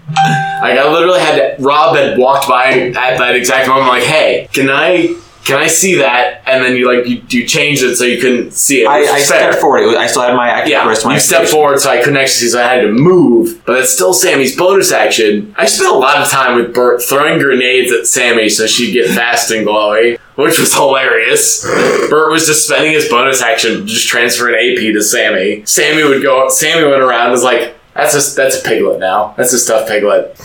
Like I literally had Rob had walked by at that exact moment, like, hey, can I? Can I see that? And then you like you, you changed it so you couldn't see it.
I,
which
I
is fair.
stepped forward. It was- I still had my act-
Yeah,
the rest of my
you stepped
activation.
forward, so I couldn't actually see, so I had to move. But that's still Sammy's bonus action. I spent a lot of time with Bert throwing grenades at Sammy so she'd get fast and glowy, which was hilarious. Bert was just spending his bonus action just transferring AP to Sammy. Sammy would go. Sammy went around and was like, "That's a that's a piglet now. That's a stuffed piglet."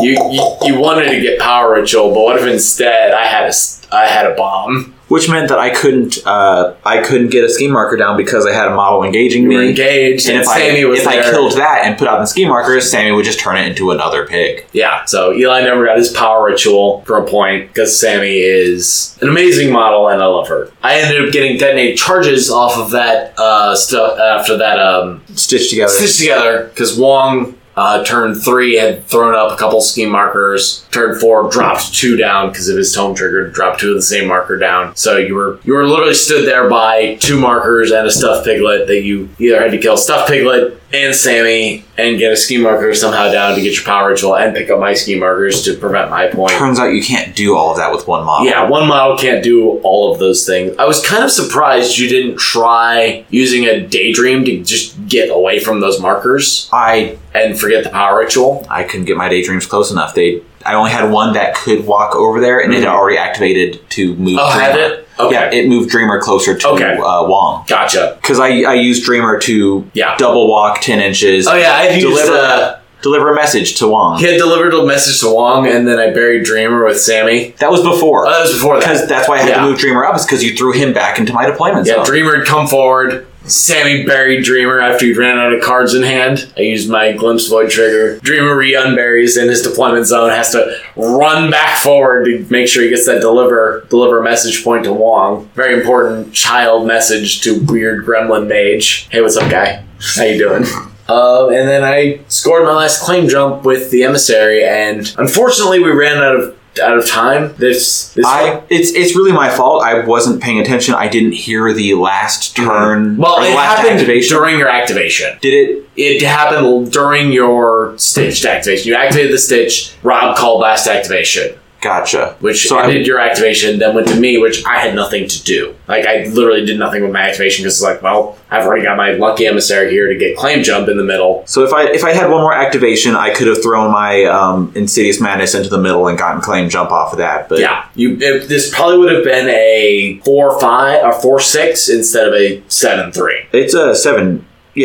You, you you wanted to get power ritual, but what if instead I had a s- I had a bomb?
which meant that I couldn't uh, I couldn't get a scheme marker down because I had a model engaging
You
me.
were engaged,
And
and,
if
Sammy
I
was
if
there.
I killed that and put out the scheme markers, Sammy would just turn it into another pig.
Yeah, so Eli never got his power ritual for a point because Sammy is an amazing model and I love her. I ended up getting detonated charges off of that uh, stuff after that um,
Stitched together.
stitch together because Wong uh, turn three had thrown up a couple scheme markers. Turn four dropped two down because of his tome trigger. Dropped two of the same marker down. So you were you were literally stood there by two markers and a stuffed piglet that you either had to kill stuffed piglet and Sammy and get a scheme marker somehow down to get your power ritual and pick up my scheme markers to prevent my point.
Turns out you can't do all of that with one model.
Yeah, one model can't do all of those things. I was kind of surprised you didn't try using a daydream to just get away from those markers
I
and forget the power ritual.
I couldn't get my daydreams close enough. They I only had one that could walk over there, and it had already activated to
Mm-hmm.
move.
Oh, had
Dreamer.
it? Okay.
Yeah, it moved Dreamer closer to
Okay.
uh, Wong
Gotcha.
because I I used Dreamer to
Yeah.
double walk ten inches.
Oh yeah, I had used.
deliver
Uh,
deliver a message to Wong.
he had delivered a message to Wong, and then I buried Dreamer with Sammy.
That was before.
Oh, that was before
because
that.
that's why I had
Yeah.
to move Dreamer up. Is because you threw him back into my deployment
Yeah,
zone.
Dreamer had come forward. Sammy buried Dreamer after he ran out of cards in hand. I used my Glimpse Void trigger. Dreamer re-unburies in his deployment zone, has to run back forward to make sure he gets that deliver deliver message point to Wong. Very important child message to weird gremlin mage. Hey, what's up, guy? How you doing? Um, and then I scored my last claim jump with the emissary, and unfortunately, we ran out of out of time. This this
I it's it's really my fault. I wasn't paying attention. I didn't hear the last turn.
Mm-hmm. well,
or the
it
last
happened
activation.
during your activation.
Did it?
it happened during your stitched activation. You activated the stitch. Rob called last activation,
Gotcha.
which
so
ended
I,
your activation, then went to me, which I had nothing to do. Like I literally did nothing with my activation because it's like, well, I've already got my lucky emissary here to get claim jump in the middle.
so if I if I had one more activation, I could have thrown my um, insidious madness into the middle and gotten claim jump off of that. But
Yeah, you. If this probably would have been a four five or four six instead of a seven three.
it's a seven.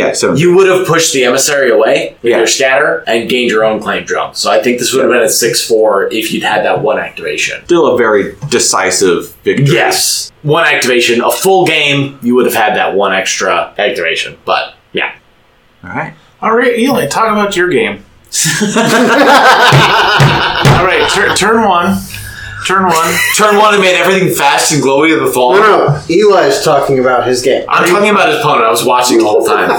Yeah, seven.
You would have pushed the emissary away with
Yeah.
your scatter and gained your own claim jump. So I think this would have been a six four if you'd had that one activation.
Still a very decisive victory.
Yes. One activation, a full game, you would have had that one extra activation. But yeah.
All right.
All right, Eli, talk about your game. All right, tur- turn one. Turn one.
Turn one and made everything fast and glowy to the fall.
No, no, Eli's talking about his game.
I'm talking about his opponent. I was watching the whole time.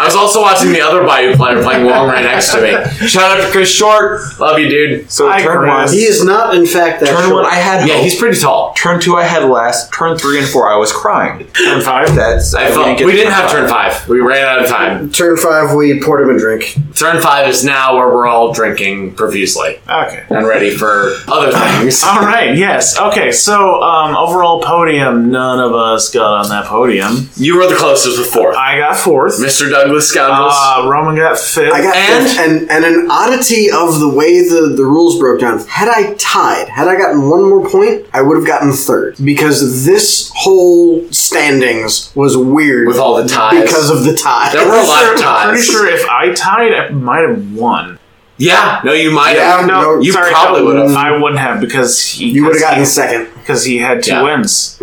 I was also watching the other Bayou player playing Wong right next to me. Shout out to Chris Short. Love you, dude.
So
I
turn one,
grasp.
He is not, in fact, that
turn
short.
one, I had
Yeah,
hope.
he's pretty tall.
turn two, I had last. Turn three and four, I was crying.
Turn five.
That's
I
didn't
felt,
get
we
to
didn't have turn five. We ran out of time.
Turn five, we poured him a drink.
Turn five is now where we're all drinking profusely
Okay.
and ready for other things.
All right. Yes. Okay. So um, overall podium, none of us got on that podium.
You were the closest with fourth.
I got fourth.
Mr. Douglas Scoundrels.
Uh, Roman got fifth.
I got
And-
fifth, and and an oddity of the way the, the rules broke down. Had I tied, had I gotten one more point, I would have gotten third because this whole standings was weird
With all the ties.
because of the tie.
There were a lot of
I'm pretty
ties.
sure if I tied, I might have won.
yeah, no, you might
Yeah,
have.
no,
you
sorry,
probably
no,
would have.
I wouldn't have because he
you would have
because
gotten
he-
second.
because he had two
Yeah.
wins.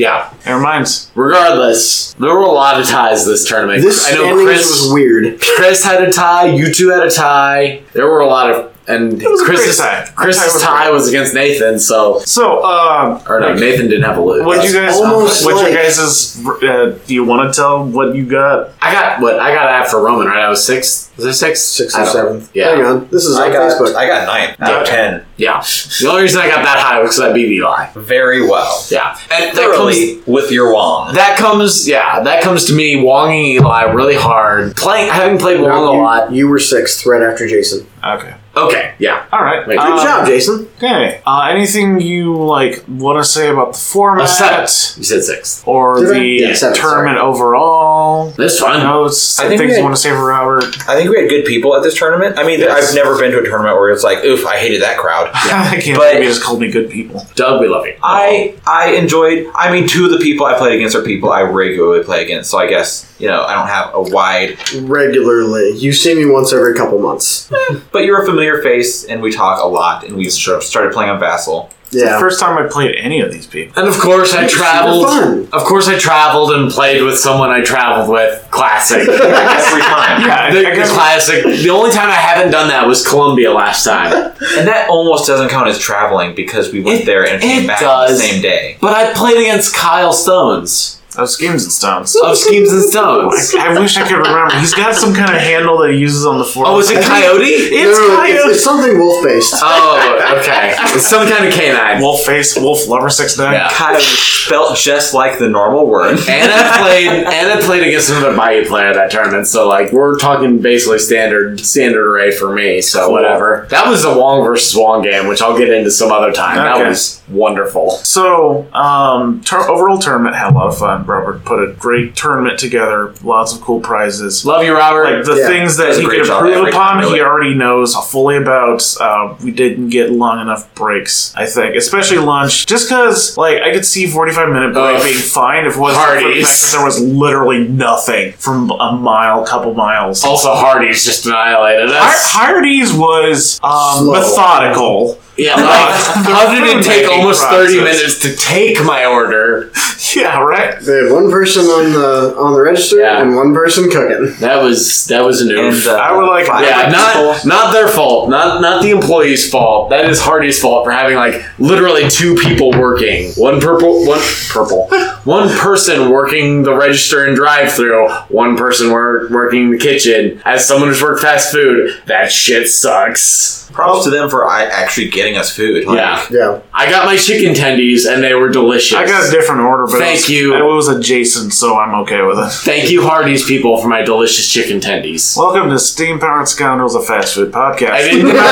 Yeah.
Never mind.
Regardless, there were a lot of ties this tournament.
This
I know
standings
Chris
was weird.
Chris had a tie. You two had a tie. There were a lot of and
was a great
Chris's
tie. Tie
Chris's
was
tie was against Nathan. So
So, uh,
or no, Nathan didn't have a lose.
what you guys?
almost
What
like-
you guys is? Uh, do you want to tell what you got?
I got what I got after Roman. Right, I was sixth. Was I sixth?
Sixth
I
or
don't-
seventh. Hang
Yeah,
on. This is
I
on
got,
Facebook.
I got ninth out of ten.
yeah. The only reason I got that high was because I beat Eli.
Very well.
Yeah, and that comes
Thoroughly with your Wong.
that comes yeah that comes to me wonging Eli really hard. Playing having played Wong
No,
a
you,
lot.
you were sixth right after Jason.
Okay.
Okay, yeah.
All right. um,
Wait.
Good job, Jason.
Okay. Uh, anything you like want to say about the format
Uh, seventh. You said sixth.
or
Did I?
the
Yeah, seventh,
tournament overall?
That's fine.
Notes,
I think we
things you
had-
want to say for Robert.
I think we had good people at this tournament. I mean,
Yes.
I've never been to a tournament where it's like, oof, I hated that crowd.
I can't
But-
believe you just called me good people.
Doug, we love you.
I
I enjoyed. I mean, two of the people I played against are people I regularly play against, so I guess you know I don't have a wide.
Regularly. You see me once every couple months.
But you're a familiar face, and we talk a lot, and we sort of started playing on Vassal.
Yeah.
First time I played any of these people.
And of course,
fun.
I traveled. Of course, I traveled and played with someone I traveled with. Classic. the,
Every time,
Yeah, I, I
the
guess
classic. The only time I haven't done that was Colombia last time.
and that almost doesn't count as traveling because we went
It-
there and came
it
back
does.
the same day.
But I played against Kyle Stones
oh, schemes and stones.
of Schemes and Stones.
I wish I could remember. He's got some kind of handle that he uses on the floor.
Oh, is it Coyote?
It's
No, no, no,
Coyote.
it's, it's something wolf based.
Oh, okay. It's some kind of canine.
Wolf face, wolf lover six nine.
Yeah.
Kind of spelt just like the normal word.
And I played. And I played against another Bayou player that tournament. So like, we're talking basically standard standard array for me. So whatever. That was the Wong versus Wong game, which I'll get into some other time.
Okay.
That was wonderful.
So, um, tur overall tournament had a lot of fun. Robert put a great tournament together. Lots of cool prizes.
Love you, Robert.
like the
Yeah.
Does
things that
a
he
great
could
job
improve
every
upon,
time,
he
really.
already knows fully about. Uh, we didn't get long enough breaks, I think, especially lunch, just because like I could see forty five minute break
Ugh.
being fine if it wasn't for the
Parties.
fact that there was literally nothing from a mile, couple miles.
Oh,
Also, Hardy's just annihilated us.
Har- Hardee's was um,
Slow.
methodical.
yeah, like, how did it take
Fruit-making
almost
process.
30 minutes to take my order?
Yeah, right.
They had one person on the on the register
Yeah.
and one person cooking.
That was that was an
And
oof.
uh,
I would like-
five
yeah,
people.
not not their fault, not not the employee's fault. That is Hardy's fault for having like literally two people working, one purple, one purple, one person working the register and drive-through, one person wor- working the kitchen. As someone who's worked fast food, that shit sucks.
props to them for I, actually getting us food. Like,
Yeah,
Yeah.
I got my chicken tendies and they were delicious.
I got a different order, but it
Thank
was,
you.
It was adjacent, so I'm okay with it.
Thank you, Hardee's people, for my delicious chicken tendies.
Welcome to Steam Powered Scoundrels, a fast food podcast.
I didn't, get my,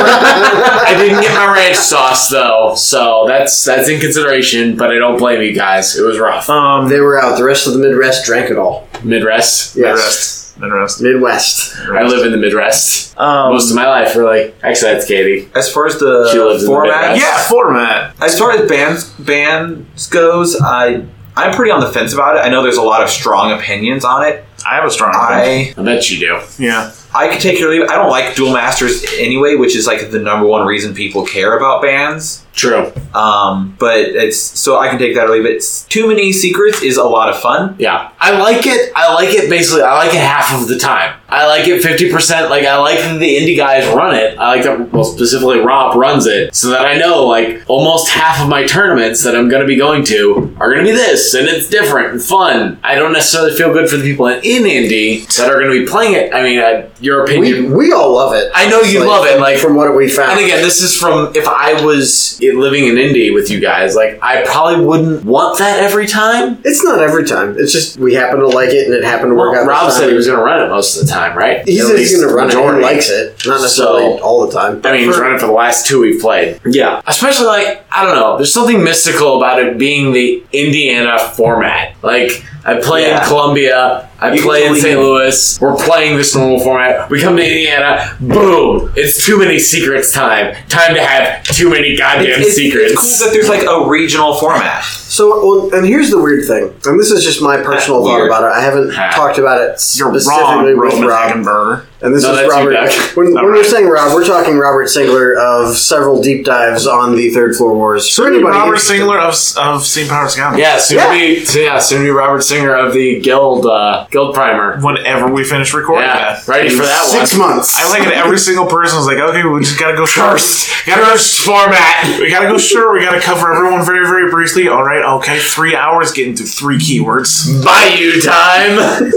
I didn't get my ranch sauce though, so that's that's in consideration. But I don't blame you guys. It was rough.
um,
They were out. The rest of the Midwest drank it all.
Midwest.
Yes.
interesting.
Midwest.
I live in the Midwest
Um,
most of my life, really. Actually, that's Katie.
As far as
She
the
lives in the
format,
Midwest.
yeah, format.
As far as bands bands goes, I I'm pretty on the fence about it. I know there's a lot of strong opinions on it.
I have a strong opinion.
I
I bet you do.
Yeah.
I could take it or leave. it. I don't like dual masters anyway, which is like the number one reason people care about bands.
True.
Um, but it's so I can take that or leave it. It's- Too many secrets is a lot of fun.
Yeah, I like it. I like it. Basically, I like it half of the time. I like it 50%. Like, I like that the indie guys run it. I like that, well, specifically Rob runs it so that I know, like, almost half of my tournaments that I'm going to be going to are going to be this and it's different and fun. I don't necessarily feel good for the people in, in indie that are going to be playing it. I mean, I, your opinion.
We, we all love it.
I know you love it, like-
from what we found.
and again, this is from if I was living in indie with you guys, like, I probably wouldn't want that every time.
it's not every time. It's just we happen to like it, and it happened to work
Well,
out.
Rob
this time.
said he was going to run it most of the time, right?
He
At
says
least
he's going to run it.
majority.
He likes it, not necessarily
So-
all the time.
I mean, he's
For-
running for the last two we've played. Yeah. Especially, like, I don't know. There's something mystical about it being the Indiana format. Like, I play in Columbia. I play in St. Louis. We're playing this normal format. We come to Indiana. Boom! It's too many secrets time. Time to have too many goddamn
It's,
secrets.
it's cool that there's like a regional format.
So, well, and here's the weird thing, and this is just my personal thought
weird.
about it. I haven't
Ha.
talked about it
You're
specifically
wrong,
with
Roman
Rob.
Hackenberger.
And this
No,
is
that's you,
Robert.
Doc.
When,
All
when we're
right.
saying Rob, we're talking Robert Singler of several deep dives on the Third Floor Wars. So anybody,
Robert
interested-
Singler of, of St. Power's County.
yeah, soon to be so yeah, soon to be Robert Singer of the Guild uh, Guild Primer.
Whenever we finish recording
Yeah,
that.
ready for that one.
six months.
I like it. Every single person was like, okay, we just gotta go first. Gotta go format. We gotta go sure. We gotta cover everyone very, very briefly. All right, okay. Three hours getting through three keywords.
Bayou time.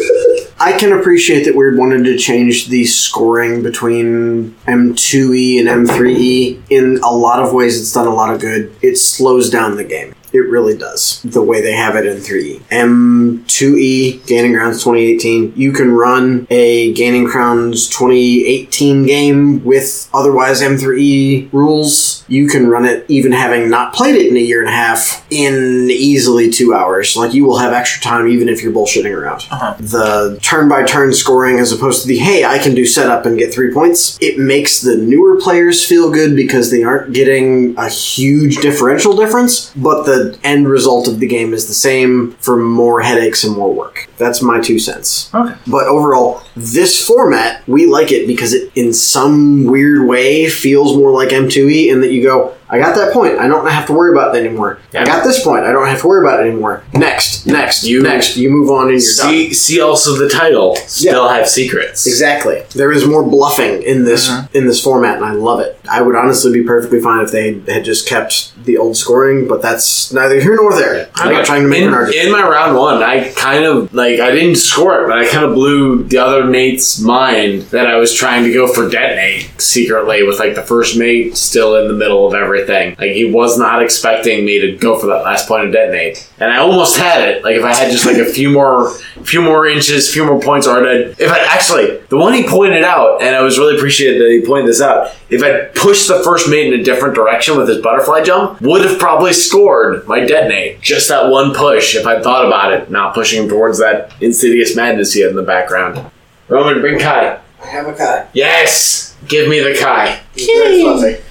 I can appreciate that Weird wanted to change the scoring between M2E and M3E. In a lot of ways, it's done a lot of good. It slows down the game. It really does. The way they have it in E. 3E. M2E, E, Gaining Grounds 2018. You can run a Gaining Grounds 2018 game with otherwise M3E rules. You can run it even having not played it in a year and a half in easily two hours. Like, you will have extra time even if you're bullshitting around the turn by turn scoring as opposed to the hey, I can do setup and get three points. It makes the newer players feel good because they aren't getting a huge differential difference, but the end result of the game is the same for more headaches and more work. That's my two cents.
Okay.
But overall, this format, we like it because it, in some weird way, feels more like M2E in that you go, I got that point. I don't have to worry about it anymore. I got this point. I don't have to worry about it anymore. Next, next, you, next. You move on and you're done.
see see also the title. Still have secrets.
Exactly. There is more bluffing in this
Uh-huh.
in this format, and I love it. I would honestly be perfectly fine if they had just kept the old scoring, but that's neither here nor there. I'm not trying to make
in,
an argument.
in my round one, I kind of like I didn't score it, but I kind of blew the other mate's mind that I was trying to go for detonate secretly with like the first mate still in the middle of everything. Like he was not expecting me to go for that last point of detonate, and I almost had it. Like if I had just like a few more, few more inches, few more points, or I'd, if I actually the one he pointed out, and I was really appreciative that he pointed this out. If I pushed the first mate in a different direction with his butterfly jump, would have probably scored my detonate. Just that one push, if I thought about it, not pushing him towards that insidious madness he had in the background. Roman, bring Kai.
I have a guy.
Yes! Give me the Kai.
He's very fluffy.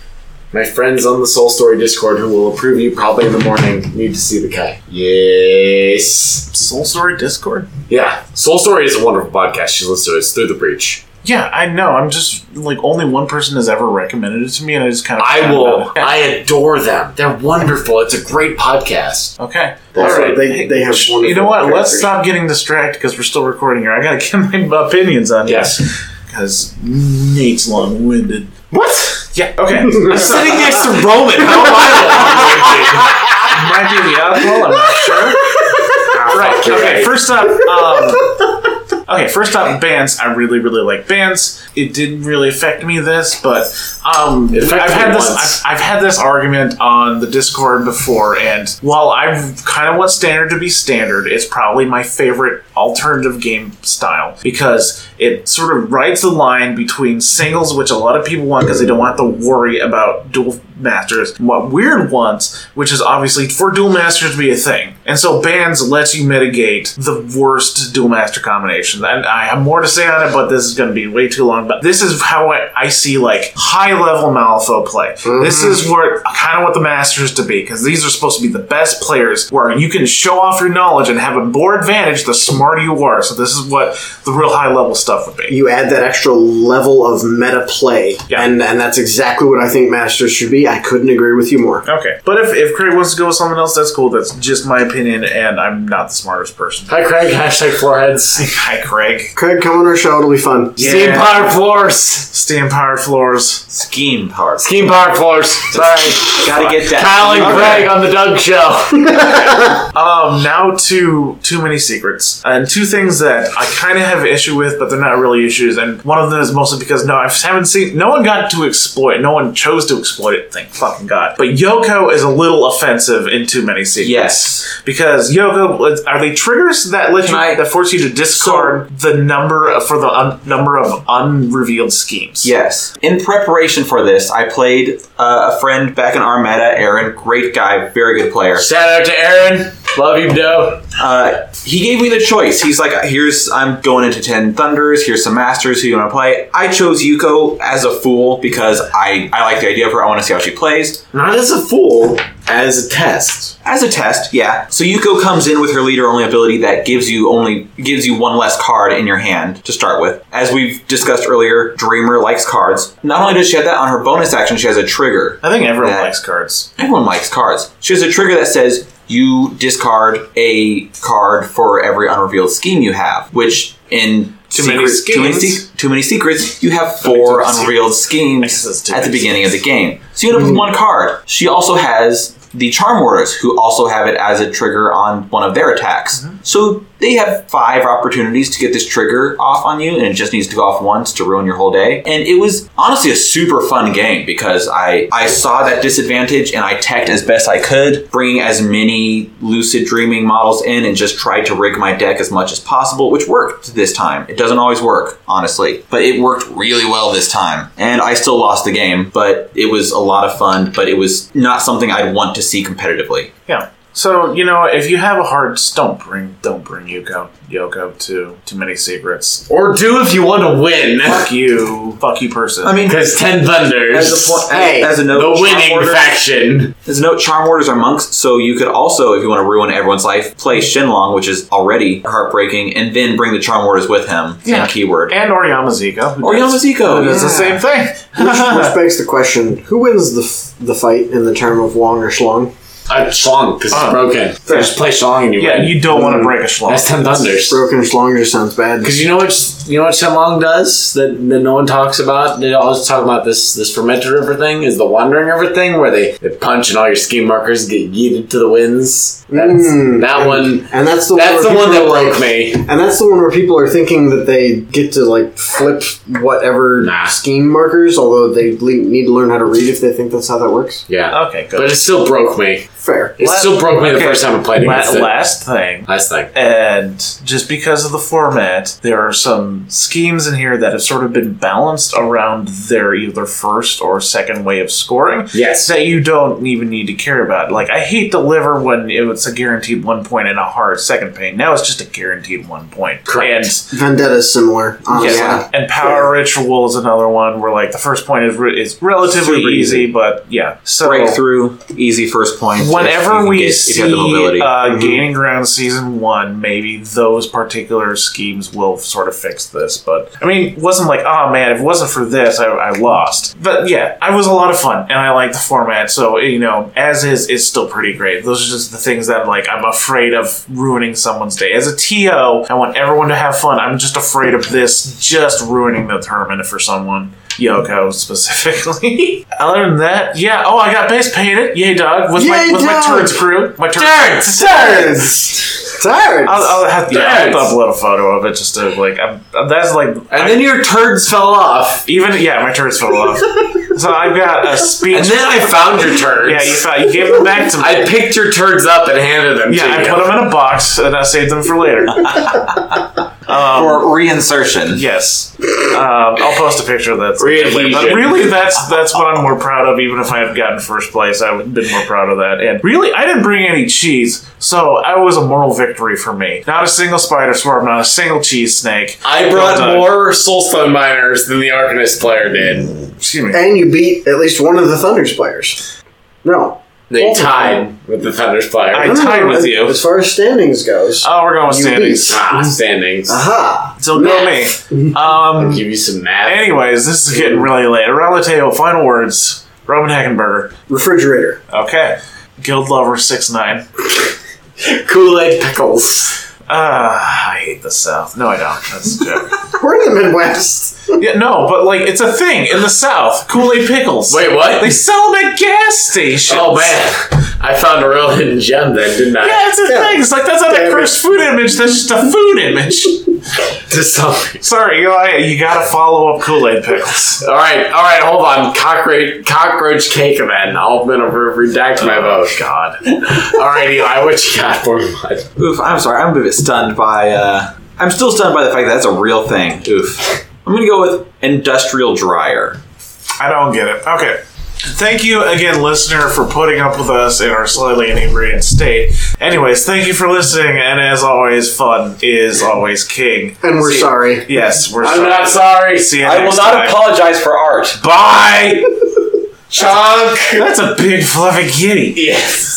My friends on the Soul Story Discord who will approve you probably in the morning need to see the Kai. Yes.
Soul Story Discord.
Yeah. Soul Story is a wonderful podcast. She listens to it. It's through the breach.
Yeah, I know. I'm just like only one person has ever recommended it to me, and I just kind of
I will. I adore them. They're wonderful. It's a great podcast.
Okay.
All
So
right.
they, they have wonderful
You know what? Let's
characters.
stop getting distracted because we're still recording here. I gotta get my opinions on
Yes.
this because Nate's long-winded.
What?
Yeah. Okay.
I'm sitting next to Roman. How am I?
might be the oddball. I'm not sure. right. Okay. First up. Um, okay. First up, bands. I really, really like bands. It didn't really affect me this, but um,
It affected
I've had
me
this.
once.
I've, I've had this argument on the Discord before, and while I kind of want standard to be standard, it's probably my favorite alternative game style because it sort of rides the line between singles, which a lot of people want because they don't want to worry about dual masters, and what Weird wants, which is obviously for dual masters to be a thing. And so bands lets you mitigate the worst dual master combination. And I have more to say on it, but this is going to be way too long. But this is how I, I see like high level Malifaux play. This is where kind of what the masters to be because these are supposed to be the best players where you can show off your knowledge and have a more advantage the smarter you are. So this is what the real high level stuff would be.
you add that extra level of meta play,
Yeah.
and and that's exactly what I think Masters should be. I I couldn't agree with you more.
Okay. But if, if Craig wants to go with something else, that's cool. That's just my opinion, and I'm not the smartest person.
Hi, Craig. Hashtag floorheads.
Hi, Craig.
Craig, come on our show. It'll be fun.
Yeah.
Steam power floors.
Steam powered floors.
Scheme part.
Steam power floors. Sorry.
Gotta get that.
Kyle and Craig on the Doug Show.
Um, now to Too Many Secrets. And two things that I kind of have issue with, but they're not really issues. And one of them is mostly because no, I haven't seen, no one got to exploit, no one chose to exploit it, thank fucking God. But Yoko is a little offensive in Too Many Secrets.
Yes.
Because Yoko, are they triggers that let you,
I-
that force you to discard the number of- for the un, number of unrevealed schemes?
Yes.
In preparation for this, I played uh, a friend back in Armada, Aaron. Great guy, very good player.
Shout out to Aaron. Love you, Doe.
Uh, he gave me the choice. He's like, here's, I'm going into 10 Thunders, here's some Masters, who you want to play? I chose Yuko as a fool because I, I like the idea of her, I want to see how she plays.
Not as a fool, as a test.
As a test, yeah. So Yuko comes in with her leader only ability that gives you only gives you one less card in your hand to start with. As we've discussed earlier, Dreamer likes cards. Not only does she have that on her bonus action, she has a trigger.
I think everyone
Yeah.
likes cards.
Everyone likes cards. She has a trigger that says you discard a card for every unrevealed scheme you have, which in
Too many
too, many
schemes.
sec- too many secrets, you have four
Too many
unrevealed
guess that's
schemes
too
at the
many
beginning of the game. So you end up with one card. She also has the charm warders, who also have it as a trigger on one of their attacks. So they have five opportunities to get this trigger off on you, and it just needs to go off once to ruin your whole day. And it was honestly a super fun game because I I saw that disadvantage and I teched as best I could, bringing as many lucid dreaming models in, and just tried to rig my deck as much as possible, which worked this time. It doesn't always work, honestly, but it worked really well this time. And I still lost the game, but it was a lot of fun. But it was not something I'd want to see competitively.
Yeah. So you know, if you have a heart, don't bring don't bring Yoko Yoko to too many secrets.
Or do if you want to win.
Fuck you, fuck you, person.
I mean,
Because Ten Thunders,
as a, point, as,
Hey,
as a note,
the
Charm
winning
Order-
faction.
There's no charm warders are monks, so you could also, if you want to ruin everyone's life, play Shenlong, which is already heartbreaking, and then bring the charm warders with him.
Yeah.
Yeah. keyword.
and Oriyama Zika. who
Or
does-
Yamaziko.
who does the same thing.
Which begs the question: Who wins the f- the fight in the term of Wong or Schlong?
Uh, Schlong, because
Oh.
it's broken. Just play Schlong and you
yeah,
win.
you don't want to break a schlong.
That's Ten Thunders.
Broken Schlong just sounds bad.
Because you know what you know what Shenlong does that, that no one talks about. They always talk about this this fermented river thing is the wandering river thing where they, they punch and all your scheme markers get yeeted to the winds. That's
Mm.
that one.
and that's the
That's
one
the
where
one that
people are
broke
like-
me.
And that's the one where people are thinking that they get to like flip whatever
Nah.
scheme markers, although they le- need to learn how to read if they think that's how that works.
Yeah,
Okay, Oh, good.
but it still broke me.
Fair.
It
Last-
still broke me the
okay.
first time I played
La-
against it.
last thing.
Last thing.
And just because of the format, there are some schemes in here that have sort of been balanced around their either first or second way of scoring.
Yes.
That you don't even need to care about. Like, I hate the liver when it's a guaranteed one point and a hard second pain. Now it's just a guaranteed one point.
Correct.
And
Vendetta is similar,
Oh,
honestly.
Yeah. And Power Ritual is another one where, like, the first point is, re- is relatively
Super
easy,
easy.
but yeah. So,
Breakthrough, easy first point. if you
whenever
can
we
get- if you
see
have the mobility.
uh,
Mm-hmm.
Gaining Ground Season 1, maybe those particular schemes will sort of fix this. But, I mean, it wasn't like, oh man, if it wasn't for this, I, I lost. But yeah, I was a lot of fun, and I like the format, so, you know, as is, it's still pretty great. Those are just the things that, like, I'm afraid of ruining someone's day. As a TO, I want everyone to have fun. I'm just afraid of this just ruining the tournament for someone. Yoko specifically. Other than that, yeah. Oh, I got base painted. Yay, dog! With my
Yay,
with my
dog!
turns crew. My turns.
Turds! Turds!
I'll, I'll have to yeah, I'll
Turds!
upload a photo of it just to like. I'm, that's like
And then your turds fell off.
even yeah, my turns fell off. so I've got a speech.
And then I found your turds.
yeah, you found, you gave them back to me.
I picked your turds up and handed them
yeah,
to
I
you.
put them in a box and I saved them for later. Um,
for reinsertion.
Yes, um, I'll post a picture of that.
Readhesion.
But really, that's that's what I'm more proud of. Even if I have gotten first place, I've been more proud of that. And really, I didn't bring any cheese, so I was a moral victory for me. Not a single spider swarm, not a single cheese snake.
I
Well
brought
done.
more Soulstone miners than the Arcanist player did.
Excuse me.
and you beat at least one of the Thunders players. No.
They
Both of
tied with the Thunders player.
I- tied with
as,
you.
As far as standings goes.
Oh, we're going with
You
standings.
beat.
ah, standings.
Aha!
So go me. Um.
Give you some math.
Anyways, this is getting really late. Around the table, final words. Roman Hackenberger.
Refrigerator.
Okay. Guild Lover 6'9.
Kool Aid pickles.
Ah, I hate the South. No, I don't. That's a joke.
We're in the Midwest.
yeah, no, but like it's a thing in the South. Kool Aid pickles.
Wait, what?
They sell them at gas stations.
Oh man, I found a real hidden gem then, didn't I?
Yeah, it's a
Yeah.
thing. It's like that's not
Damn
a
it.
cursed food image. That's just a food image.
To some-
Sorry, Eli, you gotta follow up Kool Aid pickles.
All right, all right, hold on. Cockroach, cockroach cake then. I'll gonna re- redact my vote. Oh, God. All right, Eli, what you got for me? bud?
Oof, I'm sorry. I'm a bit stunned by. Uh, I'm still stunned by the fact that that's a real thing. Oof. I'm gonna go with industrial dryer.
I don't get it. Okay. Thank you again, listener, for putting up with us in our slightly inebriated state. Anyways, thank you for listening, and as always, fun is always king.
And we're sorry.
Yes, we're
I'm
sorry.
not sorry.
See you
I will
next
not
time.
apologize for art.
Bye!
Chunk.
That's a big fluffy kitty.
Yes.